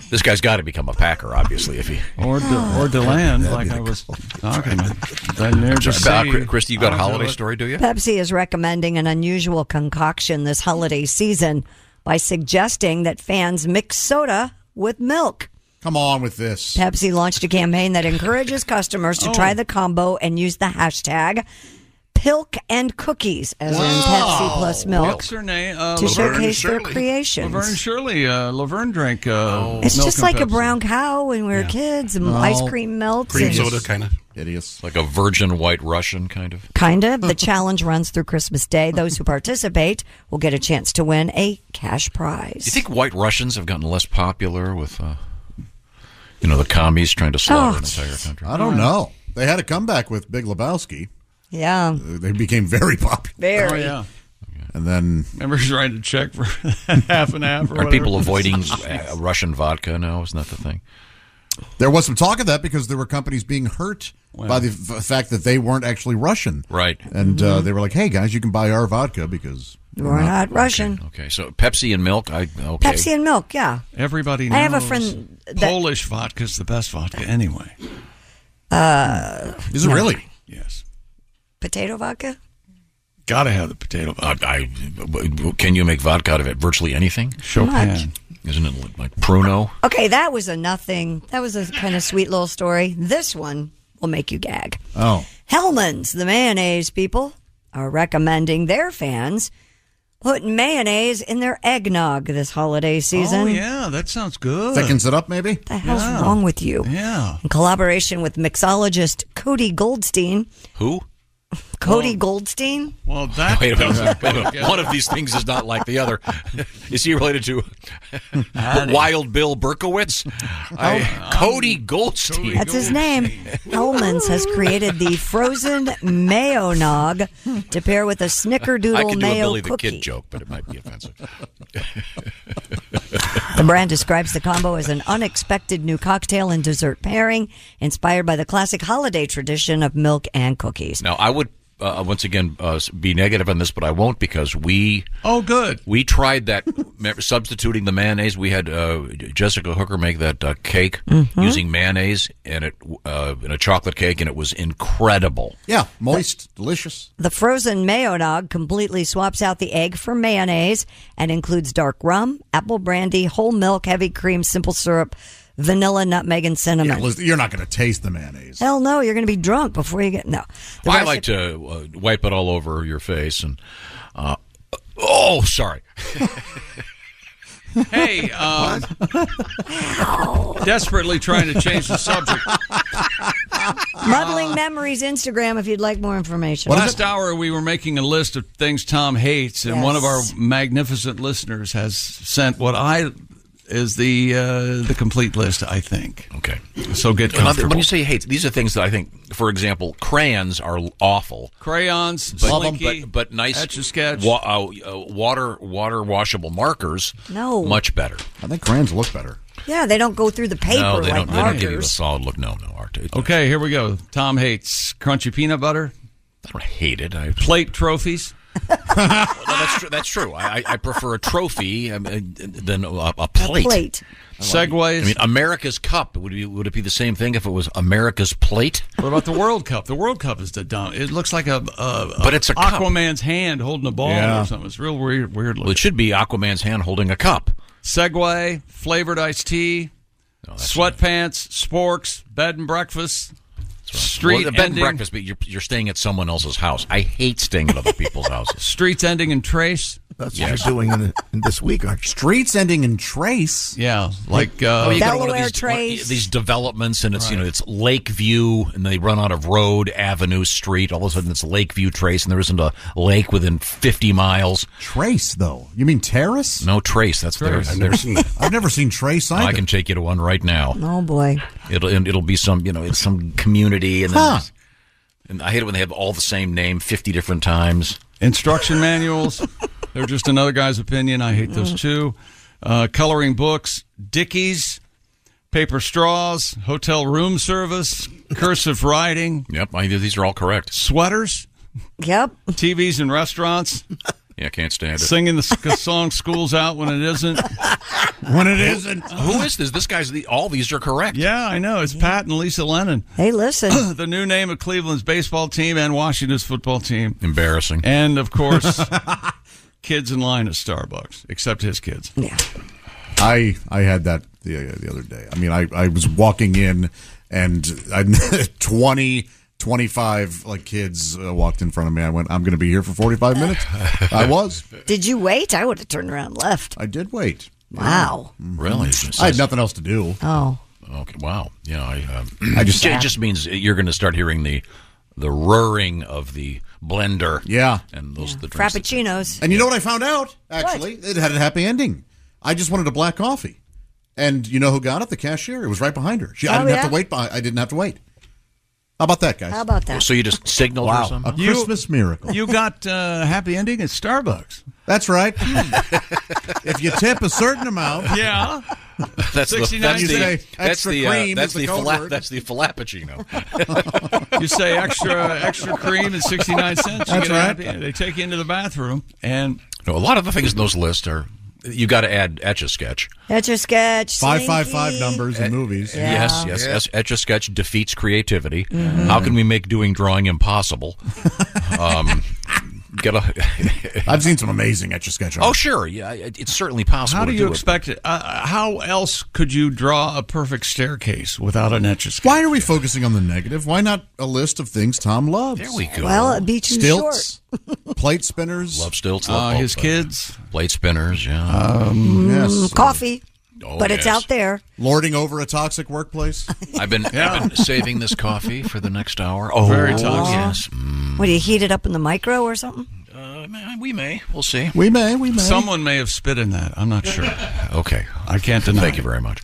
A: this guy's got to become a Packer, obviously, if he.
C: Or De, or DeLand, like I was talking about. Then there's
A: I'm
C: a
A: sorry,
C: sea.
A: uh, Christy, you got a
C: I'll do
A: holiday
C: it.
A: story, do you?
D: Pepsi is recommending an unusual concoction this holiday season by suggesting that fans mix soda with milk.
B: Come on with this.
D: Pepsi launched a campaign that encourages customers to
B: Oh.
D: try the combo and use the hashtag Pilk and Cookies, as in Pepsi plus milk.
C: What's her name? Uh,
D: to
C: Laverne
D: showcase their
C: Shirley.
D: creations.
C: Laverne Shirley. Uh, Laverne drank. Uh,
A: Oh.
D: It's
C: milk
D: just
C: and
D: like a
C: Pepsi.
D: brown cow when we were kids, and ice cream melts. and-
A: of. Hideous. Like a virgin white Russian, kind of.
D: Kind of. The challenge runs through Christmas Day. Those who participate will get a chance to win a cash prize.
A: Do you think white Russians have gotten less popular with, uh, you know, the commies trying to
D: Oh,
A: slaughter an entire country?
B: I don't know. They had a comeback with Big Lebowski. Uh,
D: Yeah.
B: They became very popular.
D: Very.
C: Oh, yeah.
B: And then
C: Remember writing a check for half an half. Or
A: Are
C: whatever.
A: people avoiding uh, Russian vodka now? Isn't that the thing?
B: there was some talk of that because there were companies being hurt by the f- fact that they weren't actually Russian.
A: Right.
B: And
D: Mm-hmm.
B: uh, they were like, hey, guys, you can buy our vodka because
D: We're not Russian.
A: Okay, so Pepsi and milk. I okay.
D: Pepsi and milk, yeah.
C: Everybody.
D: I have a
C: knows
D: friend that-
C: Polish vodka's the best vodka anyway.
D: Uh,
C: Is it
D: no.
C: really?
D: Potato vodka?
C: Gotta have the potato.
A: Vodka. Uh, I, I- can you make vodka out of it? Virtually anything.
D: Chopin.
A: Isn't it like Pruno?
D: Okay, that was a nothing. That was a kind of sweet little story. This one will make you gag.
A: Oh.
D: Hellman's, the mayonnaise people, are recommending their fans put mayonnaise in their eggnog this holiday season.
C: Oh yeah, that sounds good.
B: Thickens it up, maybe?
D: The hell's wrong with you?
C: Yeah.
D: In collaboration with mixologist Cody Goldstein.
A: Who?
D: Cody Goldstein?
C: Well, that
A: Wait a minute.
C: doesn't-
A: Wait a minute. One of these things is not like the other. Is he related to Wild Bill Berkowitz?
C: Oh, um,
A: I, Cody Goldstein.
D: That's his name. Hellman's has created the frozen mayo nog to pair with a
A: I
D: snickerdoodle
A: could do a
D: mayo
A: Billy the
D: cookie.
A: Kid joke, but it might be offensive.
D: The brand describes the combo as an unexpected new cocktail and dessert pairing inspired by the classic holiday tradition of milk and cookies.
A: Now, I would uh, once again uh, be negative on this, but I won't because we
C: Oh, good.
A: we tried that remember, substituting the mayonnaise. We had uh, Jessica Hooker make that uh, cake
C: Mm-hmm.
D: Mhm.
A: using mayonnaise and it uh, in a chocolate cake, and it was incredible.
B: Yeah, moist, delicious.
D: The frozen mayo nog completely swaps out the egg for mayonnaise and includes dark rum, apple brandy, whole milk, heavy cream, simple syrup, vanilla, nutmeg, and
B: Yeah,
D: cinnamon.
B: Liz, you're not going to taste the mayonnaise.
D: Hell no, you're going to be drunk before you get. No. The
A: I
D: recipe-
A: like to uh, wipe it all over your face and. Uh, oh, sorry.
C: Hey, um, desperately trying to change the subject. Uh,
D: Muddling Memories Instagram if you'd like more information.
C: Last hour, we were making a list of things Tom hates, and one of our magnificent listeners has sent what I is the uh, the complete list. I think.
A: Okay.
C: So get
A: And other-
C: comfortable.
A: When you say hates, these are things that I think, for example, crayons are awful.
C: Crayons,
A: But,
C: Slinky,
A: but, but nice
C: Etch a sketch.
A: wa- uh, uh, water water washable markers.
D: No.
A: much better.
B: I think crayons look better.
D: Yeah, they don't go through the paper
A: no, they
D: like
A: don't. They don't give you a
D: markers.
A: solid look. No, no. Art.
C: Okay, here we go. Tom hates crunchy peanut butter.
A: I don't hate it. I
C: plate trophies.
A: Well, no, that's true. That's true. I, I- I prefer a trophy um, uh, than a, a plate.
D: plate.
A: Segways. I mean, America's Cup. Would it, be, would it be the same thing if it was America's Plate?
C: What about the World Cup? The World Cup is the dumb. It looks like a, a
A: But it's a cup.
C: Aquaman's hand holding a ball
A: Yeah.
C: or something. It's real weird. Weird
A: Well,
C: looking.
A: it should be Aquaman's hand holding a cup.
C: Segway, flavored iced tea,
A: Oh,
C: sweatpants, sporks, bed and breakfast, street
A: well, the bed
C: ending,
A: and breakfast, but you're, you're staying at someone else's house. I hate staying at other people's houses.
C: streets ending in trace.
A: That's
C: what
A: Yes.
C: you're doing
B: in, this week, aren't you? Streets ending in trace.
C: Yeah, like uh,
A: Oh, you got one of these, one- these developments, and it's you know it's Lakeview, and they run out of road, avenue, street. All of a sudden, it's Lakeview Trace, and there isn't a lake within fifty miles.
B: Trace, though, you mean terrace?
A: No trace. That's there.
B: I've never seen I've never seen trace either.
A: I can take you to one right now.
D: Oh boy.
A: It'll and it'll be some you know it's some community, and then
D: Huh.
A: there's- and I hate it when they have all the same name fifty different times.
C: Instruction manuals. They're just another guy's opinion. I hate those too. Uh, coloring books, Dickies, paper straws, hotel room service, cursive writing.
A: Yep, I, these are all correct.
C: Sweaters.
D: Yep.
C: TVs in restaurants.
A: Yeah, I can't stand it.
C: Singing the s- song "School's Out" when it isn't.
A: When it isn't. Who is this? This guy's the, all these are correct.
C: Yeah, I know. It's Pat and Lisa Lennon.
D: Hey, listen.
C: the new name of Cleveland's baseball team and Washington's football team.
A: Embarrassing.
C: And of course, kids in line at Starbucks, except his kids.
D: Yeah.
B: I I had that the, uh, the other day. I mean, I, I was walking in and I, 20, 25 like kids uh, walked in front of me. I went, I'm going to be here for 45 minutes. I was.
D: Did you wait? I would have turned around and left.
B: I did wait.
D: Wow.
A: Really?
B: Mm-hmm. I had nothing else to do.
D: Oh.
A: Okay. Wow. Yeah. I, um,
B: I just-
A: it just means you're going to start hearing the the roaring of the blender.
B: Yeah.
A: And those the drinks. that-
D: Frappuccinos.
B: And you know what I found out? Actually, it had a happy ending. I just wanted a black coffee, and you know who got it? The cashier. It was right behind her. She, I
D: Oh,
B: didn't have
D: yeah?
B: to wait. By, I didn't have to wait. How about that, guys?
D: How about that?
A: So you just signaled
B: Wow,
A: or something?
B: a Christmas miracle.
C: You got uh, happy ending at Starbucks. Hmm.
B: That's right. if you tip a certain amount,
C: Yeah.
A: That's the
C: 69
A: that's
C: You say
A: the that's
C: extra
A: the uh,
C: cream
A: that's
C: is
A: the
C: the code
A: fla-
C: word.
A: that's the flappuccino.
C: You say extra extra cream and sixty nine cents. You
A: That's
C: get a
A: right.
C: happy ending. They take you into the bathroom and
A: No, a lot of the things in those lists are you got to add etch a sketch.
D: That's your sketch. Slinky.
C: Eh,
B: movies.
D: Yeah. Mm-hmm.
A: Yes, yes, yes. Etch a sketch defeats creativity. How can we make doing drawing impossible? um, get a.
B: I've seen some amazing etch a sketch.
A: Oh sure, yeah, it- it's certainly possible.
C: how
A: to
C: do you
A: do it.
C: expect it? Uh, how else could you draw a perfect staircase without an etch a sketch?
B: Why are we focusing on the negative? Why not a list of things Tom loves? There
A: we go.
D: Well, it'd be too
B: Stilts, plate spinners,
A: Love stilts.
C: Uh,
A: Love
C: his kids.
A: Plate spinners. Yeah.
B: Um, yes.
D: Mm, coffee.
A: Oh,
D: but it's
A: yes.
D: out there.
B: lording over a toxic workplace.
A: I've been,
B: Yeah.
A: I've been saving this coffee for the next hour. Oh,
B: Very
D: toxic.
A: Yes. Mm.
D: What do you heat it up in the micro or something?
A: Uh, man, we may. We'll see.
B: We may. We may.
C: Someone may have spit in that. I'm not sure.
A: Okay.
C: I can't deny.
A: Thank you very much.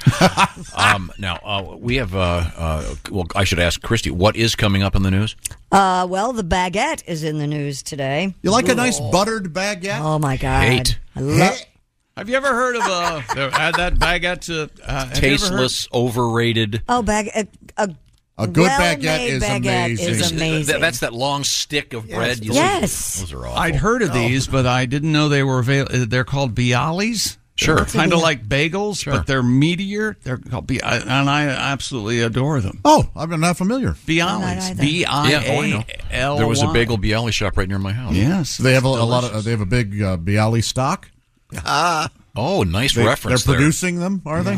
A: um, now uh, we have. Uh, uh, well, I should ask Christy what is coming up in the news.
D: Uh, well, the baguette is in the news today.
B: You like a nice buttered baguette?
D: Oh my God!
A: Hate.
D: I love.
C: Have you ever heard of uh, add that baguette to uh, have you ever heard-
A: Tasteless, overrated.
D: Oh, bag a, a,
B: A good
D: well-made
B: baguette is amazing.
D: Is amazing.
A: That- that's that long stick of bread. You
D: Yes.
A: See. Those are awful. Oh.
C: I'd heard of these, but I didn't know they were available. They're called Bialys.
A: Sure. What's a
C: kind of
A: Bialy?
C: like bagels, but they're meatier. They're called Bi- and I absolutely adore them.
B: Oh, I'm not familiar.
C: Bialys, B I
A: Yeah, oh, I know.
C: A L.
A: There was a bagel bialy shop right near my
B: Oh,
A: house.
C: Yes,
B: They have a, a lot of. They have a big uh, Bialy stock.
A: Ah. Oh, nice
B: They,
A: reference.
B: They're
A: there.
B: producing them, are they?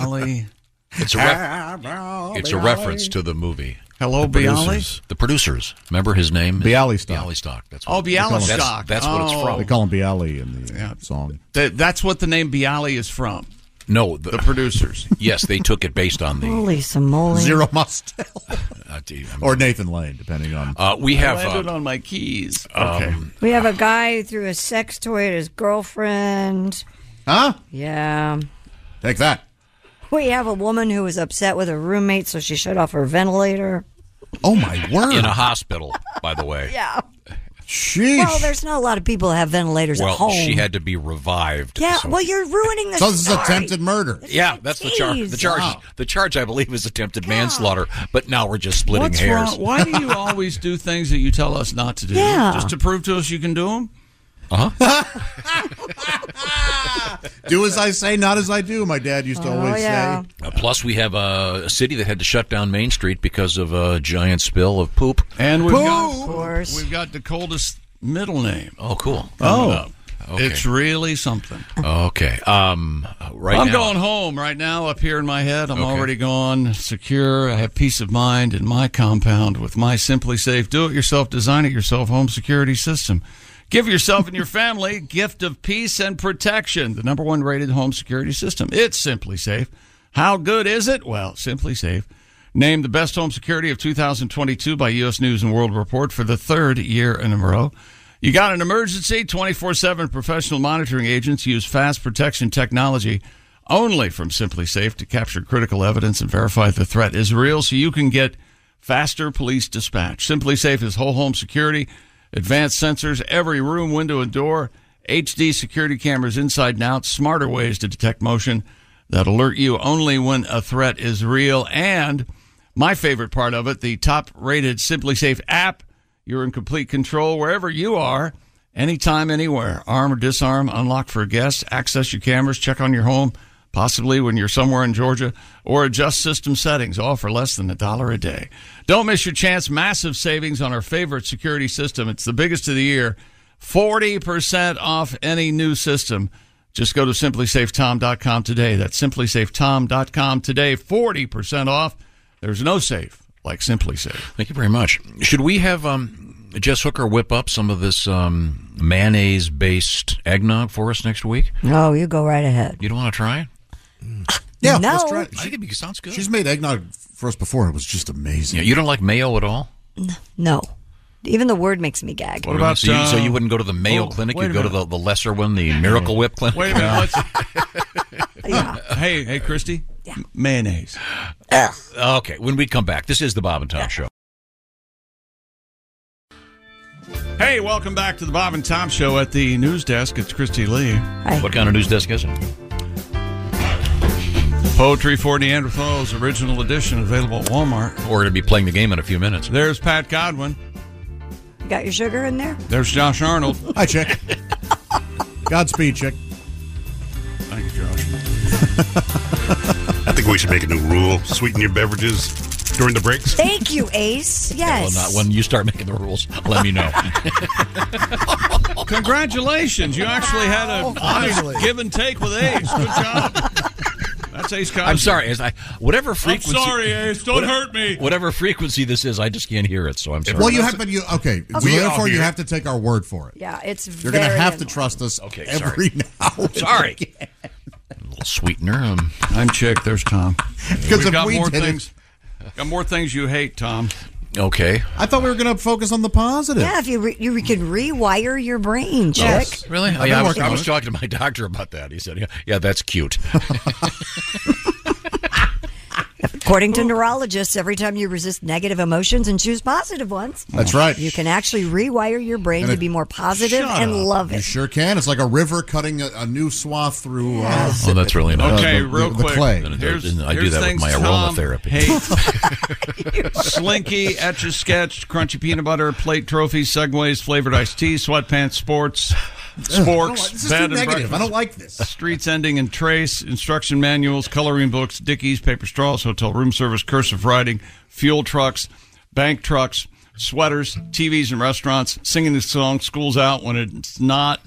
B: Ah.
A: It's a, ref- it's a reference to the movie.
C: Hello,
A: The
C: Bialy?
A: producers- The producers. Remember his name?
B: Bialystock.
A: Bialystock. That's
C: Oh,
A: what-
C: Bialystok.
A: That's, that's what it's
C: Oh.
A: from.
B: They call him Bialy in the uh, song.
C: Th- that's what the name Bialy is from.
A: No, the,
C: producers.
A: yes, they took it based on the.
D: Holy simoleon!
B: Zero Mostel
A: Uh, d-
B: or Nathan Lane, depending on.
A: uh, we have.
C: I
A: Uh, um,
C: landed on my keys.
A: okay.
D: We have a guy who threw a sex toy at his girlfriend.
B: Huh?
D: Yeah.
B: Take that.
D: We have a woman who was upset with her roommate, so she shut off her ventilator.
B: Oh my word!
A: in a hospital, by the way.
D: Yeah.
B: Sheesh.
D: Well, there's not a lot of people that have ventilators
A: Well,
D: at home.
A: she had to be revived.
D: yeah.
A: so-
D: Well, you're ruining the
B: so this is
D: story.
B: attempted murder.
A: Yeah, that's the charge. The
D: Jeez.
A: charge.
D: Wow.
A: The charge, I believe, is attempted manslaughter. But now we're just splitting
C: What's
A: hairs.
C: wrong? Why do you always do things that you tell us not to do?
D: Yeah.
C: Just to prove to us you can do them?
A: Uh
B: do as I say, not as I do. My dad used
D: Oh,
B: to always say.
A: Uh, plus, we have uh, a city that had to shut down Main Street because of a giant spill of poop.
C: And we've
A: Of
C: got we've got the coldest middle name.
A: Oh, cool.
C: Oh,
A: Okay.
C: it's really something.
A: Okay. Um, right
C: I'm
A: now-
C: going home right now. Up here in my head, I'm
A: Okay.
C: already gone, secure. I have peace of mind in my compound with my Simply Safe do-it-yourself, design-it-yourself home security system. Give yourself and your family a gift of peace and protection. The number one rated home security system. It's Simply Safe. How good is it? Well, Simply Safe. Named the best home security of 2022 by U.S. News and World Report for the third year in a row. You got an emergency? 24 7 professional monitoring agents use fast protection technology only from Simply Safe to capture critical evidence and verify the threat is real so you can get faster police dispatch. Simply Safe is whole home security, advanced sensors, every room, window, and door, HD security cameras inside and out, smarter ways to detect motion that alert you only when a threat is real, and my favorite part of it, the top rated Simply Safe app. You're in complete control wherever you are, anytime, anywhere. Arm or disarm, unlock for guests, access your cameras, check on your home, possibly when you're somewhere in Georgia, or adjust system settings, all for less than a dollar a day. Don't miss your chance. Massive savings on our favorite security system. It's the biggest of the year. 40% off any new system. Just go to simplysafetom.com today. That's simplysafetom.com today. 40% off. There's no safe like Simply Safe.
A: Thank you very much. Should we have um, Jess Hooker whip up some of this um, mayonnaise based eggnog for us next week?
D: No, you go right ahead.
A: You don't want to try it?
B: Yeah,
D: no.
B: let's try it.
A: I think it sounds good.
B: She's made eggnog for us before. and It was just amazing.
A: Yeah, you don't like mayo at all?
D: No. Even the word makes me gag.
A: What about so you, so
C: uh,
A: you wouldn't go to the Mayo
C: oh,
A: Clinic?
C: wait
A: You'd
C: a
A: go to the, the lesser one, the Miracle Whip Clinic.
C: Wait a minute. What's... Hey, hey, Christy. Mayonnaise. Uh,
A: Okay, when we come back, this is the Bob and Tom Show.
C: Hey, welcome back to the Bob and Tom Show at the news desk. It's Christy Lee.
A: What kind of news desk is it?
C: Poetry for Neanderthals, original edition, available at Walmart.
A: We're going to be playing the game in a few minutes.
C: There's Pat Godwin.
D: You got your sugar in there?
C: There's Josh Arnold.
B: Hi, Chick. Godspeed, Chick.
C: Thank you, Josh.
I: I think we should make a new rule: sweeten your beverages during the breaks.
D: Thank you, Ace. Yes.
A: Well, not when you start making the rules. Let me know.
C: Congratulations. You actually had a honest give and take with Ace. Good job. That's Ace Cosby.
A: I'm sorry. As I, whatever frequency.
C: sorry, Ace. Don't hurt me.
A: Whatever frequency this is, I just can't hear it, so I'm sorry.
B: Well, you have, but you okay. So
A: We all
B: therefore,
A: hear
B: you
A: it.
B: have to take our word for it.
D: Yeah, it's
B: You're going to
D: very
B: have to
D: annoying.
B: trust us.
A: Okay,
B: every
A: sorry.
B: now. and
A: Sorry.
B: again.
A: little sweetener. Um,
C: I'm Chick. There's Tom.
B: Because
C: We've
B: if
C: got
B: we
C: more
B: did it-
C: things. Got more things you hate, Tom.
A: Okay.
B: I thought we were going to focus on the positive.
D: Yeah, if you re- you can rewire your brain, Chick.
A: Really?
B: I've
A: Oh, yeah,
B: been
A: I, was,
B: working
A: I
B: on
A: was
B: it.
A: talking to my doctor about that. He said, "Yeah, yeah that's cute."
D: According to neurologists, every time you resist negative emotions and choose positive ones,
B: That's right.
D: You can actually rewire your brain
B: And
D: to
B: it-
D: be more positive
B: Shut
D: and
B: up.
D: love
B: You
D: it.
B: sure can. It's like a river cutting a, a new swath through. Uh,
A: Oh, that's really nice.
C: Okay,
B: the-
C: real
B: the
C: quick.
B: clay.
C: Here's-
A: I do
C: here's
A: that with
C: things
A: my
C: Tom
A: aromatherapy.
C: hates. Slinky, Etch a Sketch, Crunchy Peanut Butter, Plate Trophies, Segways, Flavored Iced Tea, Sweatpants Sports, Sporks,
B: This is too
C: Bed and
B: negative.
C: Breakfast.
B: I don't like this.
C: Streets Ending and Trace, Instruction Manuals, Coloring Books, Dickies, Paper Straws, Hotel Room Service, Cursive Writing, Fuel Trucks, Bank Trucks, Sweaters, TVs and Restaurants, Singing the Song, School's Out when it's not.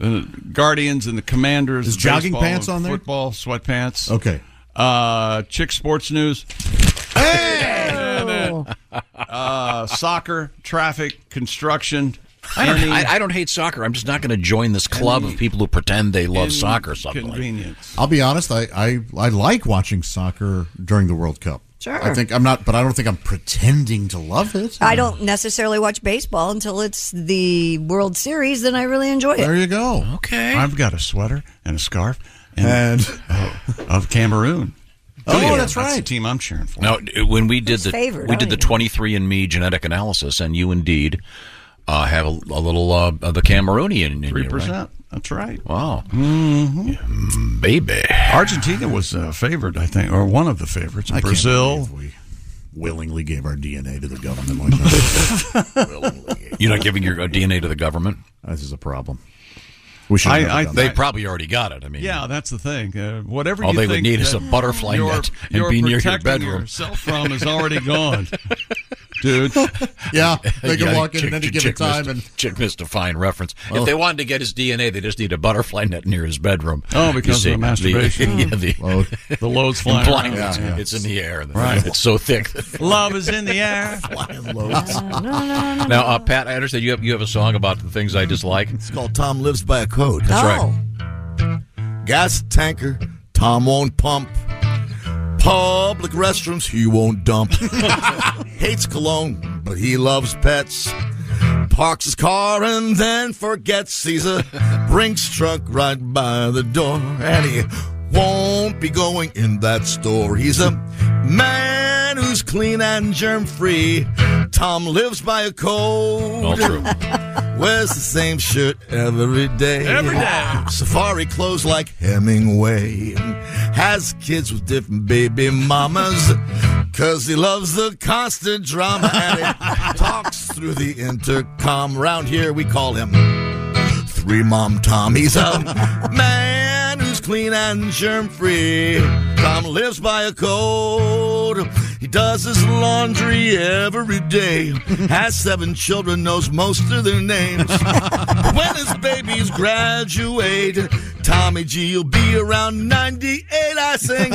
C: Uh, Guardians and the Commanders.
B: Is jogging
C: baseball
B: pants
C: and
B: on there?
C: Football, sweatpants.
B: Okay.
C: Uh, Chick Sports News. And then, uh, soccer, traffic, construction.
A: I don't,
C: any
A: I, I don't hate soccer. I'm just not going to join this club of people who pretend they love soccer or something like that.
C: inconvenience.
B: I'll be honest. I, I I like watching soccer during the World Cup.
D: Sure.
B: I think I'm not, but I don't think I'm pretending to love it.
D: I don't necessarily watch baseball until it's the World Series, then I really enjoy it.
B: There you go.
A: Okay.
C: I've got a sweater and a scarf uh,
B: And
C: of Cameroon.
B: oh,
C: That's
B: that's
C: the
B: right.
C: team I'm cheering for.
A: Now, d- when we did the
D: favored?
A: we
D: I
A: did
D: don't
A: the
D: even know.
A: 23andMe genetic analysis, and you indeed uh, have a, a little uh, of the Cameroonian in
C: Three
A: you, right?
C: percent. That's right.
A: Wow, Mm, baby.
C: Argentina was uh, favored, I think, or one of the favorites.
B: I can't
C: Brazil.
B: believe we willingly gave our DNA to the government like that.
A: You're not giving your uh, DNA to the government.
B: This is a problem. We should. have never done
A: they
B: that.
A: probably already got it. I mean,
C: yeah, that's the thing. Uh, whatever
A: All
C: you
A: they would
C: think
A: need is
C: that
A: a butterfly
C: you're-
A: net and
C: you're
A: be near your
C: protecting
A: bedroom.
C: Yourself from is already gone, dude.
B: Yeah, they can
A: Yeah,
B: walk in
A: chick-
B: at any
A: chick-
B: given
A: chick
B: time
A: missed-
B: and
A: chick missed a fine reference.
B: Oh.
A: If they wanted to get his DNA, they just need a butterfly net near his bedroom.
C: Oh, because
A: You
C: of the masturbation. Mm.
A: yeah, the,
C: the loads flying
A: blind-
C: around.
A: it's,
C: Yeah, yeah.
A: it's in the air.
C: Right.
A: It's so thick.
C: Love is in the air.
A: Now, uh, Pat, I understand you have you have a song about the things I dislike. Oh. It's
F: called Tom Lives by a Code.
A: That's right.
F: Gas tanker, Tom won't pump. Public restrooms, he won't dump. Hates cologne, but he loves pets. Parks his car and then forgets he's a Brinks truck right by the door. And he won't be going in that store. He's a man who's clean and germ free. Tom lives by a code.
A: All true.
F: Wears the same shirt every day.
A: Every day.
F: Safari clothes like Hemingway. Has kids with different baby mamas. Cause he loves the constant drama and he talks through the intercom. Round here we call him Three Mom Tom. He's a man who's clean and germ free. Tom lives by a code. He does his laundry every day. Has seven children, knows most of their names. when his babies graduate, Tommy G will be around 98. I sing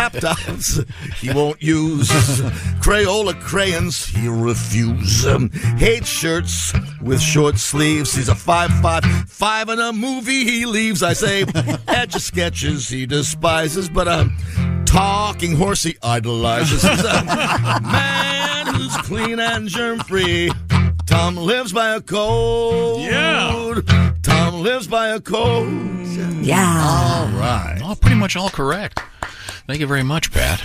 F: laptops he won't use, Crayola crayons he refuses, um, hate shirts with short sleeves. He's a five-five-five in a movie he leaves. I say etch sketches he despises, but a talking horse he idolizes. He's a man who's clean and germ-free. Tom lives by a code. Yeah. Tom lives by a code.
D: Yeah.
F: All right.
A: All pretty much all correct. Thank you very much, Pat.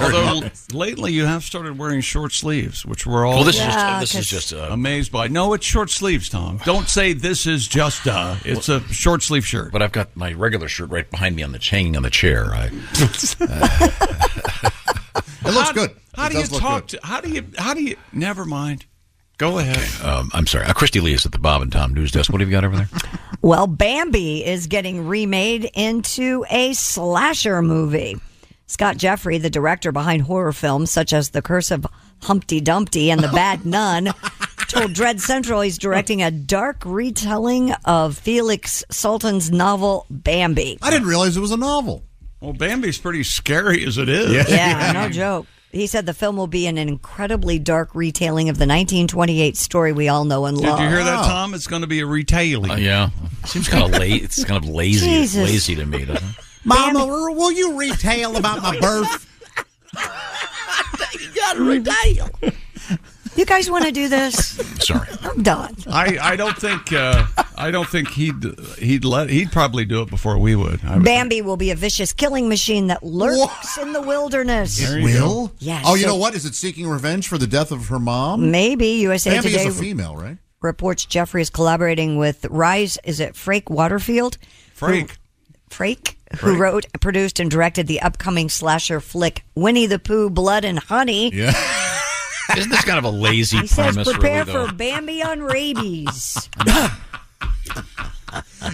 C: Although lately you have started wearing short sleeves, which we're all
A: Well, this is just- Yeah, this is 'cause- just uh,
C: amazed by. No, it's short sleeves, Tom. Don't say this is just a. It's a short sleeve shirt.
A: But I've got my regular shirt right behind me on the hanging on the chair. I, uh,
C: It looks good. How
A: It
C: do you
A: does look
C: talk to? How do you? How do you? Never mind. Go ahead.
A: um, I'm sorry. Uh, Christy Lee is at the Bob and Tom News Desk. What have you got over there?
D: Well, Bambi is getting remade into a slasher movie. Scott Jeffrey, the director behind horror films such as The Curse of Humpty Dumpty and The Bad Nun, told Dread Central he's directing a dark retelling of Felix Salten's novel Bambi.
B: I didn't realize it was a novel.
C: Well, Bambi's pretty scary as it is.
B: Yeah.
D: Yeah, no joke. He said the film will be an incredibly dark retelling of the 1928 story we all know and
C: Did
D: love.
C: you hear that, Tom? It's going to be a retailing.
A: Uh, yeah, seems kind of late. It's kind of lazy. It's
D: Jesus.
A: lazy to me, doesn't it?
G: Mama, will you retail about my birth?
D: You got a retail. You guys want to do this?
A: Sorry,
D: I'm done.
C: I, I don't think uh, I don't think he'd he'd let he'd probably do it before we would. I would
D: Bambi will be a vicious killing machine that lurks in the wilderness.
B: It will?
D: Yes.
B: Oh, you
D: So
B: know what? Is it seeking revenge for the death of her mom?
D: Maybe USA
B: Bambi
D: Today
B: is a female, right?
D: reports Jeffrey is collaborating with Rise. Is it Frake Waterfield?
C: Frank.
D: Frake, who wrote, produced, and directed the upcoming slasher flick Winnie the Pooh, Blood and Honey.
A: Yeah. Isn't this kind of a lazy
D: He says,
A: premise?
D: prepare
A: really,
D: for Bambi on rabies.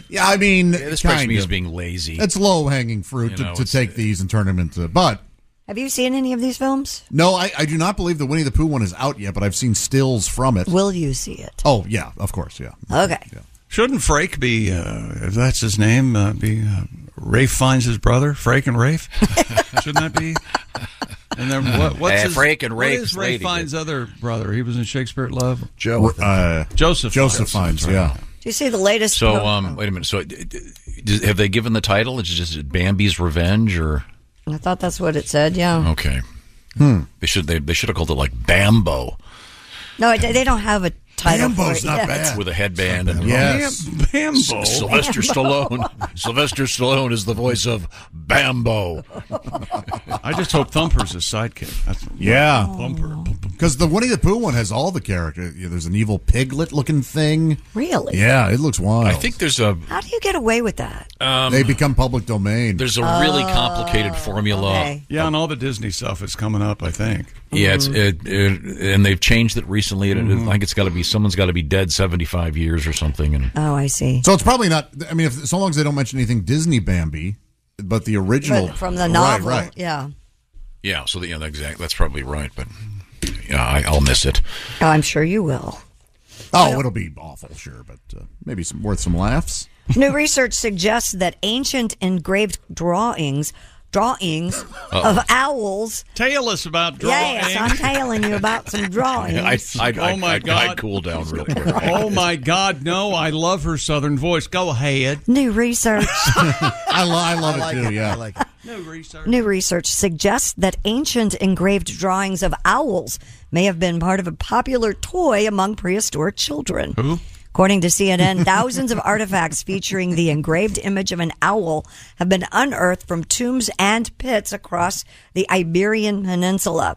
B: Yeah, I mean,
A: this
B: kind
A: strikes me
B: of.
A: as being lazy.
B: It's low hanging fruit
A: You
B: to,
A: know,
B: to
A: it's-
B: take these and turn them into. But
D: Have you seen any of these films?
B: no, I, I do not believe the Winnie the Pooh one is out yet. But I've seen stills from it.
D: Will you see it?
B: Oh yeah, of course, yeah.
D: Okay.
C: Shouldn't Frake be, uh, if that's his name, uh, be uh, Rafe finds his brother, Frake and Rafe? Shouldn't that be? And then what, what's
A: Eh,
C: his,
A: Frake and
C: what
A: Rafe
C: is
A: is
C: Rafe
A: lady.
C: Fine's other brother? He was in Shakespeare at Love.
B: Joe, uh,
C: Joseph.
B: Joseph Fiennes, yeah.
D: Do you see the latest?
A: So,
D: po-
A: um, wait a minute. So, d- d- d- have they given the title? It's just Bambi's Revenge, or
D: I thought that's what it said. Yeah.
A: okay? They should they, they should have called it like Bambo
D: No, it, they don't have a title. for it yet.
A: with a headband and
C: Yes. Bam- Bambo?
A: S- Sylvester
C: Bambo.
A: Stallone. Sylvester Stallone is the voice of Bambo.
C: I just hope Thumper's his sidekick. That's
B: Yeah.
C: Thumper.
B: Because the Winnie the Pooh one has all the characters. Yeah, there's an evil piglet looking thing.
D: Really?
B: Yeah, it looks wild.
A: I think there's a
D: How do you get away with that?
A: um,
B: they become public domain.
A: there's a really complicated formula.
C: Yeah, and all the Disney stuff is coming up, I think.
A: Yeah, it's it, it, and they've changed it recently. And it, I think it's got to be someone's got to be dead seventy five years or something. And
D: Oh, I see.
B: So it's probably not. I mean, if, so long as they don't mention anything Disney Bambi, but the original
D: But from the novel.
B: Right, right.
D: Yeah.
A: yeah, so the, you know, exact that's probably right. But yeah, I, I'll miss it.
D: Oh, I'm sure you will.
B: Oh, it'll be awful, sure, but uh, maybe some worth some laughs.
D: New research suggests that ancient engraved drawings drawings
A: Uh-oh.
D: of owls.
C: Tell us about
D: Yes, I'm telling you about some drawings.
A: I, I, I,
C: Oh, my
A: I,
C: God.
A: I cool down real quick.
C: oh my God, no! I love her southern voice. Go ahead.
D: New research.
B: I, lo- I love it too. yeah,
D: New research suggests that ancient engraved drawings of owls may have been part of a popular toy among prehistoric children.
C: Who?
D: According to CNN, thousands of artifacts featuring the engraved image of an owl have been unearthed from tombs and pits across the Iberian Peninsula.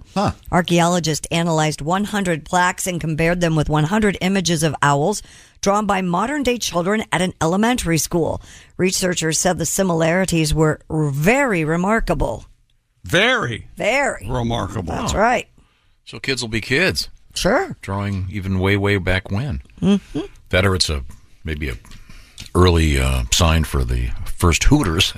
D: Archaeologists analyzed 100 plaques and compared them with 100 images of owls drawn by modern day children at an elementary school. Researchers said the similarities were very remarkable.
C: Very,
D: very
C: remarkable.
D: That's right.
A: So kids will be kids.
D: Sure.
A: Drawing even way way back when.
D: Mhm.
A: That or it's a maybe a early uh, sign for the first Hooters.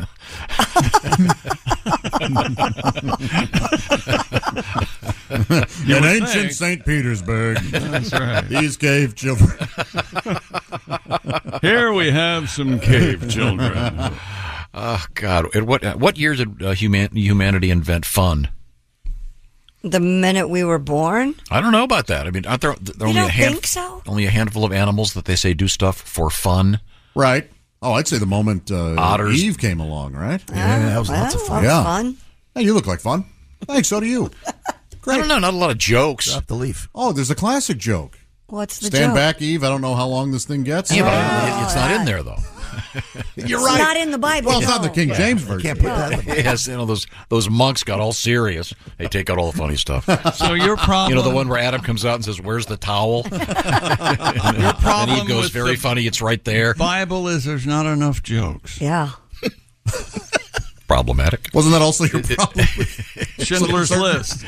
B: In ancient St. Petersburg,
C: That's right.
B: these cave children.
C: Here we have some cave children.
A: Oh God! At what uh, what year did uh, human, humanity invent fun?
D: The minute we were born,
A: I don't know about that. I mean, aren't there, there are
D: You
A: only a
D: don't
A: hand,
D: think so?
A: only a handful of animals that they say do stuff for fun?
B: Right. Oh, I'd say the moment uh,
A: Otters.
B: Eve came along, right?
D: Yeah, that was lots of Ah, well, fun. that was
B: Yeah.
D: fun.
B: Hey, you look like fun. Thanks. So do you. Great. I don't
A: know. Not a lot of jokes.
B: Drop the leaf. Oh, there's a classic joke.
D: what's the
B: Stand
D: joke? Ah.
B: back, Eve. I don't know how long this thing gets.
A: Yeah, but it- it's not in there though.
B: You're
D: It's
B: right.
D: not in the Bible,
B: Well, it's not the
D: no.
B: King
D: Yeah,
B: James
D: you
B: version.
D: can't put that in
A: yes, you know those those monks got all serious. They take out all the funny stuff.
C: So your problem-
A: you know, the one where Adam comes out and says, "Where's the towel?"
C: Your
A: and
C: problem
A: Eve goes,
C: with
A: "Very
C: the
A: funny. It's right there."
C: Bible is there's not enough jokes.
D: Yeah.
A: Problematic.
B: Wasn't that also your problem?
C: Schindler's List.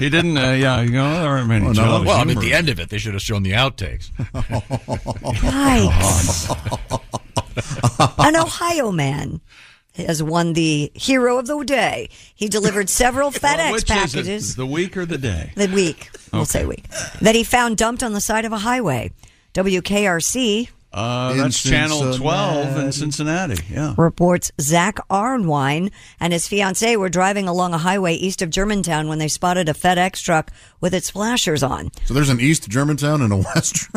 C: he didn't. Uh, yeah, you know there aren't many
B: Oh,
A: Well,
C: jokes.
A: no, well, I mean, at the end of it, they should have shown the outtakes.
D: An Ohio man has won the Hero of the Day. He delivered several FedEx
C: Which is
D: packages
C: it, the week or the day?
D: the week, we'll say week, that he found dumped on the side of a highway. WKRC
C: Uh,
D: In
C: that's Channel 12 in Cincinnati. Yeah.
D: reports Zach Arnwine and his fiancee were driving along a highway east of Germantown when they spotted a FedEx truck with its flashers on.
B: So there's an East Germantown and a West.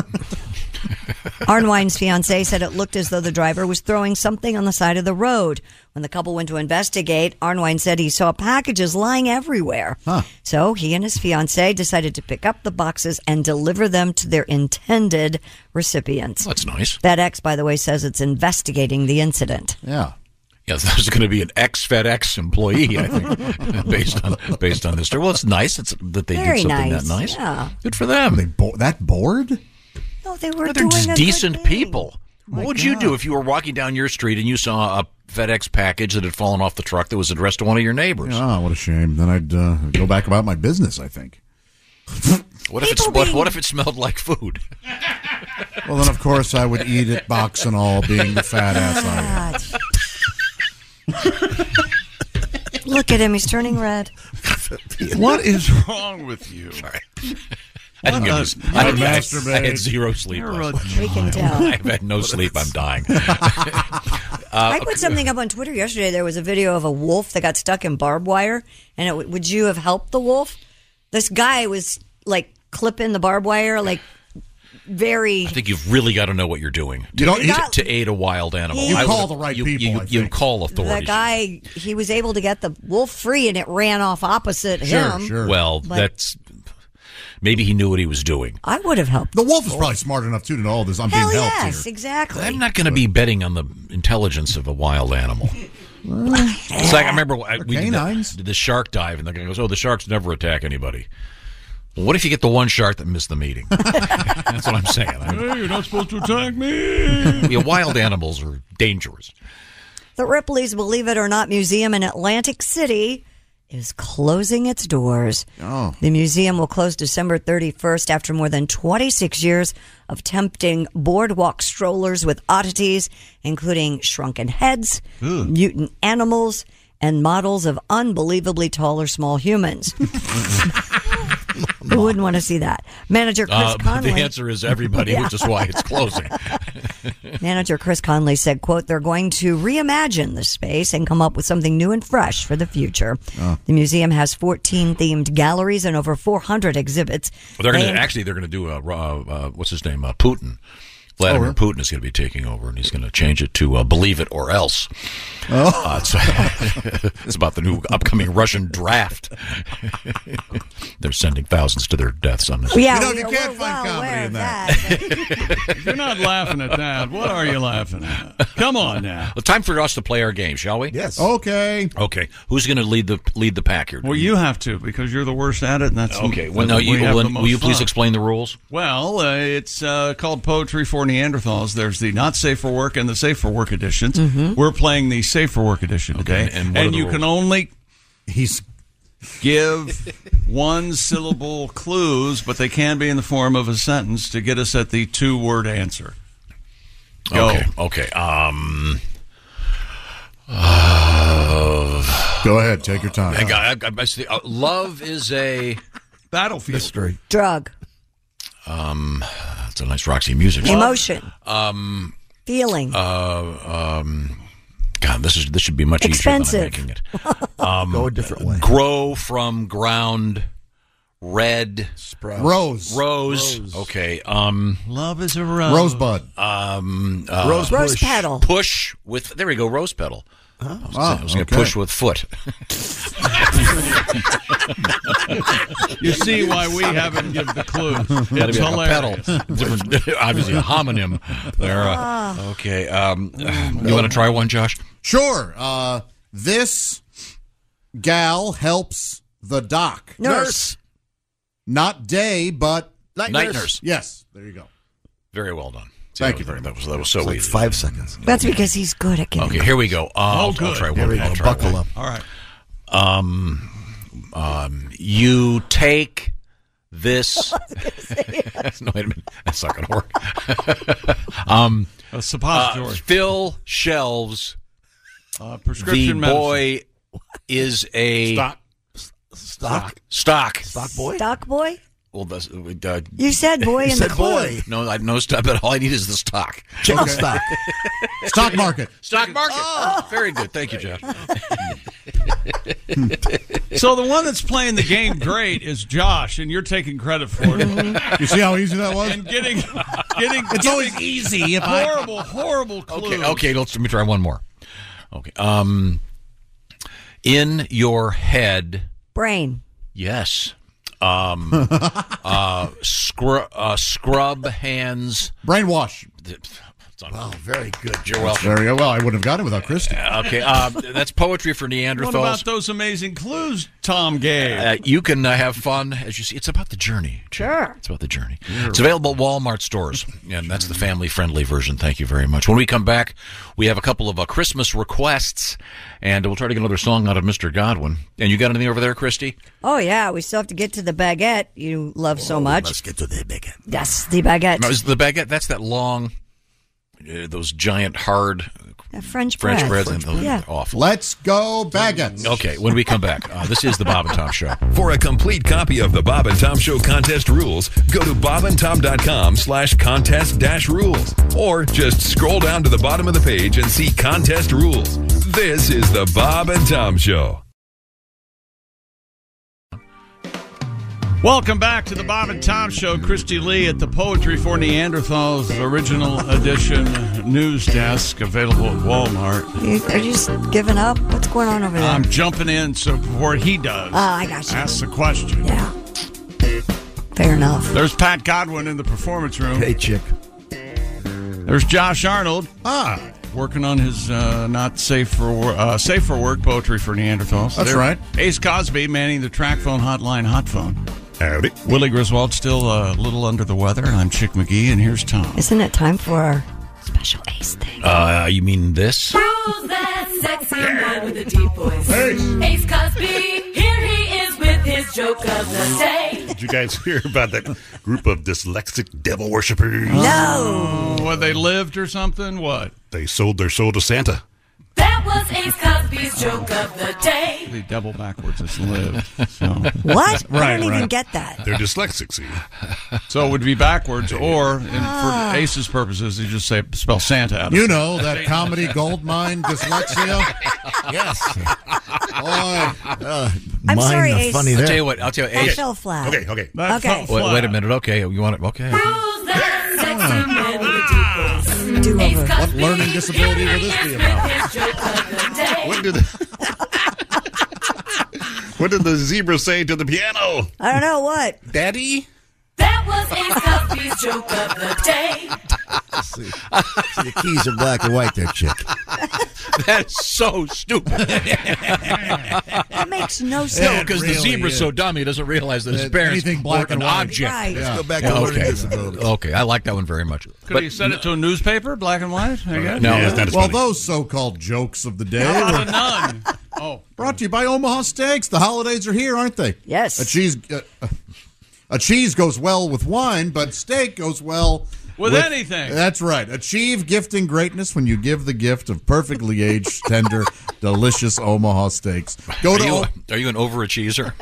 D: Arnwine's fiance said it looked as though the driver was throwing something on the side of the road. When the couple went to investigate, Arnwine said he saw packages lying everywhere. So he and his fiance decided to pick up the boxes and deliver them to their intended recipients.
A: That's nice.
D: FedEx, by the way, says it's investigating the incident.
B: Yeah.
A: Yes, there's going to be an ex FedEx employee, I think, based on based on this story. Well, it's nice it's, that they
D: Very
A: did something
D: nice,
A: that nice.
D: yeah.
A: Good for them. They
B: bo- that bored?
D: No, they were
A: They're
D: doing a
A: just
D: good
A: decent people.
D: My
A: what would you do if you were walking down your street and you saw a FedEx package that had fallen off the truck that was addressed to one of your neighbors?
B: Ah, what a shame. Then I'd uh, go back about my business. I think.
A: What if it's
B: People
A: what,
B: being-
A: what if it smelled like food?
B: Well, then of course I would eat it, box and all, being the fat ass I am.
D: Look at him; he's turning red.
C: What is wrong with you?
A: I didn't
C: What
A: get
C: a-
A: this. I,
C: you're
A: didn't- I,
C: masturbate.
A: I had zero sleep.
C: You're
A: last
C: a
A: night.
D: We can tell.
A: I've had no sleep. I'm dying. Uh,
D: I put something up on Twitter yesterday. There was a video of a wolf that got stuck in barbed wire, and it, would you have helped the wolf? This guy was like clipping the barbed wire, like very.
A: I think you've really got to know what you're doing.
D: You don't-
A: to, to aid a wild animal.
D: You
A: I
D: call
A: would-
D: the right
A: you,
D: people,
A: You,
D: I
A: you call
D: The
A: authorities.
D: guy, he was able to get the wolf free, and it ran off opposite him.
A: Well,
D: But
A: that's maybe he knew what he was doing.
D: I would have helped.
B: The wolf is probably smart enough too to know all this. I'm
D: Hell
B: being helped
D: yes, exactly.
A: I'm not going to be betting on the intelligence of a wild animal. It's like I remember I, we did the, did the shark dive, and the guy goes, "Oh, the sharks never attack anybody." What if you get the one shark that missed the meeting? That's what I'm saying. I mean,
C: Hey, you're not supposed to attack me.
A: yeah, wild animals are dangerous.
D: The Ripley's Believe It or Not Museum in Atlantic City is closing its doors.
B: Oh.
D: The museum will close December 31st after more than 26 years of tempting boardwalk strollers with oddities, including shrunken heads, mutant animals, and models of unbelievably tall or small humans. Who wouldn't want to see that? Manager Chris
A: Uh, but the
D: Conley-
A: answer is everybody, which is why it's closing.
D: Manager Chris Conley said, quote, they're going to reimagine the space and come up with something new and fresh for the future.
A: Oh.
D: The museum has 14 themed galleries and over 400 exhibits.
A: They're going
D: They-
A: to actually they're going to do a uh, uh, what's his name uh, Putin. Vladimir
G: Oh,
A: Putin is going to be taking over, and he's going to change it to uh, "Believe It or Else."
G: Oh.
A: Uh, it's, it's about the new upcoming Russian draft. They're sending thousands to their deaths on this.
D: Yeah,
G: You
B: Oh,
G: know,
D: we-
G: you
D: we're
G: can't find
D: well
G: comedy
D: aware
G: in
D: of
C: If You're not laughing at that. What are you laughing at? Come on now.
A: Well, time for us to play our game, shall we? Yes.
B: Okay.
A: Okay. Who's going to lead the lead the pack here?
C: Well, you have to because you're the worst at it, and that's
A: Okay. Well, now
C: we
A: you,
C: have the
A: will, will
C: most
A: you please
C: fun.
A: explain the rules?
C: Well, uh, it's uh, called Poetry for Neanderthals. There's the not safe for work and the safe for work editions. We're playing the safe for work edition today,
A: and- and what are the
C: you
A: rules?
C: can only he's give one syllable clues, but they can be in the form of a sentence to get us at the two word answer. Go.
A: Okay. Okay. Um. uh,
B: Go ahead. Take your time.
A: I got, I, I, I see- uh, love is a
C: battlefield
A: mystery.
D: Drug,
A: Um, that's a nice Roxy music. song.
D: emotion,
A: Um,
D: feeling,
A: uh, um, God, this is this should be much easier
D: expensive.
A: than I'm making it. Um, Go a different way. Grow from ground. Red
B: Rose.
A: Rose. Okay. Um,
C: Love is a rose.
B: Rosebud.
A: Um, uh,
B: Rose Rose bush. petal.
A: Push with. There we go. Rose petal. I was,
C: Ah,
A: gonna- I was going to
B: okay.
A: push with foot.
C: You see why we haven't given the clues.
A: It had to
C: It's
A: be like
C: hilarious.
A: a pedal. Different, obviously a homonym. There. uh,
B: Ah.
A: okay. Um, you want to try one, Josh?
B: Sure. Uh, this gal helps the doc.
A: Nurse.
B: Not day, but
A: Night Night nurse. nurse.
B: Yes. There you go.
A: Very well done. See,
B: Thank
A: that was very- That was that was so easy.
P: five seconds.
D: That's because he's good at getting.
A: Okay, here we go. Uh, I'll, I'll
D: good.
A: try
D: Here
A: one.
D: we
A: I'll
D: go.
A: try
D: Buckle
A: one.
D: up. All right.
A: Um, um, you take this. no, wait a minute. That's not going to work. um,
C: A suppository.
A: uh, fill shelves.
C: Uh, prescription
A: the
C: medicine.
A: boy is a
C: Stock.
A: Stock. Stock.
D: Stock boy? Stock boy?
A: Well, that's, uh,
D: You said boy You in the said boy. clue.
A: No, I no stock, but all I need is the stock.
D: Chicken Okay. stock.
B: Stock market.
A: Stock market.
C: Oh.
A: Oh, Very good. Thank you, Josh.
C: So the one that's playing the game great is Josh, and you're taking credit for it.
B: Mm-hmm. You see how easy that was?
C: And getting, getting.
B: It's always
C: giving
B: easy if I-
C: horrible, horrible clues.
A: Okay, okay, let's let me try one more. Okay. Um in your head.
D: Brain.
A: Yes. Um uh, scrub uh scrub hands.
B: Brainwash.
A: Wow, very good. You're welcome.
B: There you go. Well, I wouldn't have gotten it without Christy.
A: Okay, uh, that's poetry for Neanderthals.
C: What about those amazing clues Tom gave?
A: Uh, you can uh, have fun as you see. It's about the journey. Sure. It's about the journey. It's available at Walmart stores, and that's the family friendly version. Thank you very much. When we come back, we have a couple of uh, Christmas requests, and we'll try to get another song out of Mr. Godwin. And you got anything over there, Christy?
D: Oh, yeah. We still have to get to the baguette you love so Oh, much. Let's
A: Oh, get to the baguette.
D: That's the baguette.
A: No, is the baguette? That's that long, uh, those giant hard
D: That French bread.
A: French breads. and those
D: Yeah.
A: are awful.
B: Let's go baguettes.
A: Okay, when we come back, uh, this is the Bob and Tom Show.
K: For a complete copy of the Bob and Tom Show contest rules, go to bobandtom.com slash contest dash rules. Or just scroll down to the bottom of the page and see contest rules. This is the Bob and Tom Show.
C: Welcome back to the Bob and Tom Show. Christy Lee at the Poetry for Neanderthals original edition news desk available at Walmart.
D: You- are you just giving up? What's going on over there?
C: I'm jumping in so before he does.
D: Oh, I got you.
C: Ask the question.
D: Yeah. Fair enough.
C: There's Pat Godwin in the performance room. Hey,
P: chick.
C: There's Josh Arnold. Ah. Working on his uh, not safe for wor- uh, safe for work poetry for Neanderthals.
B: That's right.
C: Ace Cosby manning the track phone hotline hot phone.
I: Howdy.
C: Willie Griswold still uh, a little under the weather, and I'm Chick McGee, and here's Tom.
D: Isn't it time for our special ace thing?
A: Uh, you mean this?
H: Rules that sex and wine with a deep voice. Ace Cosby, here he is with his joke of the day.
I: Did you guys hear about that group of dyslexic devil worshippers?
C: No. What they lived or something? What?
I: They sold their soul to Santa.
H: That was Ace Cosby's joke of the day.
C: They double backwards. It's live. So.
D: What? I don't even get that.
I: They're dyslexic, see.
C: So it would be backwards, or and
D: Ah.
C: for Ace's purposes, they just say spell Santa out. of
B: You
C: it.
B: know that comedy gold mine dyslexia.
A: yes.
C: uh,
B: I'm
A: Mine
B: sorry,
A: the
B: Ace.
A: funny there. I'll
B: That
A: tell you what. I'll tell you.
B: that
A: Ace.
B: fell flat. Okay, okay. That
A: Wait,
B: fell
A: wait,
B: flat.
A: a minute. Okay. You want it? Okay.
H: Rules that sex and wine with a deep voice. Ace
B: What
H: Cosby,
B: learning disability will this be about?
H: his joke of the day.
I: What did the, what did the zebra say to the piano?
D: I don't know what.
I: Daddy?
H: That was Ace Cosby's joke of the day.
U: See, the keys are black and white there, chick.
A: That's so stupid. that
D: makes no sense.
A: No, because the
U: It really
A: zebra's so
U: is.
A: dumb, he doesn't realize that his
U: That
A: parents
U: anything black
A: were an
U: and white.
A: object.
U: Right. Let's go back to learning
A: okay.
U: disabilities.
A: Okay, I like that one very much.
C: Could he send it to a newspaper, black and white? I
A: Uh,
C: guess.
B: well, those so-called jokes of the day
C: How about
B: were
C: a nun? Oh,
B: brought to you by Omaha Steaks. The holidays are here, aren't they?
D: Yes.
B: A cheese, uh, uh, a cheese goes well with wine, but steak goes well
C: With anything.
B: That's right. Achieve gifting greatness when you give the gift of perfectly aged, tender, delicious Omaha Steaks. Go
A: are
B: to
A: you,
B: O-
A: are you an overachiever?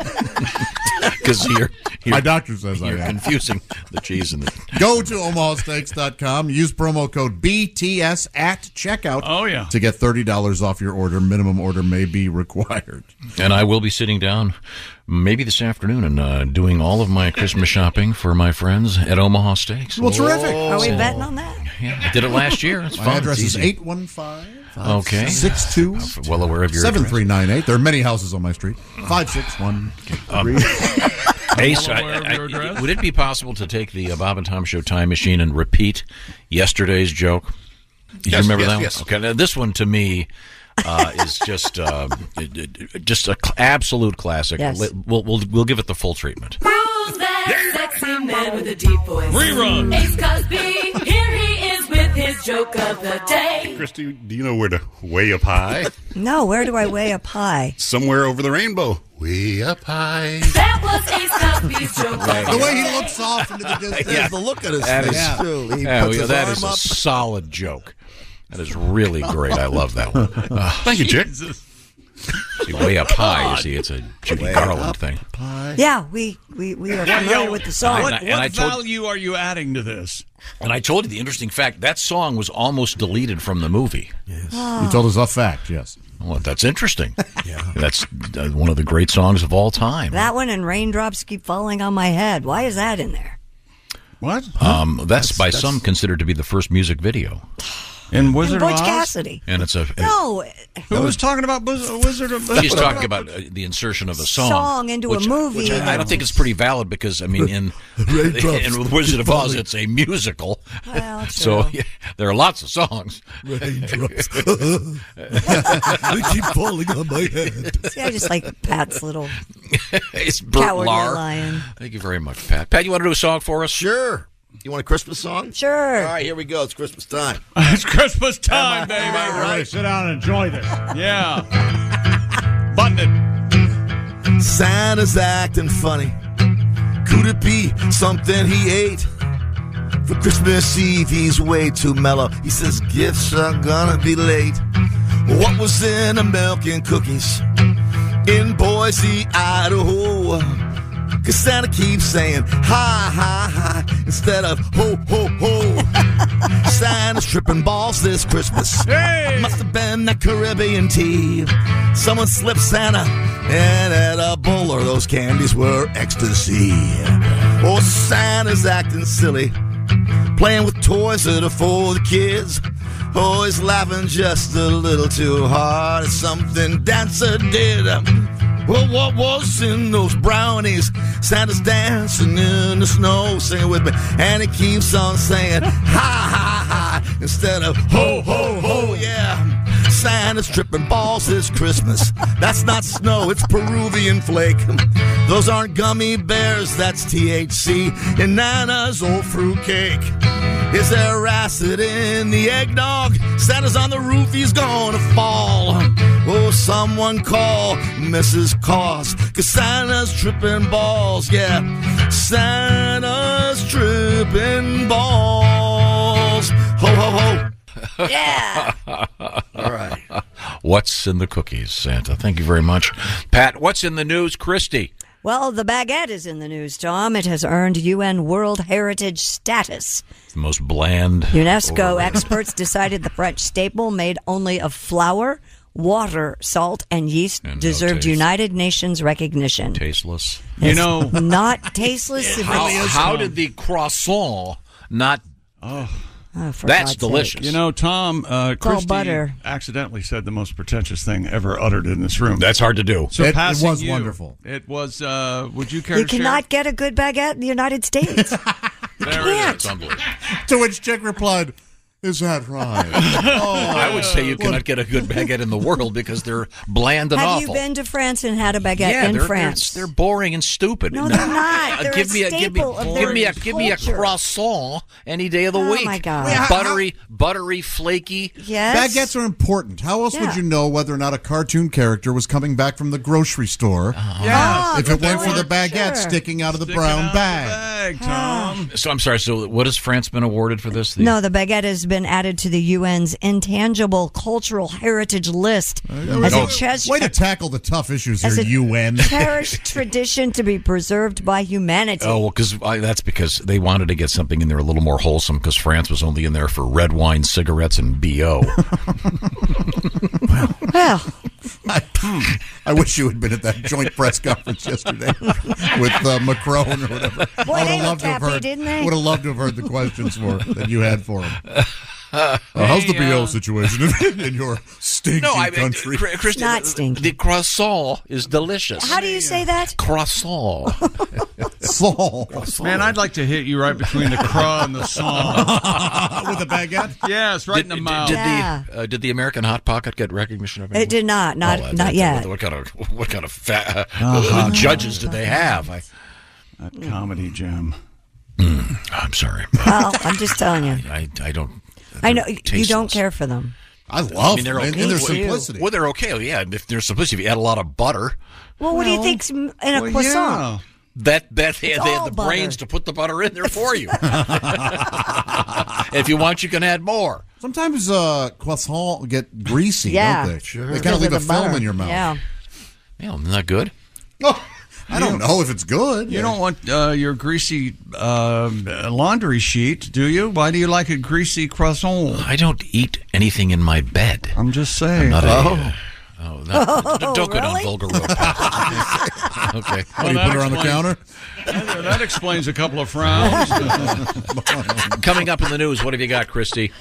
A: Because you're, you're
B: My doctor says I
A: you're
B: am.
A: confusing the cheese and the
B: Go to omahasteaks.com. Use promo code BTS at checkout.
C: Oh yeah.
B: To get thirty dollars off your order, minimum order may be required.
A: And I will be sitting down maybe this afternoon and uh, doing all of my Christmas shopping for my friends at Omaha Steaks. Oh.
B: Well, terrific.
D: Are Oh, we betting on that?
A: Yeah, I did it last year. It's
B: My
A: fun.
B: address
A: It's
B: is
A: easy.
B: eight one five.
A: Okay.
B: Six two.
A: Well aware of your
B: seven
A: address.
B: three nine eight. There are many houses on my street. Five six one.
A: Um,
B: three.
A: Ace, I- I- would it be possible to take the uh, Bob and Tom Show time machine and repeat yesterday's joke? Do you
I: Yes,
A: remember
I: yes,
A: that one?
I: yes.
A: Okay, now this one to me uh, is just uh, it- it- just an absolute classic.
H: Yes.
A: Let- We'll, we'll we'll give it the full treatment.
H: Rules that sexy man with a deep voice.
A: Rerun.
H: Ace Cosby, here he is with his joke of the day.
I: Christy, do you know where to way up high?
D: No, where do I weigh a pie?
I: Somewhere over the rainbow. Way up high.
H: That was Ace Cosby's joke of the
B: The way
H: day.
B: he looks off into the distance, the look at his
A: That
B: face.
A: is-
B: too. He
A: yeah,
B: puts
A: well,
B: his
A: that
B: arm
A: is a
B: up.
A: solid joke. That is really great. I love that one. Uh,
I: Thank you, Chick.
A: see, way up high, you see, it's a Judy
U: Way
A: Garland
U: up
A: thing.
D: Yeah, we we, we are familiar with the song.
C: What,
A: And I- and
C: what
A: I told-
C: value are you adding to this?
A: And I told you the interesting fact that song was almost deleted from the movie.
D: Oh.
B: You
A: Uh,
B: told us a fact, yes.
A: Well, that's interesting. yeah. That's uh, one of the great songs of all time.
D: That one and raindrops keep falling on my head. Why is that in there?
C: What?
A: Um, that's, by some considered to be the first music video.
C: And
D: And
A: Wizard
D: Butch Cassidy.
A: And it's a.
D: No,
C: Who was talking about Wiz- Wizard of
A: She's talking about uh, the insertion of a song,
D: Song into a
A: which-
D: movie.
A: Which I, I don't think it's pretty valid because I mean, in
U: Raindrops
A: in The Wizard of Oz,
U: falling.
A: it's a musical,
U: Well,
A: so
U: true.
A: yeah, there are lots of songs.
U: Raindrops. they keep falling on my head.
D: See, I just like Pat's little.
A: it's Bert
D: Cowardly
A: Lahr.
D: Lion.
A: Thank you very much, Pat. Pat, you want to do a song for us?
U: Sure. You want a Christmas song?
D: Sure.
U: All right, here we go. It's Christmas time.
C: it's Christmas time, baby.
U: right,
C: sit down and enjoy this. Yeah. Button it.
F: Santa's acting funny. Could it be something he ate? For Christmas Eve, he's way too mellow. He says gifts are gonna be late. What was in the milk and cookies in Boise, Idaho? Cause Santa keeps saying hi, hi, hi instead of ho, ho, ho. Santa's tripping balls this Christmas. Must have been that Caribbean tea. Someone slipped Santa an edible, or those candies were ecstasy. Oh, Santa's acting silly, playing with toys that are for the kids. Oh, he's laughing just a little too hard at something Dancer did. Well, what was in those brownies? Santa's dancing in the snow, singing with me, and he keeps on saying, ha, ha, ha, instead of ho, ho, ho, yeah. Santa's tripping balls this Christmas. That's not snow, it's Peruvian flake. Those aren't gummy bears, that's THC in Nana's old fruitcake. Is there acid in the eggnog? Santa's on the roof, he's gonna fall. Oh, someone call Mrs. Claus, cause Santa's tripping balls, yeah. Santa's tripping balls. Ho, ho, ho.
D: Yeah.
A: All right. What's in the cookies, Santa? Thank you very much. Pat, what's in the news, Christy?
D: Well, the baguette is in the news, Tom. It has earned UN World Heritage status.
A: The most bland.
D: UNESCO
A: overrated.
D: experts decided the French staple made only of flour, water, salt, and yeast
A: no
D: deserved
A: taste.
D: United Nations recognition.
A: Tasteless.
D: It's not tasteless. if
A: how,
D: it's-
A: how did the croissant not?
C: Oh,
D: for
A: that's delicious.
C: You know, Tom uh,
D: It's all
C: Christie
D: butter.
C: accidentally said the most pretentious thing ever uttered in this room.
A: That's hard to do.
C: Surpassing
B: was
C: you.
B: wonderful.
C: It was. Uh, would you care
D: You
C: to share?
D: cannot get a good baguette in the United States.
A: can't.
B: to which Chick replied, "Is that right?"
D: Oh.
A: I would say you cannot get a good baguette in the world because they're bland and
D: Have
A: awful.
D: you been to France and had a baguette
A: yeah,
D: in
A: they're,
D: France?
A: They're, they're boring and stupid.
D: No, they're not.
A: Uh,
D: They're
A: give
D: a
A: me a give me
D: staple of
A: give me a
D: their
A: give me a
D: culture.
A: croissant any day of the
D: Oh,
A: week.
D: my God.
A: Buttery, buttery, flaky.
B: Baguettes are important. How else
A: Yeah.
B: would you know whether or not a cartoon character was coming back from the grocery store?
A: Yeah.
B: if
A: Oh,
B: it weren't for the
A: sure.
B: baguette sticking out of the brown bag.
A: So I'm sorry. So what has France been awarded for this? The-
D: No, the baguette has been added to the UN's intangible cultural heritage list
B: Yeah,
D: as
B: no.
D: a
A: Oh,
D: ches-
B: Way to tackle the tough issues
D: as
B: here,
D: a
B: UN.
D: cherished tradition to be preserved by humanity.
A: Oh well, because that's because they wanted to get something in there a little more wholesome. Because France was only in there for red wine, cigarettes, and bo.
D: Well,
B: I, I wish you had been at that joint press conference yesterday with uh, Macron or whatever.
D: Boy,
B: I would
D: they
B: have
D: looked
B: loved to have
D: happy,
B: heard.
D: didn't they?
B: Would have loved to have heard the questions for that you had for him. Uh, how's the
A: Hey,
B: BO
A: uh,
B: situation in, in your stinky
A: no, I mean,
B: country?
A: Cr- Christy, the, the croissant is delicious.
D: how do you say that?
A: croissant?
C: Man, I'd like to hit you right between the craw and the saw
B: with a baguette.
C: Yes, right in the mouth.
A: Did
D: Yeah.
A: the uh, did the American hot pocket get recognition of
D: It did not, not
A: Oh, that-
D: not
A: that-
D: yet.
A: What, kind of what kind of fa- uh,
C: Uh-huh.
A: judges did they have? I,
C: That comedy gem.
A: Hmm, I'm sorry.
D: Well, I'm just telling you.
A: I, I don't.
D: I know
A: they're
D: you don't
A: tasteless.
D: care for them.
B: I love
A: mean, they're
B: them,
A: okay.
B: and their
A: Well,
B: simplicity.
A: Well, they're okay. Yeah, if they're simplicity, if you add a lot of butter,
D: Well, what do you think's m- in a croissant?
A: That that they,
D: It's
A: they had
D: all
A: the
D: butter.
A: brains to put the butter in there for you. if you want, you can add more.
B: Sometimes uh, croissants get greasy,
A: Yeah.
B: don't they?
A: Sure.
B: They kind
A: Because
B: of leave
A: of
B: a
A: the
B: film
A: butter.
B: in your mouth.
A: Yeah. Yeah, isn't that good?
B: I don't know if it's good.
C: You don't want uh, your greasy um, laundry sheet, do you? Why do you like a greasy croissant?
A: I don't eat anything in my bed.
C: I'm just saying.
A: not a-
C: oh.
A: Oh, no,
C: Oh,
A: don't go down
C: really?
A: vulgar road. okay.
C: Well, that That, that explains a couple of frowns.
A: Coming up in the news, what have you got, Christy?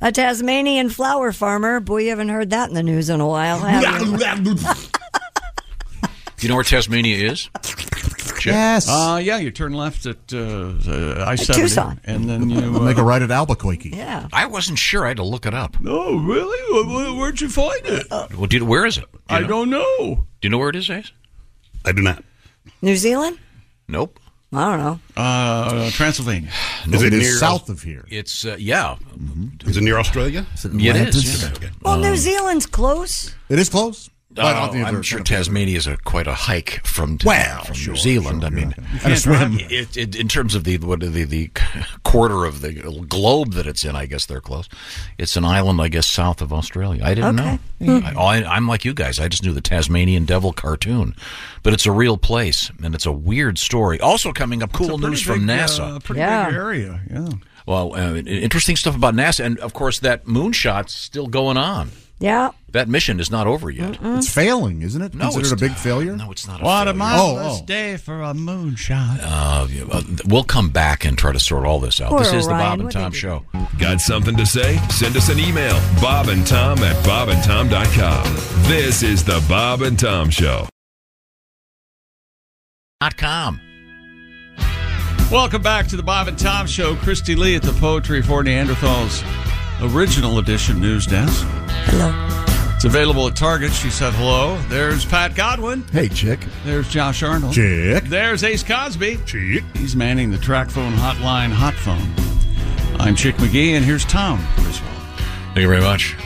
D: A Tasmanian flower farmer. Boy, you haven't heard that in the news in a while, have you?
A: Do you know where Tasmania is?
B: Yes.
C: Uh, yeah, you turn left at uh, I seventy,
B: Tucson.
C: and then you uh,
B: Make a right at Albuquerque.
D: Yeah.
A: I wasn't sure. I had to look it up. Uh,
C: No, really? Where- Where'd you find it?
A: Well, do you, where is it? Do you
C: I don't know.
A: Do you know where it is, Ace?
I: I do not.
D: New Zealand?
A: Nope.
D: I don't know.
C: Uh, Transylvania.
I: Is it near- Mm-hmm.
B: of here?
A: It's uh, yeah.
I: Is it near Australia?
A: Yeah, it is. yeah.
D: Well, New
C: Um,
D: Zealand's close.
B: It is close.
A: Oh, I'm sure Tasmania is a, quite a hike from,
B: Well,
A: from
B: sure,
A: New Zealand. I mean,
B: gonna- You can't swim.
A: It, it, in terms of the what the, the quarter of the globe that it's in, I guess they're close. It's an island, I guess, south of Australia. I didn't
D: Okay.
A: know.
D: Hmm.
A: I, I, am like you guys. I just knew the Tasmanian devil cartoon, but it's a real place and it's a weird story. Also coming up, cool news from NASA.
C: uh, pretty big area. Yeah.
A: well, uh, interesting stuff about NASA, and of course that moonshot's still going on.
D: Yeah.
A: That mission is not over yet. Uh,
D: Mm.
B: It's failing, isn't it?
A: No,
B: Considered
A: it's
B: a big failure?
A: No, it's not.
B: Oh,
C: What
A: a
C: a
A: failure.
C: marvelous day for a moonshot.
A: Uh, yeah, uh, th- we'll come back and try to sort all this out.
C: Poor
A: this is the
C: Orion,
A: Bob and
C: what they
A: Tom
C: did.
A: Show.
K: Got something to say? Send us an email. Bob and Tom at bobandtom.com. This is the Bob and Tom Show.
A: Dot com.
C: Welcome back to the Bob and Tom Show. Christy Lee at the Poetry for Neanderthals Original Edition News Desk.
D: Hello.
C: It's available at Target. She said hello. There's Pat Godwin.
L: Hey, chick.
C: There's Josh Arnold.
L: Chick.
C: There's Ace Cosby. Chick. He's manning the track phone hotline hot phone. I'm Chick McGee, and here's Tom Griswold.
A: Thank you very much.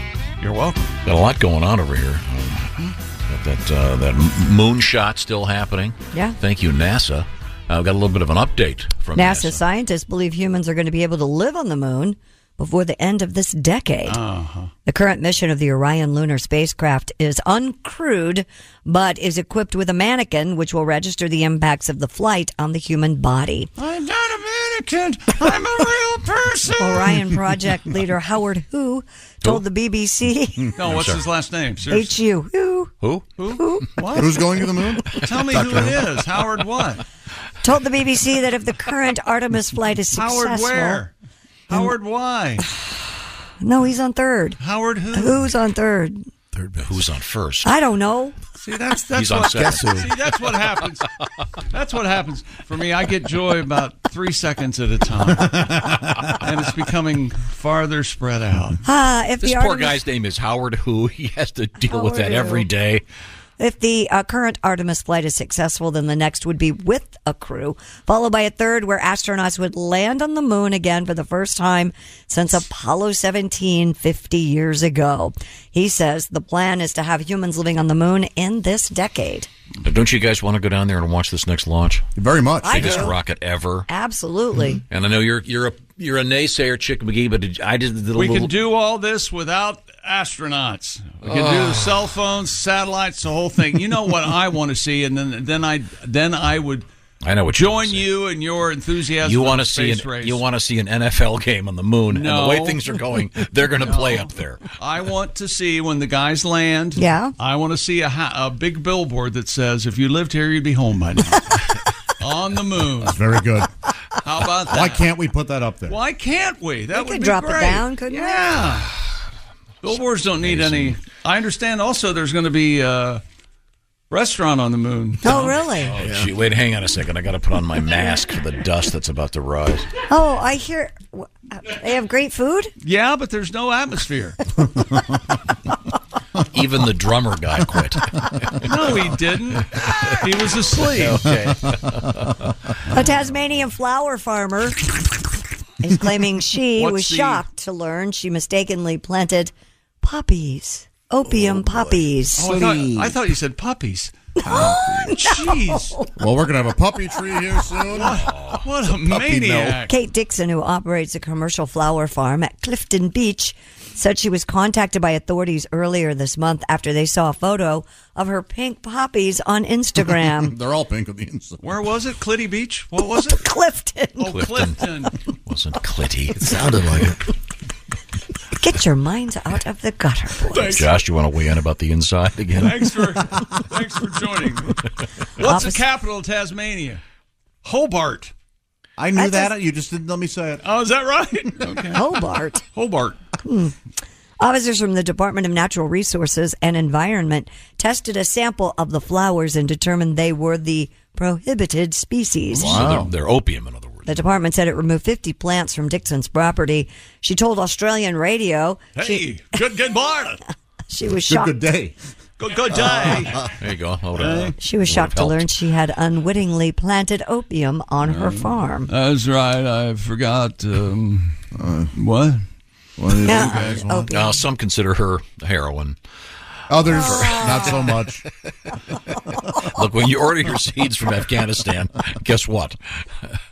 C: You're welcome.
A: Got a lot going on over here. Um, got that uh, that moonshot still happening.
D: Yeah.
A: Thank you, NASA. I've got a little bit of an update from
D: NASA scientists believe humans are going to be able to live on the moon before the end of this decade.
C: Uh-huh.
D: The current mission of the Orion lunar spacecraft is uncrewed, but is equipped with a mannequin, which will register the impacts of the flight on the human body.
H: I'm not a mannequin. I'm a real person.
D: Orion project leader Howard Hu told the BBC.
C: No, what's his last name?
D: H U Hu
A: Who?
D: Who?
C: What? Who's going to the moon? Tell me who it is. Howard what?
D: Told the BBC that if the current Artemis flight is successful,
C: Howard where? Howard why?
D: No, he's on third.
C: Howard who?
D: Who's on third?
A: Third base. Who's on first?
D: I don't know.
C: See, that's that's
A: He's on
C: what
A: second.
C: see, that's what happens. That's what happens for me. I get joy about three seconds at a time, and it's becoming farther spread out.
D: Ah, if
A: this
D: the
A: poor
D: Artemis-
A: guy's name is Howard Who. He has to deal with that
D: Howard Who.
A: every day.
D: If the uh, current Artemis flight is successful, then the next would be with a crew, followed by a third where astronauts would land on the moon again for the first time since Apollo 17 50 years ago. He says the plan is to have humans living on the moon in this decade.
A: But don't you guys want to go down there and watch this next launch? Very much.
D: I
A: Biggest
D: do.
A: rocket ever.
D: Absolutely.
A: And I know you're you're a you're a naysayer, Chick McGee, but did, I did the
C: We
A: little.
C: can do all this without astronauts. We can
A: Oh.
C: do cell phones, satellites, the whole thing. You know what I want to see, and then then I then I would.
A: I know what you
C: join you and your enthusiasm.
A: you
C: want to
A: see an,
C: space race.
A: you want to see an NFL game on the moon,
C: No.
A: and the way things are going, they're going to play up there.
C: I want to see when the guys land.
D: Yeah.
C: I want to see a, ha- a big billboard that says, "If you lived here, you'd be home by now." On the moon.
L: Very good.
C: How about that?
L: Why can't we put that up there?
C: Why can't we? That
D: we
C: would
D: could
C: be
D: drop
C: great.
D: it down, couldn't
C: yeah. Billboards don't need any. I understand. Also, there's going to be a restaurant on the moon.
D: Oh, really?
A: Oh, gee, wait, hang on a second. I got to put on my mask for the dust that's about to rise.
D: Oh, I hear wh- uh, they have great food.
C: Yeah, but there's no atmosphere.
A: Even the drummer guy quit.
C: no, he didn't. He was asleep.
A: Okay.
D: A Tasmanian flower farmer is claiming she
H: What's
D: was
H: the-
D: shocked to learn she mistakenly planted poppies, opium poppies. Oh,
C: Oh, I, thought, I thought you said puppies. Jeez.
L: Well, we're going to have a puppy tree here soon.
C: What a maniac.
D: Kate Dixon, who operates a commercial flower farm at Clifton Beach, said she was contacted by authorities earlier this month after they saw a photo of her pink poppies on Instagram.
L: They're all pink on the inside.
C: Where was it? Clitty Beach? What was it?
D: Clifton.
C: Oh, Clifton.
A: Wasn't Clitty. It
P: sounded like it.
D: Get your minds out of the gutter, boys.
A: Josh, you want to weigh in about the inside again?
C: Thanks for thanks for joining. me. What's the capital of Tasmania? Hobart.
L: I knew
C: I
L: that.
C: just-
L: you just didn't let me say it.
C: Oh, is that right? Okay.
D: Hobart.
C: Hobart.
D: Hmm. Officers from the Department of Natural Resources and Environment tested a sample of the flowers and determined they were the prohibited species.
A: So they're, they're opium. And
D: The department said it removed 50 plants from Dixon's property. She told Australian radio
A: Hey,
C: good good morning.
D: she was shocked.
L: day.
C: Good good day.
A: there you go. Hold
C: Uh,
A: on.
D: She was shocked to learn she had unwittingly planted opium on her
A: Mm.
D: farm.
C: That's right. I forgot. Um, what? What
L: Mm-hmm.
D: did you Yeah, guys want? opium.
A: Now, uh, some consider her heroin.
L: Others,
A: For-
L: not so much.
A: Look, when you order your seeds from Afghanistan, guess what?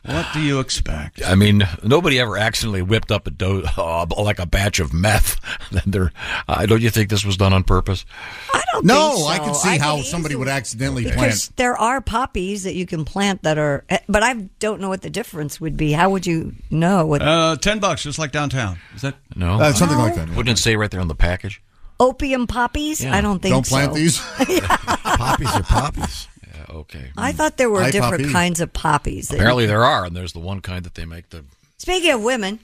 C: What do you expect?
A: I mean, nobody ever accidentally whipped up a do- uh, like a batch of meth. Then they're, uh, don't you think this was done on purpose?
D: I don't
L: No,
D: think so.
L: I could see
D: I
L: how
D: could
L: somebody
D: easily-
L: would accidentally
D: Because
L: plant.
D: there are poppies that you can plant that are, but I don't know what the difference would be. How would you know what
C: Uh, ten bucks, just like downtown. Is that
A: no?
L: Uh, something like that,
A: Wouldn't it say right there on the package?
D: opium poppies?
A: Yeah.
D: I don't think
A: Don't
D: so.
A: plant these.
D: poppies
A: are poppies. Yeah, okay.
D: I thought there were
A: High
D: different
A: poppy.
D: kinds of poppies. that-
A: Apparently there are, and there's the one kind that they make the.
D: Speaking of women,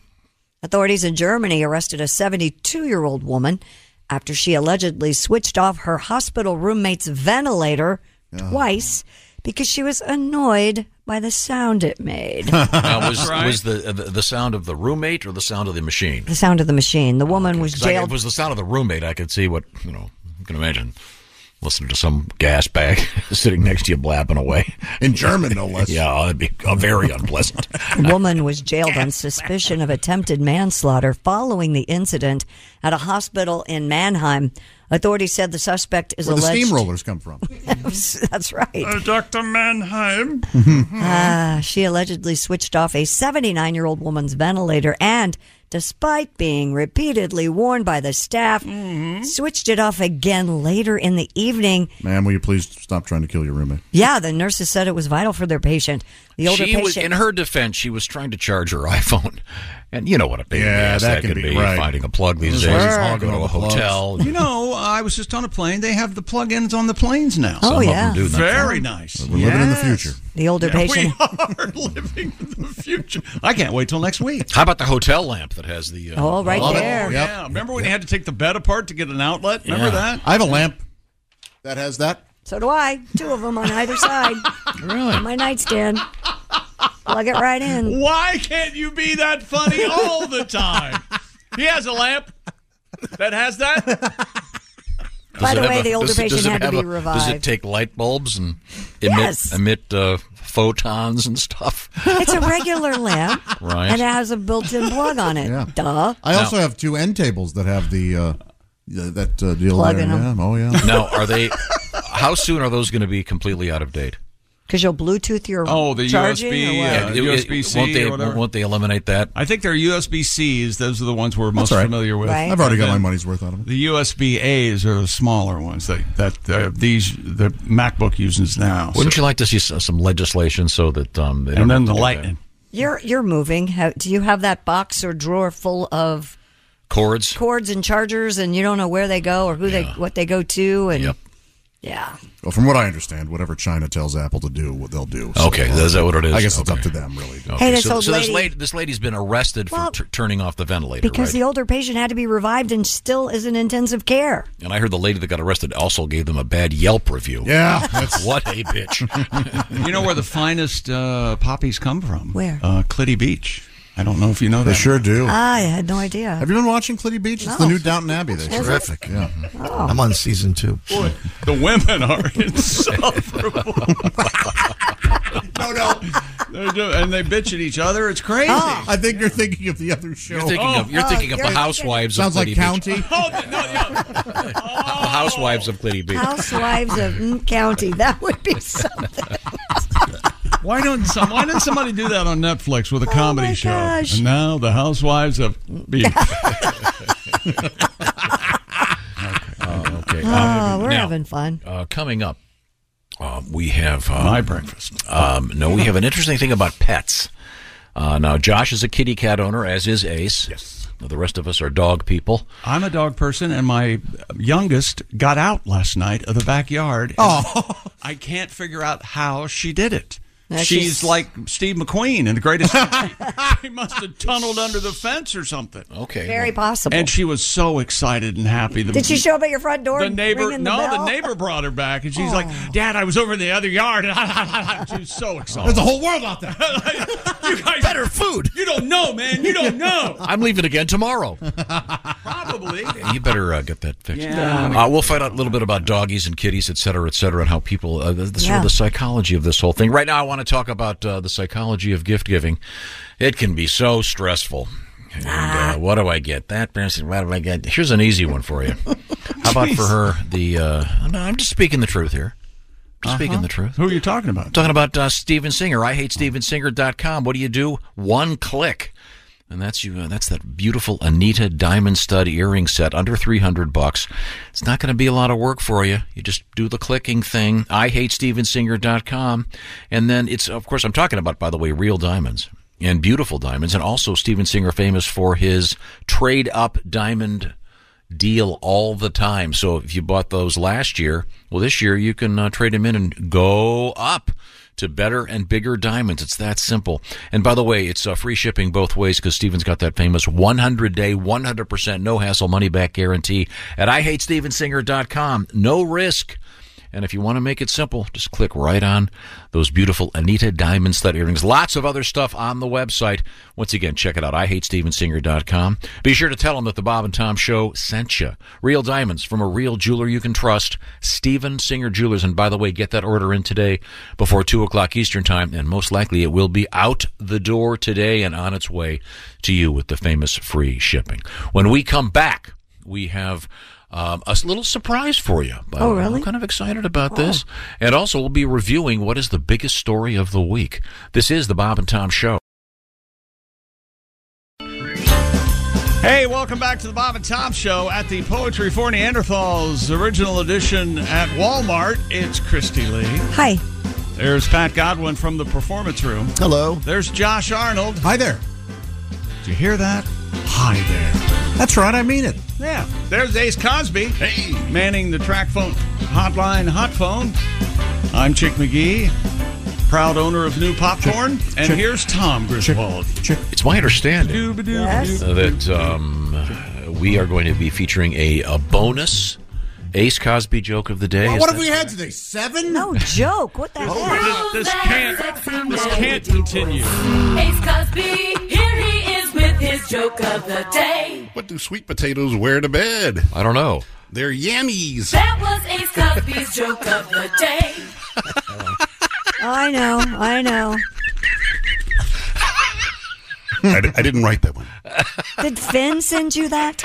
D: authorities in Germany arrested a 72 year old woman after she allegedly switched off her hospital roommate's ventilator twice because she was annoyed by the sound it made.
A: Now, was
D: Right.
A: was the, the the sound of the roommate or the sound of the machine?
D: the sound of the machine. The woman was
A: 'Cause I- if
D: jailed
A: it was the sound of the roommate. I could see what you know. can imagine listening to some gas bag sitting next to you blapping away
L: in German, no less.
A: yeah, that'd be uh, very unpleasant.
D: Woman was jailed on suspicion of attempted manslaughter following the incident at a hospital in Mannheim. Authorities said the suspect is
B: Where the
D: alleged.
B: steamrollers come from.
D: That's right.
A: Uh,
C: Dr. Mannheim.
D: Ah, she allegedly switched off a 79 year old woman's ventilator and, despite being repeatedly warned by the staff,
A: Mm-hmm.
D: switched it off again later in the evening.
B: Ma'am, will you please stop trying to kill your roommate?
D: Yeah, the nurses said it was vital for their patient. The older
A: she
D: patient.
A: was, in her defense, she was trying to charge her iPhone, and you know what a pain in the
B: Yeah,
A: ass
B: that
A: that,
B: can
A: can
B: be,
A: be,
B: right.
A: finding a plug these
B: Sure.
A: days. Go
B: Hogging
A: to
B: all
A: a
B: the plugs.
A: hotel.
C: You know, I was just on a plane. They have the plug-ins on the planes now.
D: Oh, Some of them yeah. do that.
C: very nice.
B: We're living in the future.
D: The older
C: Yeah, we
D: patient.
C: are living in the future. I can't wait till next week.
A: How about the hotel lamp that has the? Uh,
D: Oh, right
A: bulb?
D: there.
C: Yeah, remember when you had to take the bed apart to get an outlet? Remember
A: Yeah.
C: that?
B: I have a lamp that has that.
D: So do I. Two of them on either side.
A: really?
D: On my nightstand. Plug it right in.
C: Why can't you be that funny all the time? he has a lamp that has that.
A: Does
D: By
A: it
D: the
A: have
D: way,
A: a-
D: the older
A: does it-
D: patient
A: does it
D: had to
A: have
D: be
A: a- Does it
D: revived.
A: take light bulbs and emit
D: Yes.
A: emit uh, photons and stuff?
D: It's a regular lamp.
A: Right.
D: And it has a built in plug on it. Duh.
B: I also have two end tables that have the uh, th- that uh, deal
D: Plug
B: there.
D: in 'em.
B: Yeah. Oh yeah.
A: Now, are they? How soon are those going to be completely out of date?
D: Because you'll Bluetooth your
C: Oh, the
D: charging
C: USB,
D: or what?
C: uh,
A: It- it-
C: USB-C
A: won't they
C: or whatever.
A: won't they eliminate that?
C: I think they're USB Cs. Those are the ones we're most
B: all right.
C: familiar with.
D: Right.
B: I've already got my money's worth out of them.
C: The USB A's are the smaller ones that that uh, these the MacBook uses now.
A: Wouldn't you like to see s- some legislation so that um, they don't
C: and then
A: have to
C: the
A: do that?
C: lightning.
D: You're you're moving. How, do you have that box or drawer full of
A: cords?
D: cords and chargers, and you don't know where they go or who they what they go to? And
A: Yep.
D: yeah,
B: Well, from what I understand, whatever China tells Apple to do, what they'll do.
A: Okay, is that what it is?
B: I guess it's
A: Okay.
B: up to them, really.
D: Hey, this
A: so,
D: old
A: so this
D: lady-
A: lady this lady's been arrested
D: Well,
A: for t- turning off the ventilator,
D: because
A: right?
D: the older patient had to be revived and still is in intensive care.
A: and I heard the lady that got arrested also gave them a bad Yelp review.
B: Yeah,
A: what a bitch.
C: you know where the finest uh, poppies come from?
D: Where?
C: Uh, Clitty Beach. I don't know if you know that.
B: They sure do.
D: Ah, I had no idea.
B: Have you been watching Clitty Beach? It's the
D: No.
B: new Downton Abbey. They say.
P: Terrific.
B: Yeah.
D: Oh.
P: I'm on season two.
C: Boy, the women are insufferable.
B: No, no.
C: They're do- and they bitch at each other. It's crazy.
B: I think you're thinking of the other show.
A: You're thinking of you're
D: oh,
A: thinking of
D: you're
A: the housewives
B: Sounds
A: of
B: like
A: Clitty Beach.
B: County.
C: Oh,
A: The housewives of Clitty Beach.
D: Housewives of mm, County. That would be something.
C: Why don't some, why didn't somebody do that on Netflix with a comedy
D: Oh my
C: show?
D: gosh.
C: And now the housewives of beach.
A: Oh, okay.
D: Oh, we're
A: now-
D: having fun.
A: Uh, coming up, um, we have um,
C: My breakfast.
A: Um, no, we have an interesting thing about pets. Uh, now, Josh is a kitty cat owner, as is Ace. Yes. The rest of us are dog people.
C: I'm a dog person, and my youngest got out last night of the backyard. Oh, I can't figure out how she did it.
D: Now
C: she's,
D: she's-
C: like Steve McQueen in the greatest. she must have tunneled under the fence or something.
A: Okay.
D: Very possible.
C: And she was so excited and happy. The,
D: Did she show up at your front door?
C: the neighbor?
D: ringing the
C: no,
D: bell?
C: the neighbor brought her back, and she's
D: Oh.
C: like, "Dad, I was over in the other yard." And she was so excited.
B: There's a whole world out there.
C: you guys,
P: Better food.
C: you don't know, man. You don't know.
A: I'm leaving again tomorrow.
C: Probably.
A: you better uh, get that fixed.
C: Yeah.
A: Uh, we'll find out a little bit about doggies and kitties, et cetera, et cetera, and how people, uh, the, the sort
D: Yeah.
A: of the psychology of this whole thing. Right now, I want to talk about uh, the psychology of gift giving. It can be so stressful. And uh, what do I get? That person, what do I get? Here's an easy one for you. How about for her? The uh, no, I'm just speaking the truth here. Just Speaking the truth.
C: Uh-huh. Who are you talking about?
A: Talking about uh, Steven Singer. I hate stevensinger.com. What do you do? One click. And that's you. Uh, that's that beautiful Anita diamond stud earring set under 300 bucks. It's not going to be a lot of work for you. You just do the clicking thing. I hate stevensinger.com. And then it's, of course, I'm talking about, by the way, real diamonds and beautiful diamonds. And also Steven Singer famous for his trade up diamond deal all the time. So if you bought those last year, well, this year you can uh, trade them in and go up to better and bigger diamonds. It's that simple. And by the way, it's uh, free shipping both ways because Steven's got that famous 100 day, 100% no hassle money back guarantee at IHateStevensinger.com. No risk. And if you want to make it simple, just click right on those beautiful Anita Diamond stud earrings. Lots of other stuff on the website. Once again, check it out. I hate stevensinger.com. Be sure to tell them that the Bob and Tom Show sent you. Real diamonds from a real jeweler you can trust, Steven Singer Jewelers. And by the way, get that order in today before 2 o'clock Eastern Time. And most likely it will be out the door today and on its way to you with the famous free shipping. When we come back, we have um, a s- little surprise for you. by the
H: Oh,
A: way.
H: really?
A: I'm kind of excited about this.
D: Oh.
A: And also, we'll be reviewing what is the biggest story of the week. This is the Bob and Tom Show.
C: Hey, welcome back to the Bob and Tom Show at the Poetry for Neanderthals original edition at Walmart. It's Christy Lee.
D: Hi.
C: There's Pat Godwin from the performance room.
G: Hello.
C: There's Josh Arnold.
G: Hi there.
C: Did you hear that? Hi there.
G: That's right, I mean it.
C: Yeah. There's Ace Cosby. Hey. Manning the track phone hotline hot phone. I'm Chick McGee, proud owner of New Popcorn. and here's Tom Griswold.
A: It's my understanding
C: Yes.
A: uh, that um, uh, we are going to be featuring a, a bonus Ace Cosby joke of the day. Is
G: what have
A: that-
G: we had today? Seven?
D: No joke. What the
H: hell?
C: Oh, This, can't. This can't continue.
H: Ace Cosby, here he is with his joke of the day.
I: What do sweet potatoes wear to bed?
A: I don't know.
I: They're yammies.
H: That was Ace Cosby's joke of the day.
D: I know. I know.
I: I, di- I didn't write that one.
D: Did Finn send you that?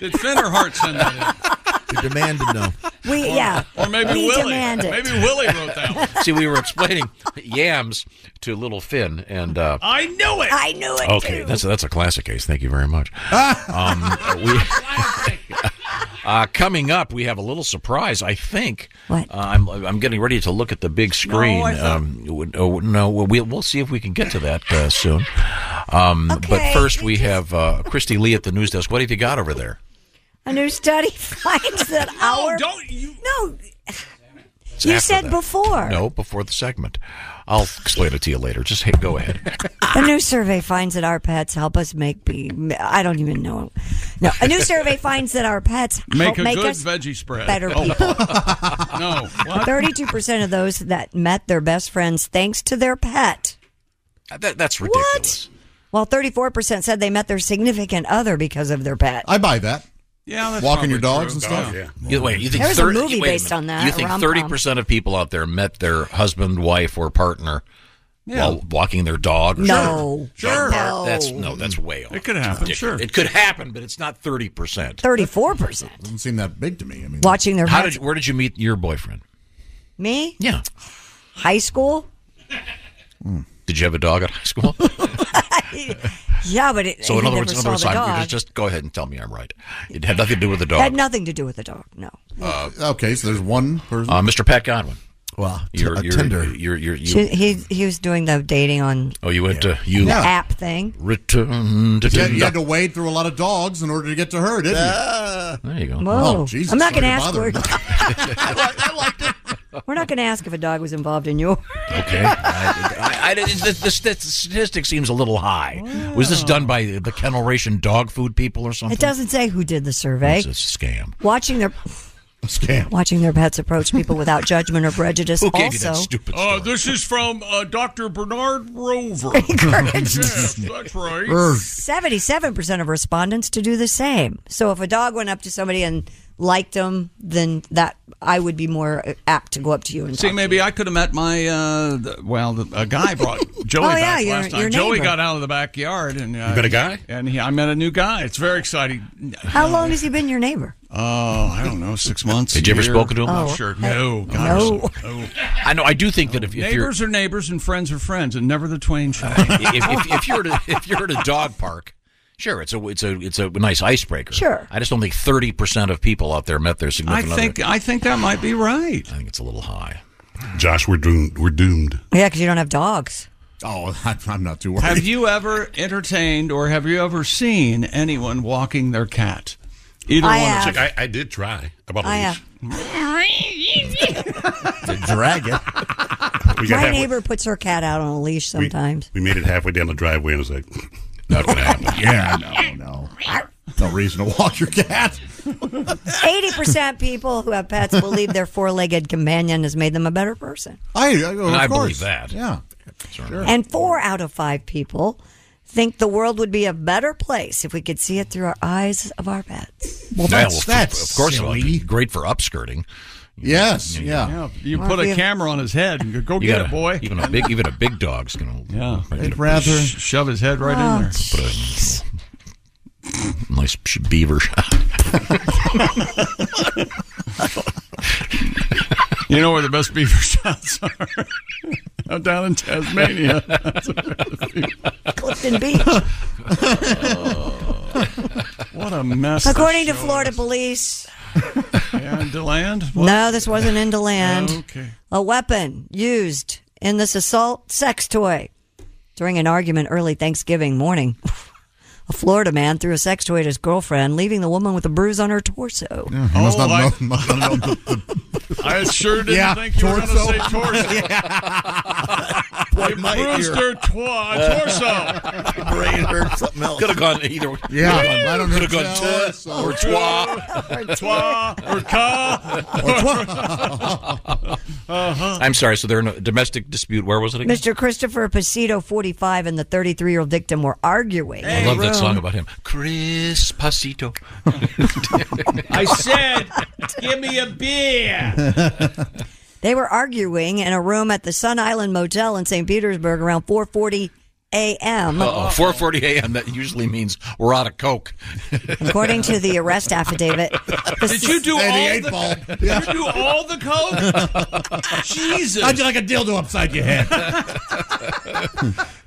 C: Did Fenner Hart send that
A: in? demanded no.
D: We yeah.
C: Or maybe
D: we
C: Willie.
D: Demand it.
C: Maybe Willie wrote that one.
A: See, we were explaining yams to little Finn, and uh,
C: I knew it.
D: I knew it.
A: okay, that's that's a classic case. Thank you very much. um, we, uh, coming up, we have a little surprise. I think
D: what?
A: Uh, I'm I'm getting ready to look at the big screen.
D: I thought-
A: um, w- oh, no, well, we'll we'll see if we can get to that uh, soon. Um, But
D: Okay,
A: first, we have uh, Christy Lee at the news desk. What have you got over there?
D: A new study finds that our don't
C: you
D: no.
A: It's
D: You
A: after
D: said
A: that.
D: before.
A: No, before the segment. I'll explain it to you later. Just hey, go ahead.
D: A new survey finds that our pets help us make be. I don't even know. No, a new survey finds that our pets help
C: Make a
D: make
C: good
D: us
C: veggie spread.
D: better
C: Oh.
D: people.
C: no. What?
D: Thirty-two percent of those that met their best friends thanks to their pet.
A: That, that's ridiculous.
D: While thirty-four percent said they met their significant other because of their pet.
B: I buy that.
C: Yeah, that's
B: Walking your
C: probably
B: dogs
C: true.
B: and stuff?
A: Yeah. You- wait, you think
D: There was a
A: 30
D: movie
A: wait
D: based
A: minute.
D: on that,
A: You
D: a
A: think
D: rom-com.
A: thirty percent of people out there met their husband, wife, or partner
C: Yeah.
A: while walking their dog? or
D: No.
A: something? Dog
D: Sure.
A: park?
D: No.
A: That's no. That's way off.
C: It could happen.
A: Sure, it could happen, but it's not thirty percent.
D: Thirty-four percent
B: Doesn't seem that big to me. I mean,
D: watching their
A: How
D: pets.
A: did? Where did you meet your boyfriend?
D: Me?
A: Yeah.
D: High school?
B: Hmm.
A: Did you have a dog at high school?
D: Yeah, but it,
A: so in
D: he
A: other words, in
D: never
A: other words,
D: saw the
A: I'm,
D: dog.
A: just, just go ahead and tell me I'm right. It had nothing to do with the
D: Had
A: dog.
D: nothing to do with the dog. No.
A: Uh,
B: okay, so there's one person.
A: Uh, Mr. Pat Godwin.
B: Well,
A: You're,
B: a
A: you're,
B: Tinder.
A: You're, you're, you
D: She, he he was doing the dating on
A: oh, you went to you
D: the app thing.
A: return to
B: You had, you had
A: Tinder.
B: to wade through a lot of dogs in order to get to her, didn't you?
A: Ah. There you go.
D: Whoa!
B: Oh, Jesus,
D: I'm not going to
B: sorry
D: ask.
B: to
D: Where,
B: bother.
D: we're not going to ask if a dog was involved in your.
A: Okay. I, I, I, the, the st- statistic seems a little high. Was this done by the Kennel Ration dog food people or something?
D: It doesn't say who did the survey.
A: It's a scam.
D: Watching their
B: scam.
D: Watching their pets approach people without judgment or prejudice.
A: Who gave you
D: also,
A: that stupid?
C: Uh, this is from uh, Dr. Bernard Rover. yes, that's right.
D: seventy-seven percent of respondents to do the same. So if a dog went up to somebody and liked them, then that I would be more apt to go up to you and
C: See,
D: talk.
C: maybe I could have met my uh, th- well, the, a guy brought Joey
D: Oh,
C: back
D: yeah, your-
C: last time.
D: your
C: Joey
D: neighbor.
C: got out of the backyard, and uh,
I: You met a guy?
C: and he, I met a new guy. It's very exciting.
D: How long has he been your neighbor?
C: Oh, I don't know, six months.
A: Did you ever
C: year.
A: spoken to him?
C: Oh,
A: Oh.
D: Uh,
C: sure, no,
A: No.
C: God,
A: No. I know. I do think that if,
C: Oh.
A: if you're
C: Neighbors are neighbors, and friends are friends, and never the twain shall.
A: if, if, if you're at a, if you're at a dog park, sure, it's a it's a it's a nice icebreaker.
C: Sure.
A: I just don't think thirty percent of people out there met their
C: I
A: significant
C: think
A: other.
C: I think that might be right.
A: I think it's a little high.
I: Josh, we're doomed. We're doomed.
D: Yeah, because you don't have dogs.
B: Oh, I, I'm not too worried.
C: Have you ever entertained or have you ever seen anyone walking their cat? Either
D: I
C: one.
D: have.
C: Of
D: Chick,
I: I, I did try. About
D: I have.
I: drag it. We got
D: Oh, My
I: halfway-
D: neighbor puts her cat out on a leash sometimes.
I: We made it halfway down the driveway and was like,
A: not going to happen.
I: yeah, no,
D: no.
L: No reason to walk your cat.
D: 80% people who have pets believe their four legged companion has made them a better person.
L: I, I, of
A: And I
L: course.
A: believe that.
L: Yeah.
A: Sure.
D: And four out of five people think the world would be a better place if we could see it through our eyes of our pets.
A: Yeah, well, of course, it'll be great for upskirting.
L: Yes,
C: You
D: Well,
C: put
D: if
C: a
D: you-
C: camera on his head and go, go
A: You
C: get
A: gotta-
C: it, boy.
A: Even a big, even a big dog's gonna.
C: Yeah,
A: gonna
C: they'd rather-
A: sh-
C: shove his head right
D: Oh,
C: in there.
A: Put a nice sh- beaver shot.
C: You know where the best beaver shots are? Out down in Tasmania. That's where the beaver-
D: Clifton Beach.
C: Oh. what a mess.
D: According to
C: this show
D: Florida police,
C: is. And DeLand? What?
D: no, this wasn't in land.
C: Okay.
D: A weapon used in this assault sex toy. During an argument early Thanksgiving morning, a Florida man threw a sex toy at his girlfriend, leaving the woman with a bruise on her torso.
L: He must
C: Oh,
L: not know- must not know
C: I sure didn't
L: Yeah,
C: think you were going to
L: torso.
C: say torso.
L: Boy,
C: You
L: my
C: bruised
L: ear.
C: her twa- torso.
A: Brain
C: hurt
A: something else. Could have gone either.
L: Yeah, I don't know.
A: Could have gone
L: Torso.
A: tuh or twa.
C: Twa or ka
A: Or
C: twa. uh-huh.
A: I'm sorry. So they're in a domestic dispute. Where was it again?
D: Mr. Christopher Pasito, 45, and the 33 year old victim were arguing.
A: I love that song about him. Chris Pasito.
D: I said,
C: give me a beer.
D: They were arguing in a room at the Sun Island Motel in St. Petersburg around 4:40 a.m.
A: Uh-oh, 4:40 a.m. That usually means we're out of coke.
D: According to the arrest affidavit,
A: Did you do
C: all
A: Hey,
C: the-
A: ball.
C: Did you do all the coke? Jesus.
G: How'd you like a dildo upside your head?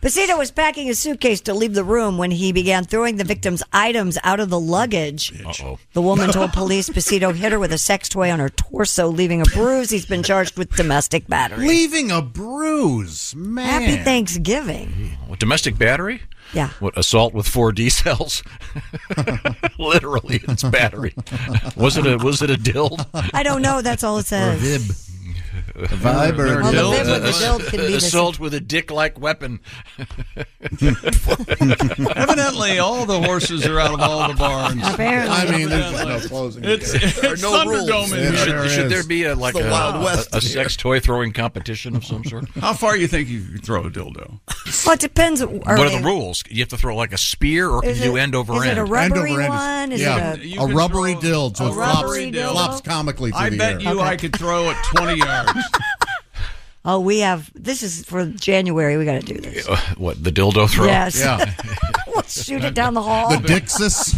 D: Pasito was packing his suitcase to leave the room when he began throwing the victim's items out of the luggage.
A: Uh-oh.
D: The woman told police Pasito hit her with a sex toy on her torso, leaving a bruise. He's been charged with domestic battery.
L: Leaving a bruise, man.
D: Happy Thanksgiving.
A: What, domestic battery?
D: Yeah.
A: What assault with four D cells? Literally, it's battery. Was it a was it a dild?
D: I don't know. That's all it says.
A: A
D: vibe or a Well, the dild? vib with the dild can be the-
A: assault with a dick like weapon.
C: Evidently, all the horses are out of all the barns.
D: Apparently.
L: I mean, there's
C: Evidently.
L: no closing.
C: It's,
L: it.
C: it's
L: There are no rules.
C: Thunderdome in
L: Yeah,
C: here.
L: there
A: Should there
L: is.
A: be a
L: It's
A: like
L: the
A: a,
L: Wild West
A: a, a
L: in
A: sex toy throwing competition of some sort?
C: How far you think you could throw a dildo?
D: Well, it depends. Are
A: what
D: they-
A: are the rules? You have to throw like a spear, or can
D: Is
A: you do
D: it-
A: end over
D: is it
A: end?
D: a rubbery End over end is- one? Is
L: yeah,
D: it a- You
L: a
D: could
L: rubbery dill, so
D: a
L: it flops,
D: rubbery dildo?
L: flops comically through
C: I
L: the
C: bet
L: air.
C: you I could throw it 20 yards.
D: Oh, we have. This is for January. We got to do this.
A: Uh, what the dildo throw?
D: Yes. we'll shoot it down the hall.
A: Dixis.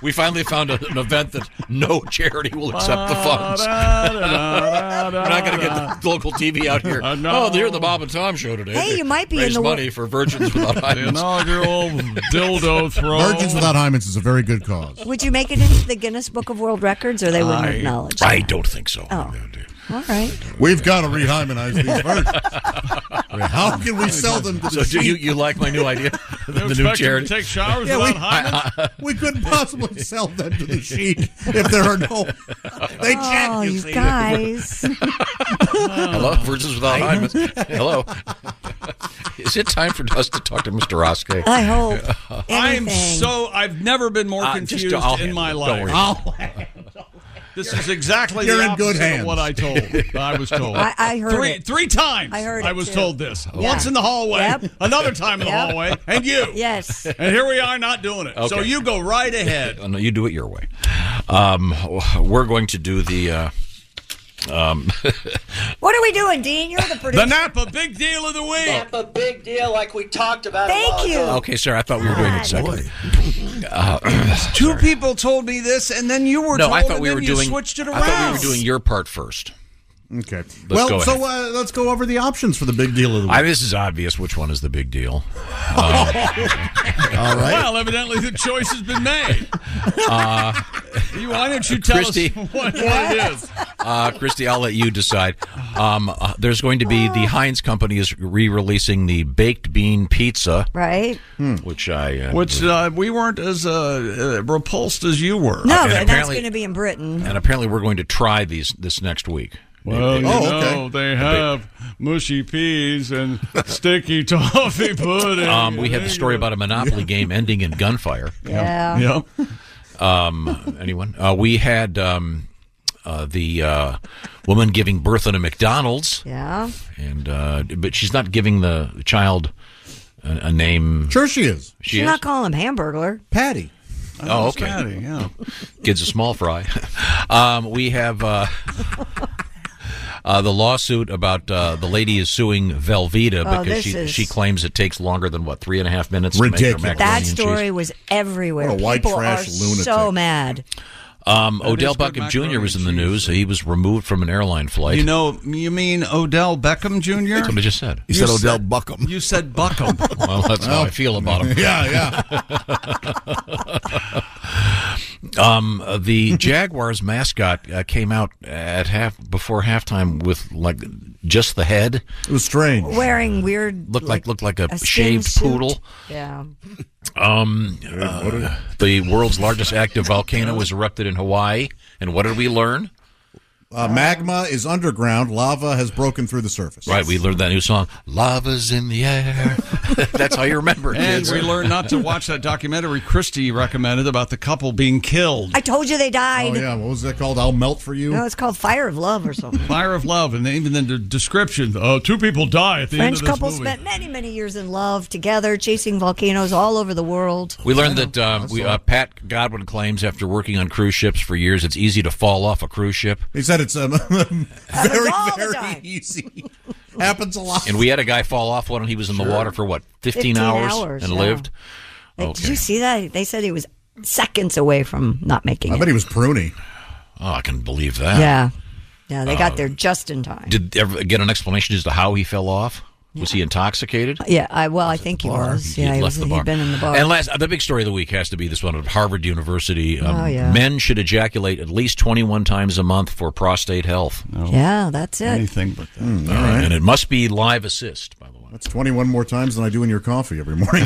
A: we finally found a, an event that no charity will accept the funds. We're not going to get the local TV out here. Oh, they're the Bob and Tom show today.
D: Hey,
A: They
D: you might be in
A: raise
D: the wo-
A: money for virgins without
C: the
A: hymens.
C: inaugural dildo throw.
L: Virgins Without Hymens is a very good cause.
D: Would you make it into the Guinness Book of World Records, or they wouldn't
L: I-
D: acknowledge?
A: I
D: that?
A: don't think so.
D: Oh, all right.
L: We've got to rehymenize these virgins. How can we sell them to
A: So
L: the
A: do you,
L: sheep?
A: you like my new idea?
L: You
A: the
L: expect 'em
A: new
L: to
A: charity.
L: take showers
A: Yeah, we-
L: without hymens?
A: I- I-
L: We couldn't possibly sell them to the sheep if there are no. They check,
D: Oh,
L: you
D: you
L: see.
D: guys.
A: Hello, Virgins Without
L: Hymens?
A: Hymens. Hello. Is it time for us to talk to Mr. Oskay?
D: I hope.
C: I'm so. I've never been more
A: Uh, just,
C: confused
A: I'll
C: in
A: handle
C: my
A: it. Don't
C: life.
A: worry about
C: This is exactly
L: You're
C: the
L: in good
C: opposite of
L: hands.
C: what I told. I was told.
L: I- I heard
C: three,
L: it.
C: three times.
L: I heard
C: I
L: it,
C: was
L: too.
C: told this
L: Yeah.
C: once in the hallway,
L: Yep.
C: another time in the
L: Yep.
C: hallway, and you.
D: Yes.
C: And here we are not doing it. So
A: Okay.
C: you go right ahead.
A: Oh, no, you do it your way. Um, we're going to do the. Uh, um,
D: What are we doing, Dean? You're the producer.
A: The Napa
C: big deal of the week.
V: Napa big deal, like we talked about. a
D: Thank
V: while
D: you.
V: ago.
A: okay, sir. I thought we were doing it second. Uh,
C: Two people told me this, and then you were
A: no,
C: told.
A: I thought
C: and
A: we
C: then
A: were
C: you
A: doing.
C: switched it
A: I
C: around.
A: thought we were doing your part first.
L: Okay.
A: Let's
L: well,
A: go ahead.
L: so uh, let's go over the options for the big deal of the week.
A: I, this is obvious. Which one is the big deal?
C: Oh,
A: Uh,
L: All right.
C: Well, evidently the choice has been made.
A: uh,
C: You, why don't you tell
A: Christy.
C: us what, what it is?
A: Uh, Christy, I'll let you decide. Um, uh, there's going to be the Heinz Company is re-releasing the baked bean pizza,
D: right?
A: Which I uh,
C: Hmm. Which uh, we weren't as uh, uh, repulsed as you were.
D: No,
A: and
D: but that's
A: apparently-
D: going to be in Britain.
A: and apparently we're going to try these this next week.
C: Well, you
A: Oh,
C: know, they have mushy peas and sticky toffee pudding.
A: Um, we had the story about a Monopoly game ending in gunfire.
C: Yeah. Yeah.
A: Um, anyone? Uh, we had um, uh, the uh, woman giving birth in a McDonald's,
D: Yeah.
A: and uh, but she's not giving the child a, a name.
B: Sure, she is.
A: She
D: Should
A: is.
D: not call him hamburglar.
B: Patty.
A: Oh, okay. Kid's a small fry. um, we have uh, uh, the lawsuit about uh, the lady is suing Velveeta
D: Oh,
A: because
D: this
A: she
D: is-
A: she claims it takes longer than what three and a half minutes. To make her macaroni
D: That
A: and cheese.
D: story was everywhere.
A: What a white
D: People
A: trash
D: are
A: lunatic.
D: so mad.
A: Um,
C: That
A: Odell
C: is good
A: Beckham
C: macaroni
A: Jr. was in the news. He was removed from an airline flight.
C: You know, you mean Odell Beckham Jr.? That's
A: what I just said.
C: You,
A: You said-
C: Buckham. You said Buckham.
A: well, that's how I feel about him. yeah. um, uh, the Jaguars mascot uh, came out at half before halftime with like just the head.
B: It was strange.
D: Wearing weird.
A: Looked like- looked like a
D: skin
A: shaved
D: suit.
A: poodle.
D: Yeah.
A: Um,
D: what
A: uh, the world's largest active volcano was erupted in Hawaii, and what did we learn?
B: Uh, magma is underground. Lava has broken through the surface.
A: Right, we learned that new song, "Lava's in the Air." That's how you remember. it,
C: And
A: kids.
C: we learned not to watch that documentary Christie recommended about the couple being killed.
D: I told you they died.
B: Oh,
C: Oh,
B: what was that called? I'll melt for you.
D: No, it's called Fire of Love or something.
C: Fire of Love, and even the description: uh, two people die at the
D: French
C: end of this
D: couple
C: movie.
D: spent many, many years in love together, chasing volcanoes all over the world.
A: We learned that um, we, uh, Pat Godwin claims after working on cruise ships for years, it's easy to fall off a cruise ship.
B: He said it's um, very,
D: all the
B: very
D: time.
B: easy. Happens a lot.
A: And we had a guy fall off one, and he was in the water for what, 15,
D: 15
A: hours,
D: hours,
A: and
D: yeah.
A: lived?
D: Like, Did you see that? They said he was seconds away from not making it.
B: was pruny.
A: Oh, I can believe that.
D: Yeah. Yeah, they got
A: Uh,
D: there just in time.
A: Did ever get an explanation as to how he fell off? Was he intoxicated?
D: Yeah, I well, I think he was. Yeah,
A: He'd
D: he
A: left
D: was.
A: the bar.
D: He'd been in the bar.
A: And last, the big story of the week has to be this one at Harvard University. Um,
D: Oh, yeah.
A: Men should ejaculate at least 21 times a month for prostate health.
D: yeah, that's it.
C: but that.
A: All right. And it must be live assist.
B: That's 21 more times than I do in your coffee every morning.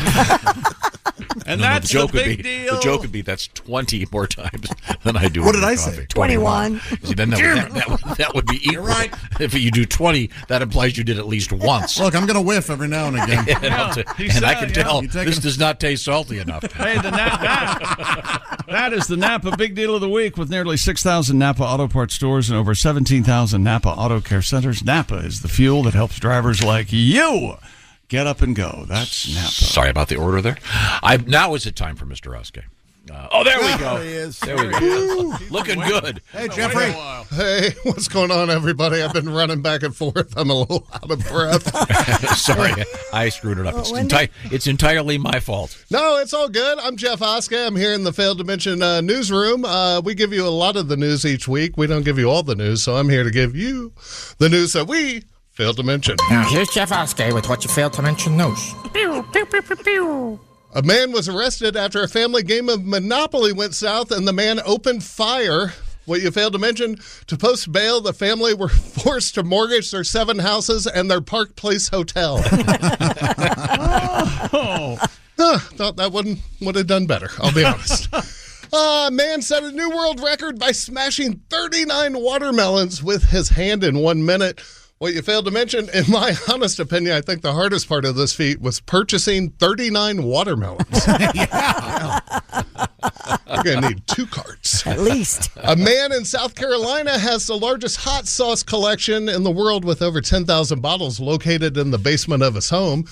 C: And
A: No, no,
C: that's
A: the joke
C: the
A: would
C: big
A: be,
C: deal.
A: The joke would be that's 20 more times than I do.
B: What
A: in
B: did
A: my
B: I
A: coffee.
B: say?
D: 21.
A: See, then that, would, that, that would, that would be equal. right. If you do 20, that implies you did at least once.
B: Look, I'm going to whiff every now and again.
A: and I'll t-
C: he
A: and
C: said,
A: I can
C: yeah.
A: tell
C: You take
A: this
C: him-
A: does not taste salty enough.
C: Hey, the nap, nap. That is the Napa Big Deal of the Week with nearly 6,000 Napa Auto Parts stores and over 17,000 Napa Auto Care centers. Napa is the fuel that helps drivers like you get up and go. That's Napa.
A: Sorry about the order there. I Now is it time for Mr. Oskey? Uh, oh, there we go.
J: There he is.
A: There we go. Looking good.
J: Hey, Jeffrey. Hey, what's going on, everybody? I've been running back and forth. I'm a little out of breath.
A: Sorry, I screwed it up. It's,
J: Wendy-
A: enti- it's entirely my fault.
J: No, it's all good. I'm Jeff Oska. I'm here in the Failed Dimension uh, newsroom. Uh, we give you a lot of the news each week. We don't give you all the news, so I'm here to give you the news that we failed to mention.
W: Now here's Jeff Oskey with what you failed to mention news.
J: A man was arrested after a family game of Monopoly went south and the man opened fire. What you failed to mention, to post bail, the family were forced to mortgage their seven houses and their Park Place hotel. oh. thought that wouldn't would have done better, I'll be honest. Uh, man set a new world record by smashing 39 watermelons with his hand in one minute. What you failed to mention, in my honest opinion, I think the hardest part of this feat was purchasing 39 watermelons. You're going to need two carts.
W: At least.
J: A man in South Carolina has the largest hot sauce collection in the world with over 10,000 bottles located in the basement of his home.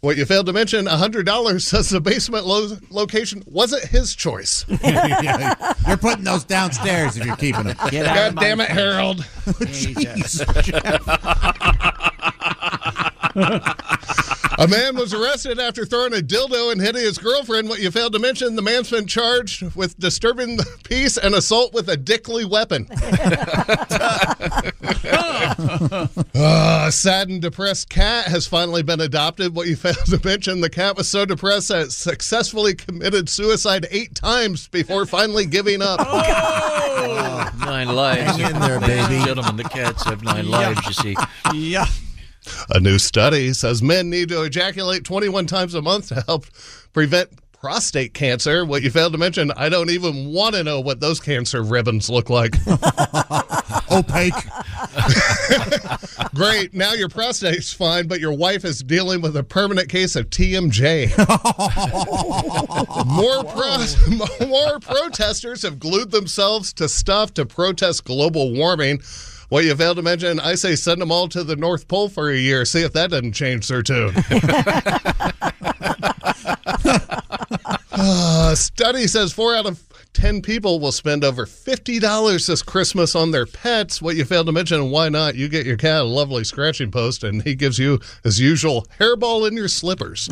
J: What you failed to mention, $100 says the basement lo- location wasn't his choice.
B: You're putting those downstairs if you're keeping them.
J: Get out God of my damn it, face. Harold.
B: Jesus,
J: a man was arrested after throwing a dildo and hitting his girlfriend. What you failed to mention, the man's been charged with disturbing the peace and assault with a dickly weapon. Ah, a sad and depressed cat has finally been adopted. What you failed to mention, the cat was so depressed that it successfully committed suicide eight times before finally giving up.
A: Nine lives.
J: Hang in there,
A: Ladies and
J: baby.
A: Gentlemen, the cats have nine lives, you see.
C: Yeah.
J: A new study says men need to ejaculate 21 times a month to help prevent prostate cancer. What you failed to mention, I don't even want to know what those cancer ribbons look like.
L: opaque.
J: Great. Now your prostate's fine, but your wife is dealing with a permanent case of TMJ. more, pro- more protesters have glued themselves to stuff to protest global warming. What you failed to mention, I say send them all to the North Pole for a year. See if that doesn't change their tune. Uh, study says four out of 10 people will spend over $50 this Christmas on their pets. What you failed to mention, why not? You get your cat a lovely scratching post, and he gives you his usual hairball in your slippers.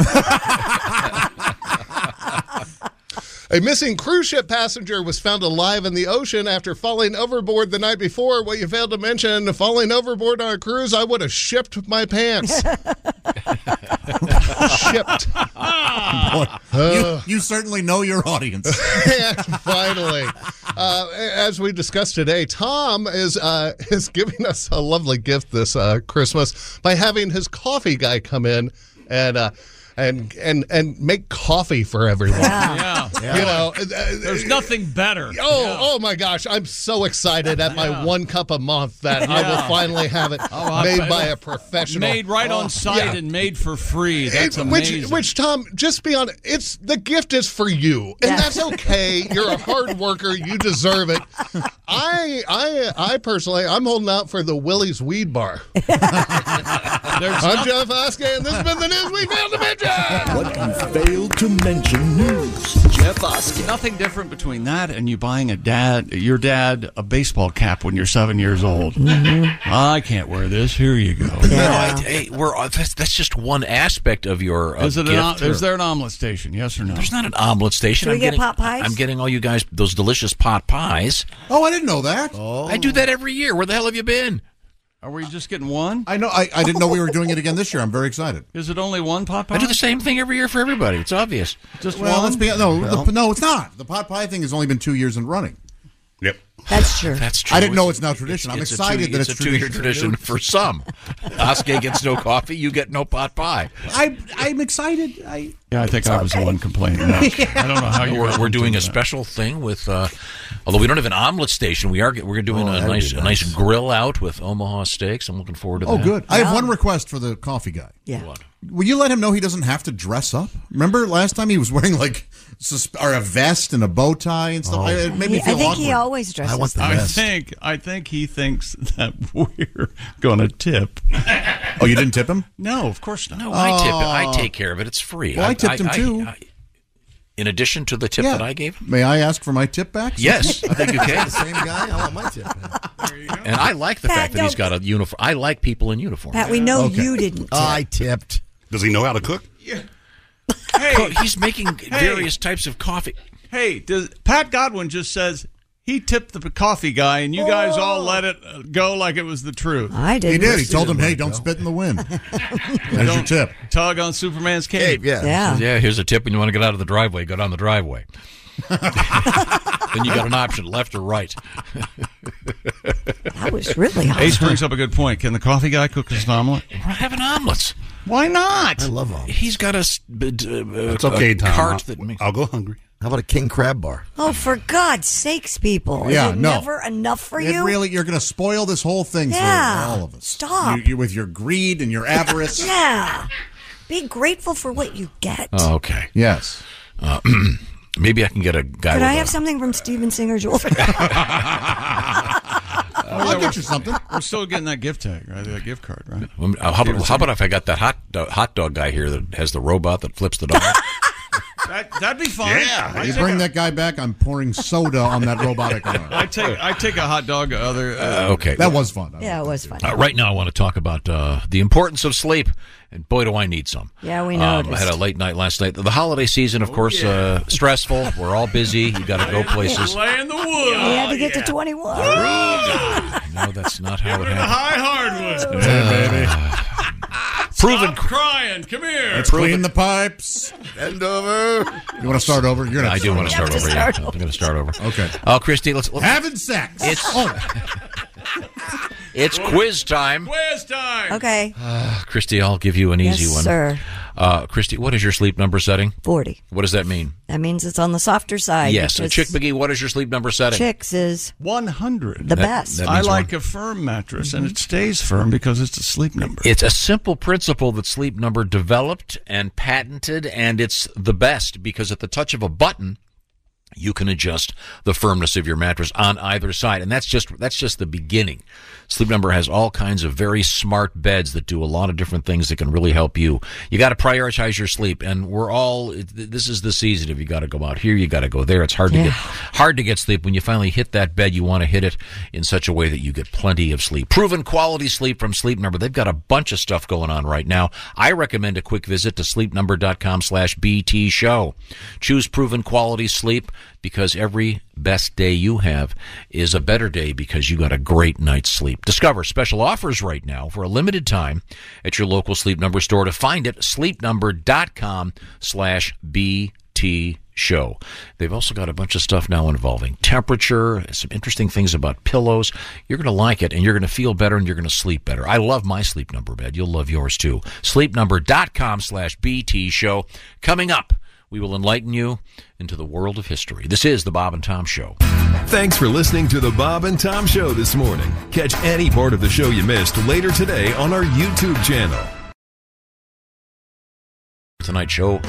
J: A missing cruise ship passenger was found alive in the ocean after falling overboard the night before. What you failed to mention, falling overboard on a cruise, I would have shipped my pants. shipped.
L: you, you certainly know your audience.
J: and finally, uh, as we discussed today, Tom is uh, is giving us a lovely gift this uh, Christmas by having his coffee guy come in and. Uh, and, and and make coffee for everyone.
C: Yeah.
J: You know,
C: there's nothing better.
J: Oh, oh my gosh! I'm so excited at my one cup a month that I will
C: Yeah.
J: finally have it
C: Oh, I-
J: made by a professional. Oh.
C: Made right on site
J: Yeah.
C: and made for free. That's
J: It-
C: amazing.
J: Which, which, Tom, just be honest. It's the gift is for you, and that's okay. You're a hard worker. You deserve it. I, I, I personally, I'm holding out for the Willie's Weed Bar. I'm Jeff Oskey, and this has been the news we failed to mention.
U: What you failed to mention news.
C: Jeff Oskey. Nothing different between that and you buying a dad, your dad, a baseball cap when you're seven years old. I can't wear this. Here you go.
A: No, I, hey, we're uh, that's, that's just one aspect of your. Uh,
C: Is, it an,
A: gift
C: om-
A: or-
C: is there an omelet station? Yes or no?
A: There's not an omelet station.
C: Should we
A: I'm
C: get
A: getting,
C: pot pies?
A: I'm getting all you guys those delicious pot pies.
B: Oh, I didn't know that.
A: I do that every year. Where the hell have you been?
C: Are we just getting one?
B: I know. I, I didn't know we were doing it again this year. I'm very excited.
C: Is it only one pot pie?
A: I do the same thing every year for everybody. It's obvious.
C: Just
B: well,
C: one?
B: let's be no,
A: Well.
B: the, no, it's not. The pot pie thing has only been two years in running.
I: Yep,
D: that's true.
A: That's
B: I didn't know it's now tradition. I'm excited that it's
A: a two-year
B: tradition.
A: tradition for some. Oskey gets no coffee. You get no pot pie.
L: I I'm excited. I
C: Yeah, I think I was the one complaining. No. I don't know how you
A: We're,
C: were
A: we're doing a
C: that.
A: special thing with, uh, although we don't have an omelet station, we are get- we're
C: Oh,
A: doing a
B: that'd
A: nice,
B: be
A: a nice grill out with Omaha steaks. I'm looking forward to
B: Oh,
A: that.
B: good. I have one request for the coffee guy.
D: Yeah.
B: Will you let him know he doesn't have to dress up? Remember last time he was wearing like sus- or a vest and a bow tie and
A: Oh.
B: stuff. It made me
D: He- I
B: feel
D: think
B: awkward.
D: he always dresses.
B: I want the
C: I
B: vest.
C: think I think he thinks that we're going to tip.
B: oh, you didn't tip him?
C: No, of course not.
A: No, I tip it. I take care of it. It's free.
B: Oh. Well, I tipped him, too.
A: I- in addition to the tip that I gave him.
B: May I ask for my tip back?
A: Yes, I think you can.
B: The same guy. I want my tip.
A: And I like the
D: Pat,
A: fact that he's
D: don't-
A: got a uniform. I like people in uniform.
D: Pat, we know you didn't.
I: I tipped. Does he know how to cook?
A: Co- he's making various types of coffee.
C: Hey, does, Pat Godwin just says he tipped the coffee guy, and you guys all let it uh, go like it was the truth.
D: Oh. I
B: He
D: didn't.
B: did. He told him, "Hey, don't spit in the wind." There's your
C: Don't
B: tip.
C: Tug on Superman's cape.
D: Yeah.
A: Yeah, here's a tip when you want to get out of the driveway, go down the driveway. then you got an option left or right.
D: That was really hot.
C: Ace brings up a good point. Can the coffee guy cook his omelet?
A: We're having omelets.
C: Why not?
U: I love them.
A: He's got a, s- b- d- uh,
I: It's okay,
A: a
I: Tom.
A: cart
I: I'll-
A: that makes.
I: I'll go hungry.
U: How about a king crab bar?
D: Oh, for God's sakes, people!
B: Yeah,
D: Is it
B: no.
D: never enough for
B: It
D: you?
B: really, you're going to spoil this whole thing
D: Yeah.
B: for all of us.
D: Stop.
B: You, you, with your greed and your avarice.
D: yeah. Be grateful for what you get.
A: Oh, okay.
B: Yes.
A: Uh, maybe I can get a guy.
D: Could
A: with
D: I
A: a-
D: have something from Steven Singer Jewelry?
B: I'll get you something.
C: We're still getting that gift tag, right? That gift card, right?
A: Well, uh, How about, how about if I got that hot dog, hot dog guy here that has the robot that flips the dog?
C: That, that'd be fun.
I: Yeah.
C: I
B: You
C: take,
B: bring
C: a,
B: that guy back, I'm pouring soda on that robotic arm.
C: I take I take a hot dog. Other uh,
A: Uh, okay.
B: That was fun.
D: yeah, it was funny.
A: Uh, right now, I want to talk about uh, the importance of sleep, and boy, do I need some.
D: Yeah, we
A: Um, I
D: noticed.
A: had a late night last night. The holiday season, of course, uh, stressful. We're all busy. You got to go places.
C: lay in the woods.
D: we had to get to 21.
A: No, that's not how it Uh,
C: The high
A: happened.
C: hardwood.
A: Proven.
C: Stop crying. Come here.
B: Clean the pipes.
U: End over.
B: You want to start over? You're gonna
A: I do
B: start
A: want to
B: over.
A: start over. Yeah, I'm going to start over.
B: Okay.
A: Oh, Christy, let's. let's
B: Having sex.
A: It's-
B: oh,
A: it's quiz time.
C: Quiz time.
D: Okay.
A: Uh, Christy, I'll give you an
D: Yes,
A: easy one.
D: sir.
A: Uh, Christy, what is your sleep number setting?
D: 40.
A: What does that mean?
D: That means it's on the softer side.
A: yes. And
D: because
A: Chick McGee, what is your sleep number setting?
D: Chicks is
C: 100.
D: The
A: That-
D: best. Mm-hmm.
A: that
C: I
A: means
C: like a firm mattress, and it stays firm because it's a sleep number.
A: It's a simple principle that Sleep Number developed and patented, and it's the best because at the touch of a button, you can adjust the firmness of your mattress on either side, and that's just that's just the beginning. Sleep Number has all kinds of very smart beds that do a lot of different things that can really help you. You got to prioritize your sleep, and we're all it- this is the season. If you got to go out here, you got to go there. It's hard to
D: Yeah.
A: get hard to get sleep when you finally hit that bed. You want to hit it in such a way that you get plenty of sleep. Proven quality sleep from Sleep Number. They've got a bunch of stuff going on right now. I recommend a quick visit to sleepnumber.com/bt show. Choose proven quality sleep because every best day you have is a better day because you got a great night's sleep. Discover special offers right now for a limited time at your local Sleep Number store. To find it, sleepnumber.com slash BT show. They've also got a bunch of stuff now involving temperature, some interesting things about pillows. You're going to like it and you're going to feel better and you're going to sleep better. I love my sleep number bed. You'll love yours too. Sleepnumber.com slash BT show. Coming up, we will enlighten you into the world of history. This is the Bob and Tom Show.
K: Thanks for listening to the Bob and Tom Show this morning. Catch any part of the show you missed later today on our YouTube channel.
A: Tonight's show.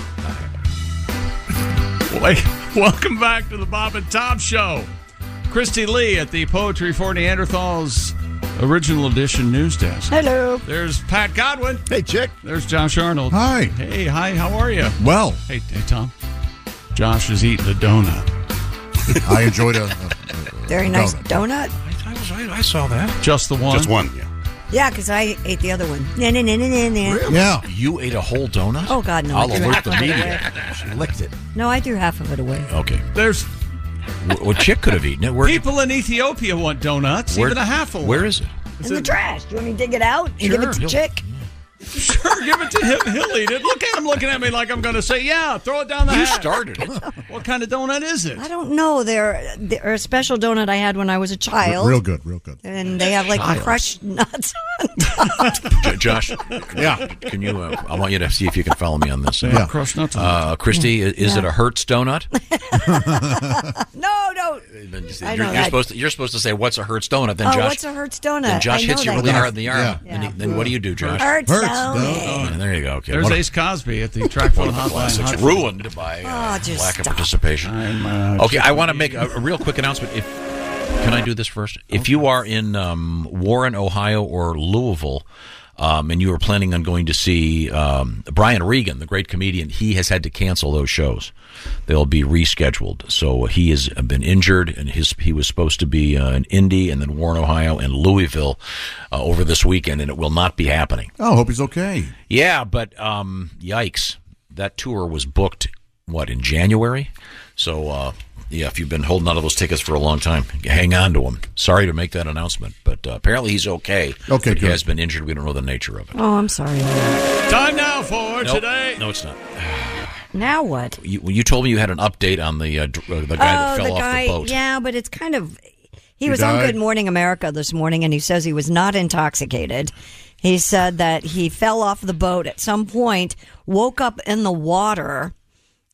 C: Like, welcome back to the Bob and Tom Show. Christy Lee at the Poetry for Neanderthals Original Edition News Desk.
D: Hello.
C: There's Pat Godwin.
L: Hey, Chick.
C: There's Josh Arnold.
L: Hi.
C: Hey, hi. How are you?
L: Well.
C: Hey, hey Tom. Josh is eating a donut.
L: I enjoyed a,
D: Very nice donut.
A: I saw that.
C: Just the one.
I: Just one. Yeah.
D: Yeah, because I ate the other one. Nah, nah, nah, nah, nah, nah.
L: Yeah.
A: You ate a whole donut?
D: Oh, God, no.
A: I'll
D: I threw
A: alert the
D: half of it
A: media.
D: away.
A: She licked it.
D: No, I threw half of it away.
A: Okay.
C: There's.
A: Well, Chick could have eaten it. Where,
C: People in Ethiopia want donuts,
A: Where-
C: even a half a one.
A: where is it?
D: In the trash. Do you want me to dig it out and give it to
A: Sure.
D: Chick?
C: Sure, give it to him. He'll eat it. Look at him looking at me like I'm going to say, yeah, throw it down the
A: You
C: hatch.
A: started it.
C: What kind of donut is it?
D: I don't know. They're, they're a special donut I had when I was a child.
L: real good, real good.
D: And they have like
A: Child.
D: crushed nuts.
A: J- Josh,
L: Yeah.
A: Can you? Uh, I want you to see if you can follow me on this.
C: Yeah, crushed nuts.
A: Uh, Christy, i- is
D: Yeah.
A: it a Hertz donut?
D: no, no.
A: Then you say-
D: I
A: you're,
D: know
A: you're
D: that.
A: supposed to, you're supposed to say what's a Hertz donut. Then
D: oh,
A: Josh,
D: what's a Hertz donut?
A: then Josh
D: I know
A: hits you
D: that
A: really
D: one.
A: hard in the arm.
D: Yeah.
A: Then, he- then what do you do, Josh?
D: Hertz Hertz donut.
A: Yeah, there you go. Okay.
C: There's
A: One of-
C: Ace Cosby at the track phone
A: one of the
C: hotline.
A: classics
C: Hotline.
A: ruined by uh,
D: Oh, just
A: lack of
D: stop.
A: participation.
C: uh,
A: okay, I want to make a, a real quick announcement. If can I do this first? If you are in um, Warren, Ohio, or Louisville. Um, and you are planning on going to see um, Brian Regan, the great comedian. He has had to cancel those shows; they'll be rescheduled. So he has been injured, and his he was supposed to be uh, in Indy, and then Warren, Ohio, and Louisville uh, over this weekend, and it will not be happening.
L: Oh, hope he's okay.
A: Yeah, but um, yikes! That tour was booked what in January, so uh, yeah, if you've been holding on to those tickets for a long time, hang on to them. Sorry to make that announcement, but uh, apparently he's okay.
L: Okay,
A: But he
L: good.
A: has been injured. We don't know the nature of it.
D: Oh, I'm sorry.
C: Time now for
A: Nope.
C: today.
A: No, it's not.
D: Now what? Oh,
A: You, you told me you had an update on the uh, dr- uh, the guy that fell off the boat.
D: Yeah, but it's kind of. He,
A: He
D: was on
A: died?
D: Good Morning America this morning, and he says he was not intoxicated. He said that he fell off the boat at some point, woke up in the water,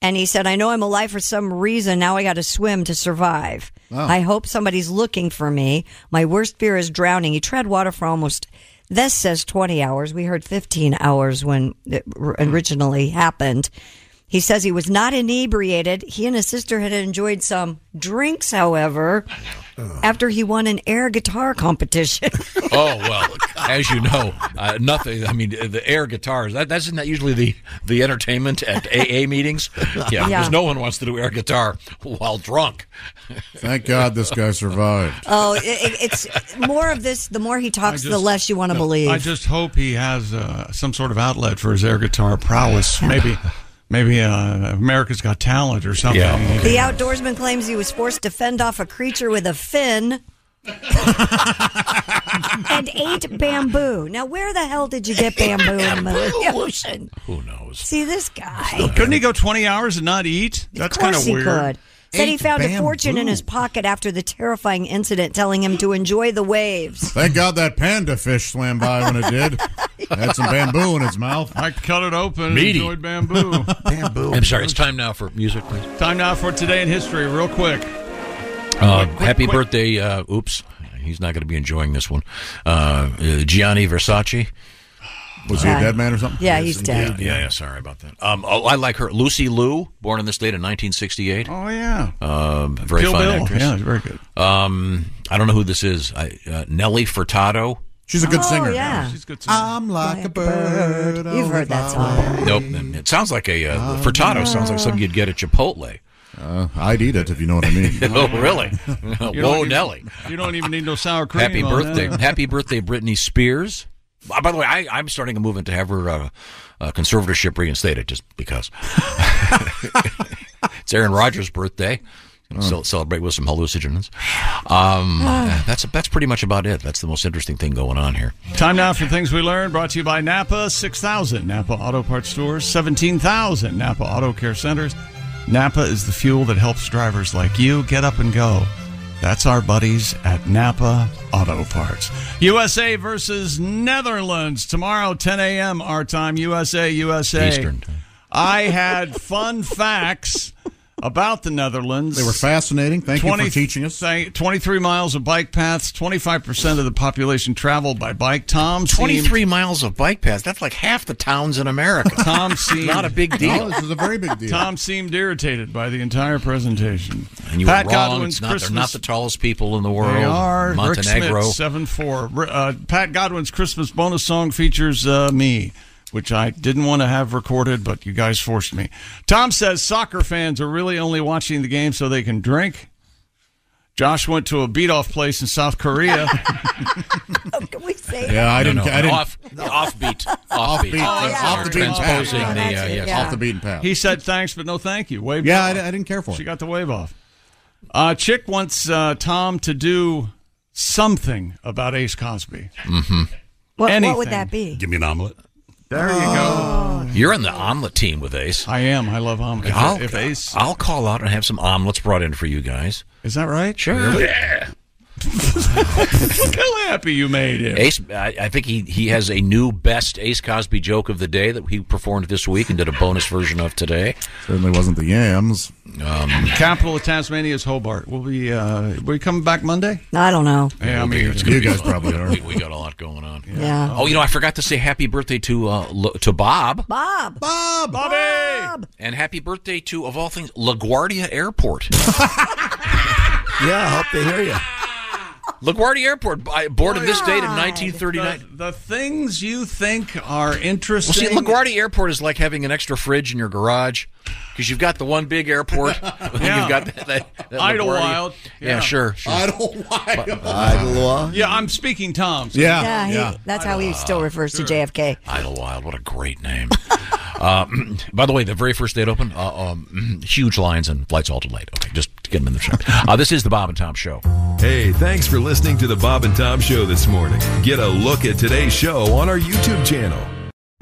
D: and he said, "I know I'm alive for some reason. Now I got to swim to survive.
M: Wow.
D: I hope somebody's looking for me. My worst fear is drowning." He tread water for almost. This says 20 hours. We heard 15 hours when it r- originally happened. He says he was not inebriated. He and his sister had enjoyed some drinks, however, after he won an air guitar competition.
A: Oh well, as you know, uh, nothing. I mean, the air guitars. That, that's isn't that usually the the entertainment at AA meetings. Yeah, because
D: Yeah.
A: no one wants to do air guitar while drunk.
L: Thank God this guy survived.
D: oh, it, it- it's more of this. The more he talks,
C: I
D: the
C: just-
D: less you want to
C: no,
D: believe.
C: I just hope he has uh, some sort of outlet for his air guitar prowess. Maybe, maybe uh, America's Got Talent or something.
D: the outdoorsman claims he was forced to fend off a creature with a fin and ate bamboo. Now, where the hell did you get bamboo in the middle of the ocean?
A: Who knows?
D: See this guy.
C: Couldn't he go 20 hours and not eat? That's
D: Of
C: kind
D: course
C: of weird.
D: he could. Said he
B: Ain't
D: found a
B: bamboo.
D: fortune in his pocket after the terrifying incident, telling him to enjoy the waves.
L: Thank God that panda fish swam by when it did. Had some bamboo in its mouth.
C: I cut it open and
L: Meaty.
C: enjoyed bamboo.
A: bamboo. I'm sorry. It's time now for music, please.
C: Time now for today in history, real quick.
A: Uh, happy
C: quick.
A: birthday. Uh, oops. He's not going to be enjoying this one. Uh, uh, Gianni Versace.
L: Was he a dead man or something?
D: Yeah, Uh, he's dead.
A: Yeah, yeah, yeah, sorry about that. Um, oh, I like her. Lucy Liu, born on this date in 1968.
C: Oh, yeah.
A: Um, very
C: Kill
A: fine
C: Bill.
A: actress.
C: Yeah, very good.
A: Um, I don't know who this is. I, uh, Nelly Furtado. Oh,
L: She's a
D: Oh,
L: good singer.
C: She's good
L: I'm like a bird.
D: You've heard that song.
A: Nope. It sounds like a uh, Furtado. Sounds like something you'd get at Chipotle.
L: Oh, Uh, I'd eat it if you know what I mean.
A: oh, really?
C: You
A: Whoa,
C: don't even-
A: Nelly.
C: You don't even need no sour cream.
A: Happy
C: on
A: birthday.
C: that.
A: Happy birthday, Britney Spears. Uh, By the way, I, I'm starting a movement to have her uh, uh, conservatorship reinstated just because. it's Aaron Rodgers' birthday. So celebrate with some hallucinogens. Um,
C: Ah.
A: that's that's pretty much about it. That's the most interesting thing going on here.
C: Time now for things we learned. Brought to you by Napa, six thousand Napa Auto Parts stores, seventeen thousand Napa Auto Care centers. Napa is the fuel that helps drivers like you get up and go. That's our buddies at Napa Auto Parts. USA versus Netherlands tomorrow, 10 a.m. our time. USA, USA.
A: Eastern
C: I had fun facts about the Netherlands.
L: They were fascinating. Thank you
C: 20
L: for teaching us.
C: Say 23 miles of bike paths, 25% of the population traveled by bike. Tom, seemed-
A: 23 miles of bike paths. That's like half the towns in America.
C: Tom seemed
A: Not a big deal.
L: No, this is a very big deal.
C: Tom seemed irritated by the entire presentation.
A: And you
C: Pat
A: were wrong.
C: Godwin's
A: it's not,
C: Christmas.
A: They're not the tallest people in the world.
C: They are.
A: Montenegro.
C: Rick Smith, seven four. Uh, Pat Godwin's Christmas bonus song features uh, me, which I didn't want to have recorded, but you guys forced me. Tom says soccer fans are really only watching the game so they can drink. Josh went to a beat off place in South Korea.
D: Oh, Can we say
L: Yeah, I didn't. I didn't.
A: Off, offbeat. Offbeat.
L: Offbeat. Oh, yeah. Off the beaten path.
A: Transposing
L: Yeah,
A: the, uh,
L: that's it,
A: yes.
L: yeah. Off the beaten path.
C: He said thanks, but no thank you. Waved
L: Yeah,
C: off.
L: I, I didn't care for
C: She
L: it.
C: got the wave off. Uh, Chick wants uh, Tom to do something about Ace Cosby.
A: Mhm.
D: What, what
C: Anything.
D: would that be?
A: Give me an omelet.
C: There you go.
A: You're on the omelet team with Ace.
C: I am. I love omelets. If-
A: I'll,
C: if Ace-
A: I'll call out and have some omelets brought in for you guys.
C: Is that right?
A: Sure.
C: Yeah. Still happy you made it.
A: Ace, I, I think he, he has a new best Ace Cosby joke of the day that he performed this week and did a bonus version of today.
L: Certainly wasn't the yams.
A: Um,
C: Capital of Tasmania is Hobart. We'll be uh, we coming back Monday.
D: I don't know.
C: Yeah, I
A: we'll be here.
C: mean,
A: It's gonna
L: You
A: be
L: guys
A: fun.
L: probably are.
A: We, we got a lot going on.
D: Yeah.
A: Oh, you know, I forgot to say happy birthday to uh, Lo- to Bob
D: Bob.
L: Bob.
C: Bobby.
A: and happy birthday to of all things LaGuardia Airport.
P: Yeah, I hope they hear you.
A: LaGuardia Airport, by- born on this date in 1939.
C: The, the things you think are
A: Well, see,
C: interesting.
A: LaGuardia Airport is like having an extra fridge in your garage because you've got the one big airport. and then
C: Yeah.
A: You've got that, that, that
C: Idlewild.
A: LaGuardia. Yeah, sure. sure.
P: Idlewild.
C: Yeah, I'm speaking Tom's.
D: Yeah, he, that's how he still refers to JFK.
A: Idlewild. What a great name. uh, by the way, the very first date open, uh, um, huge lines and flights all delayed. Okay, just to get them in the show. Uh, this is the Bob and Tom Show.
K: Hey, thanks for listening to the Bob and Tom Show this morning. Get a look at today's show on our YouTube channel.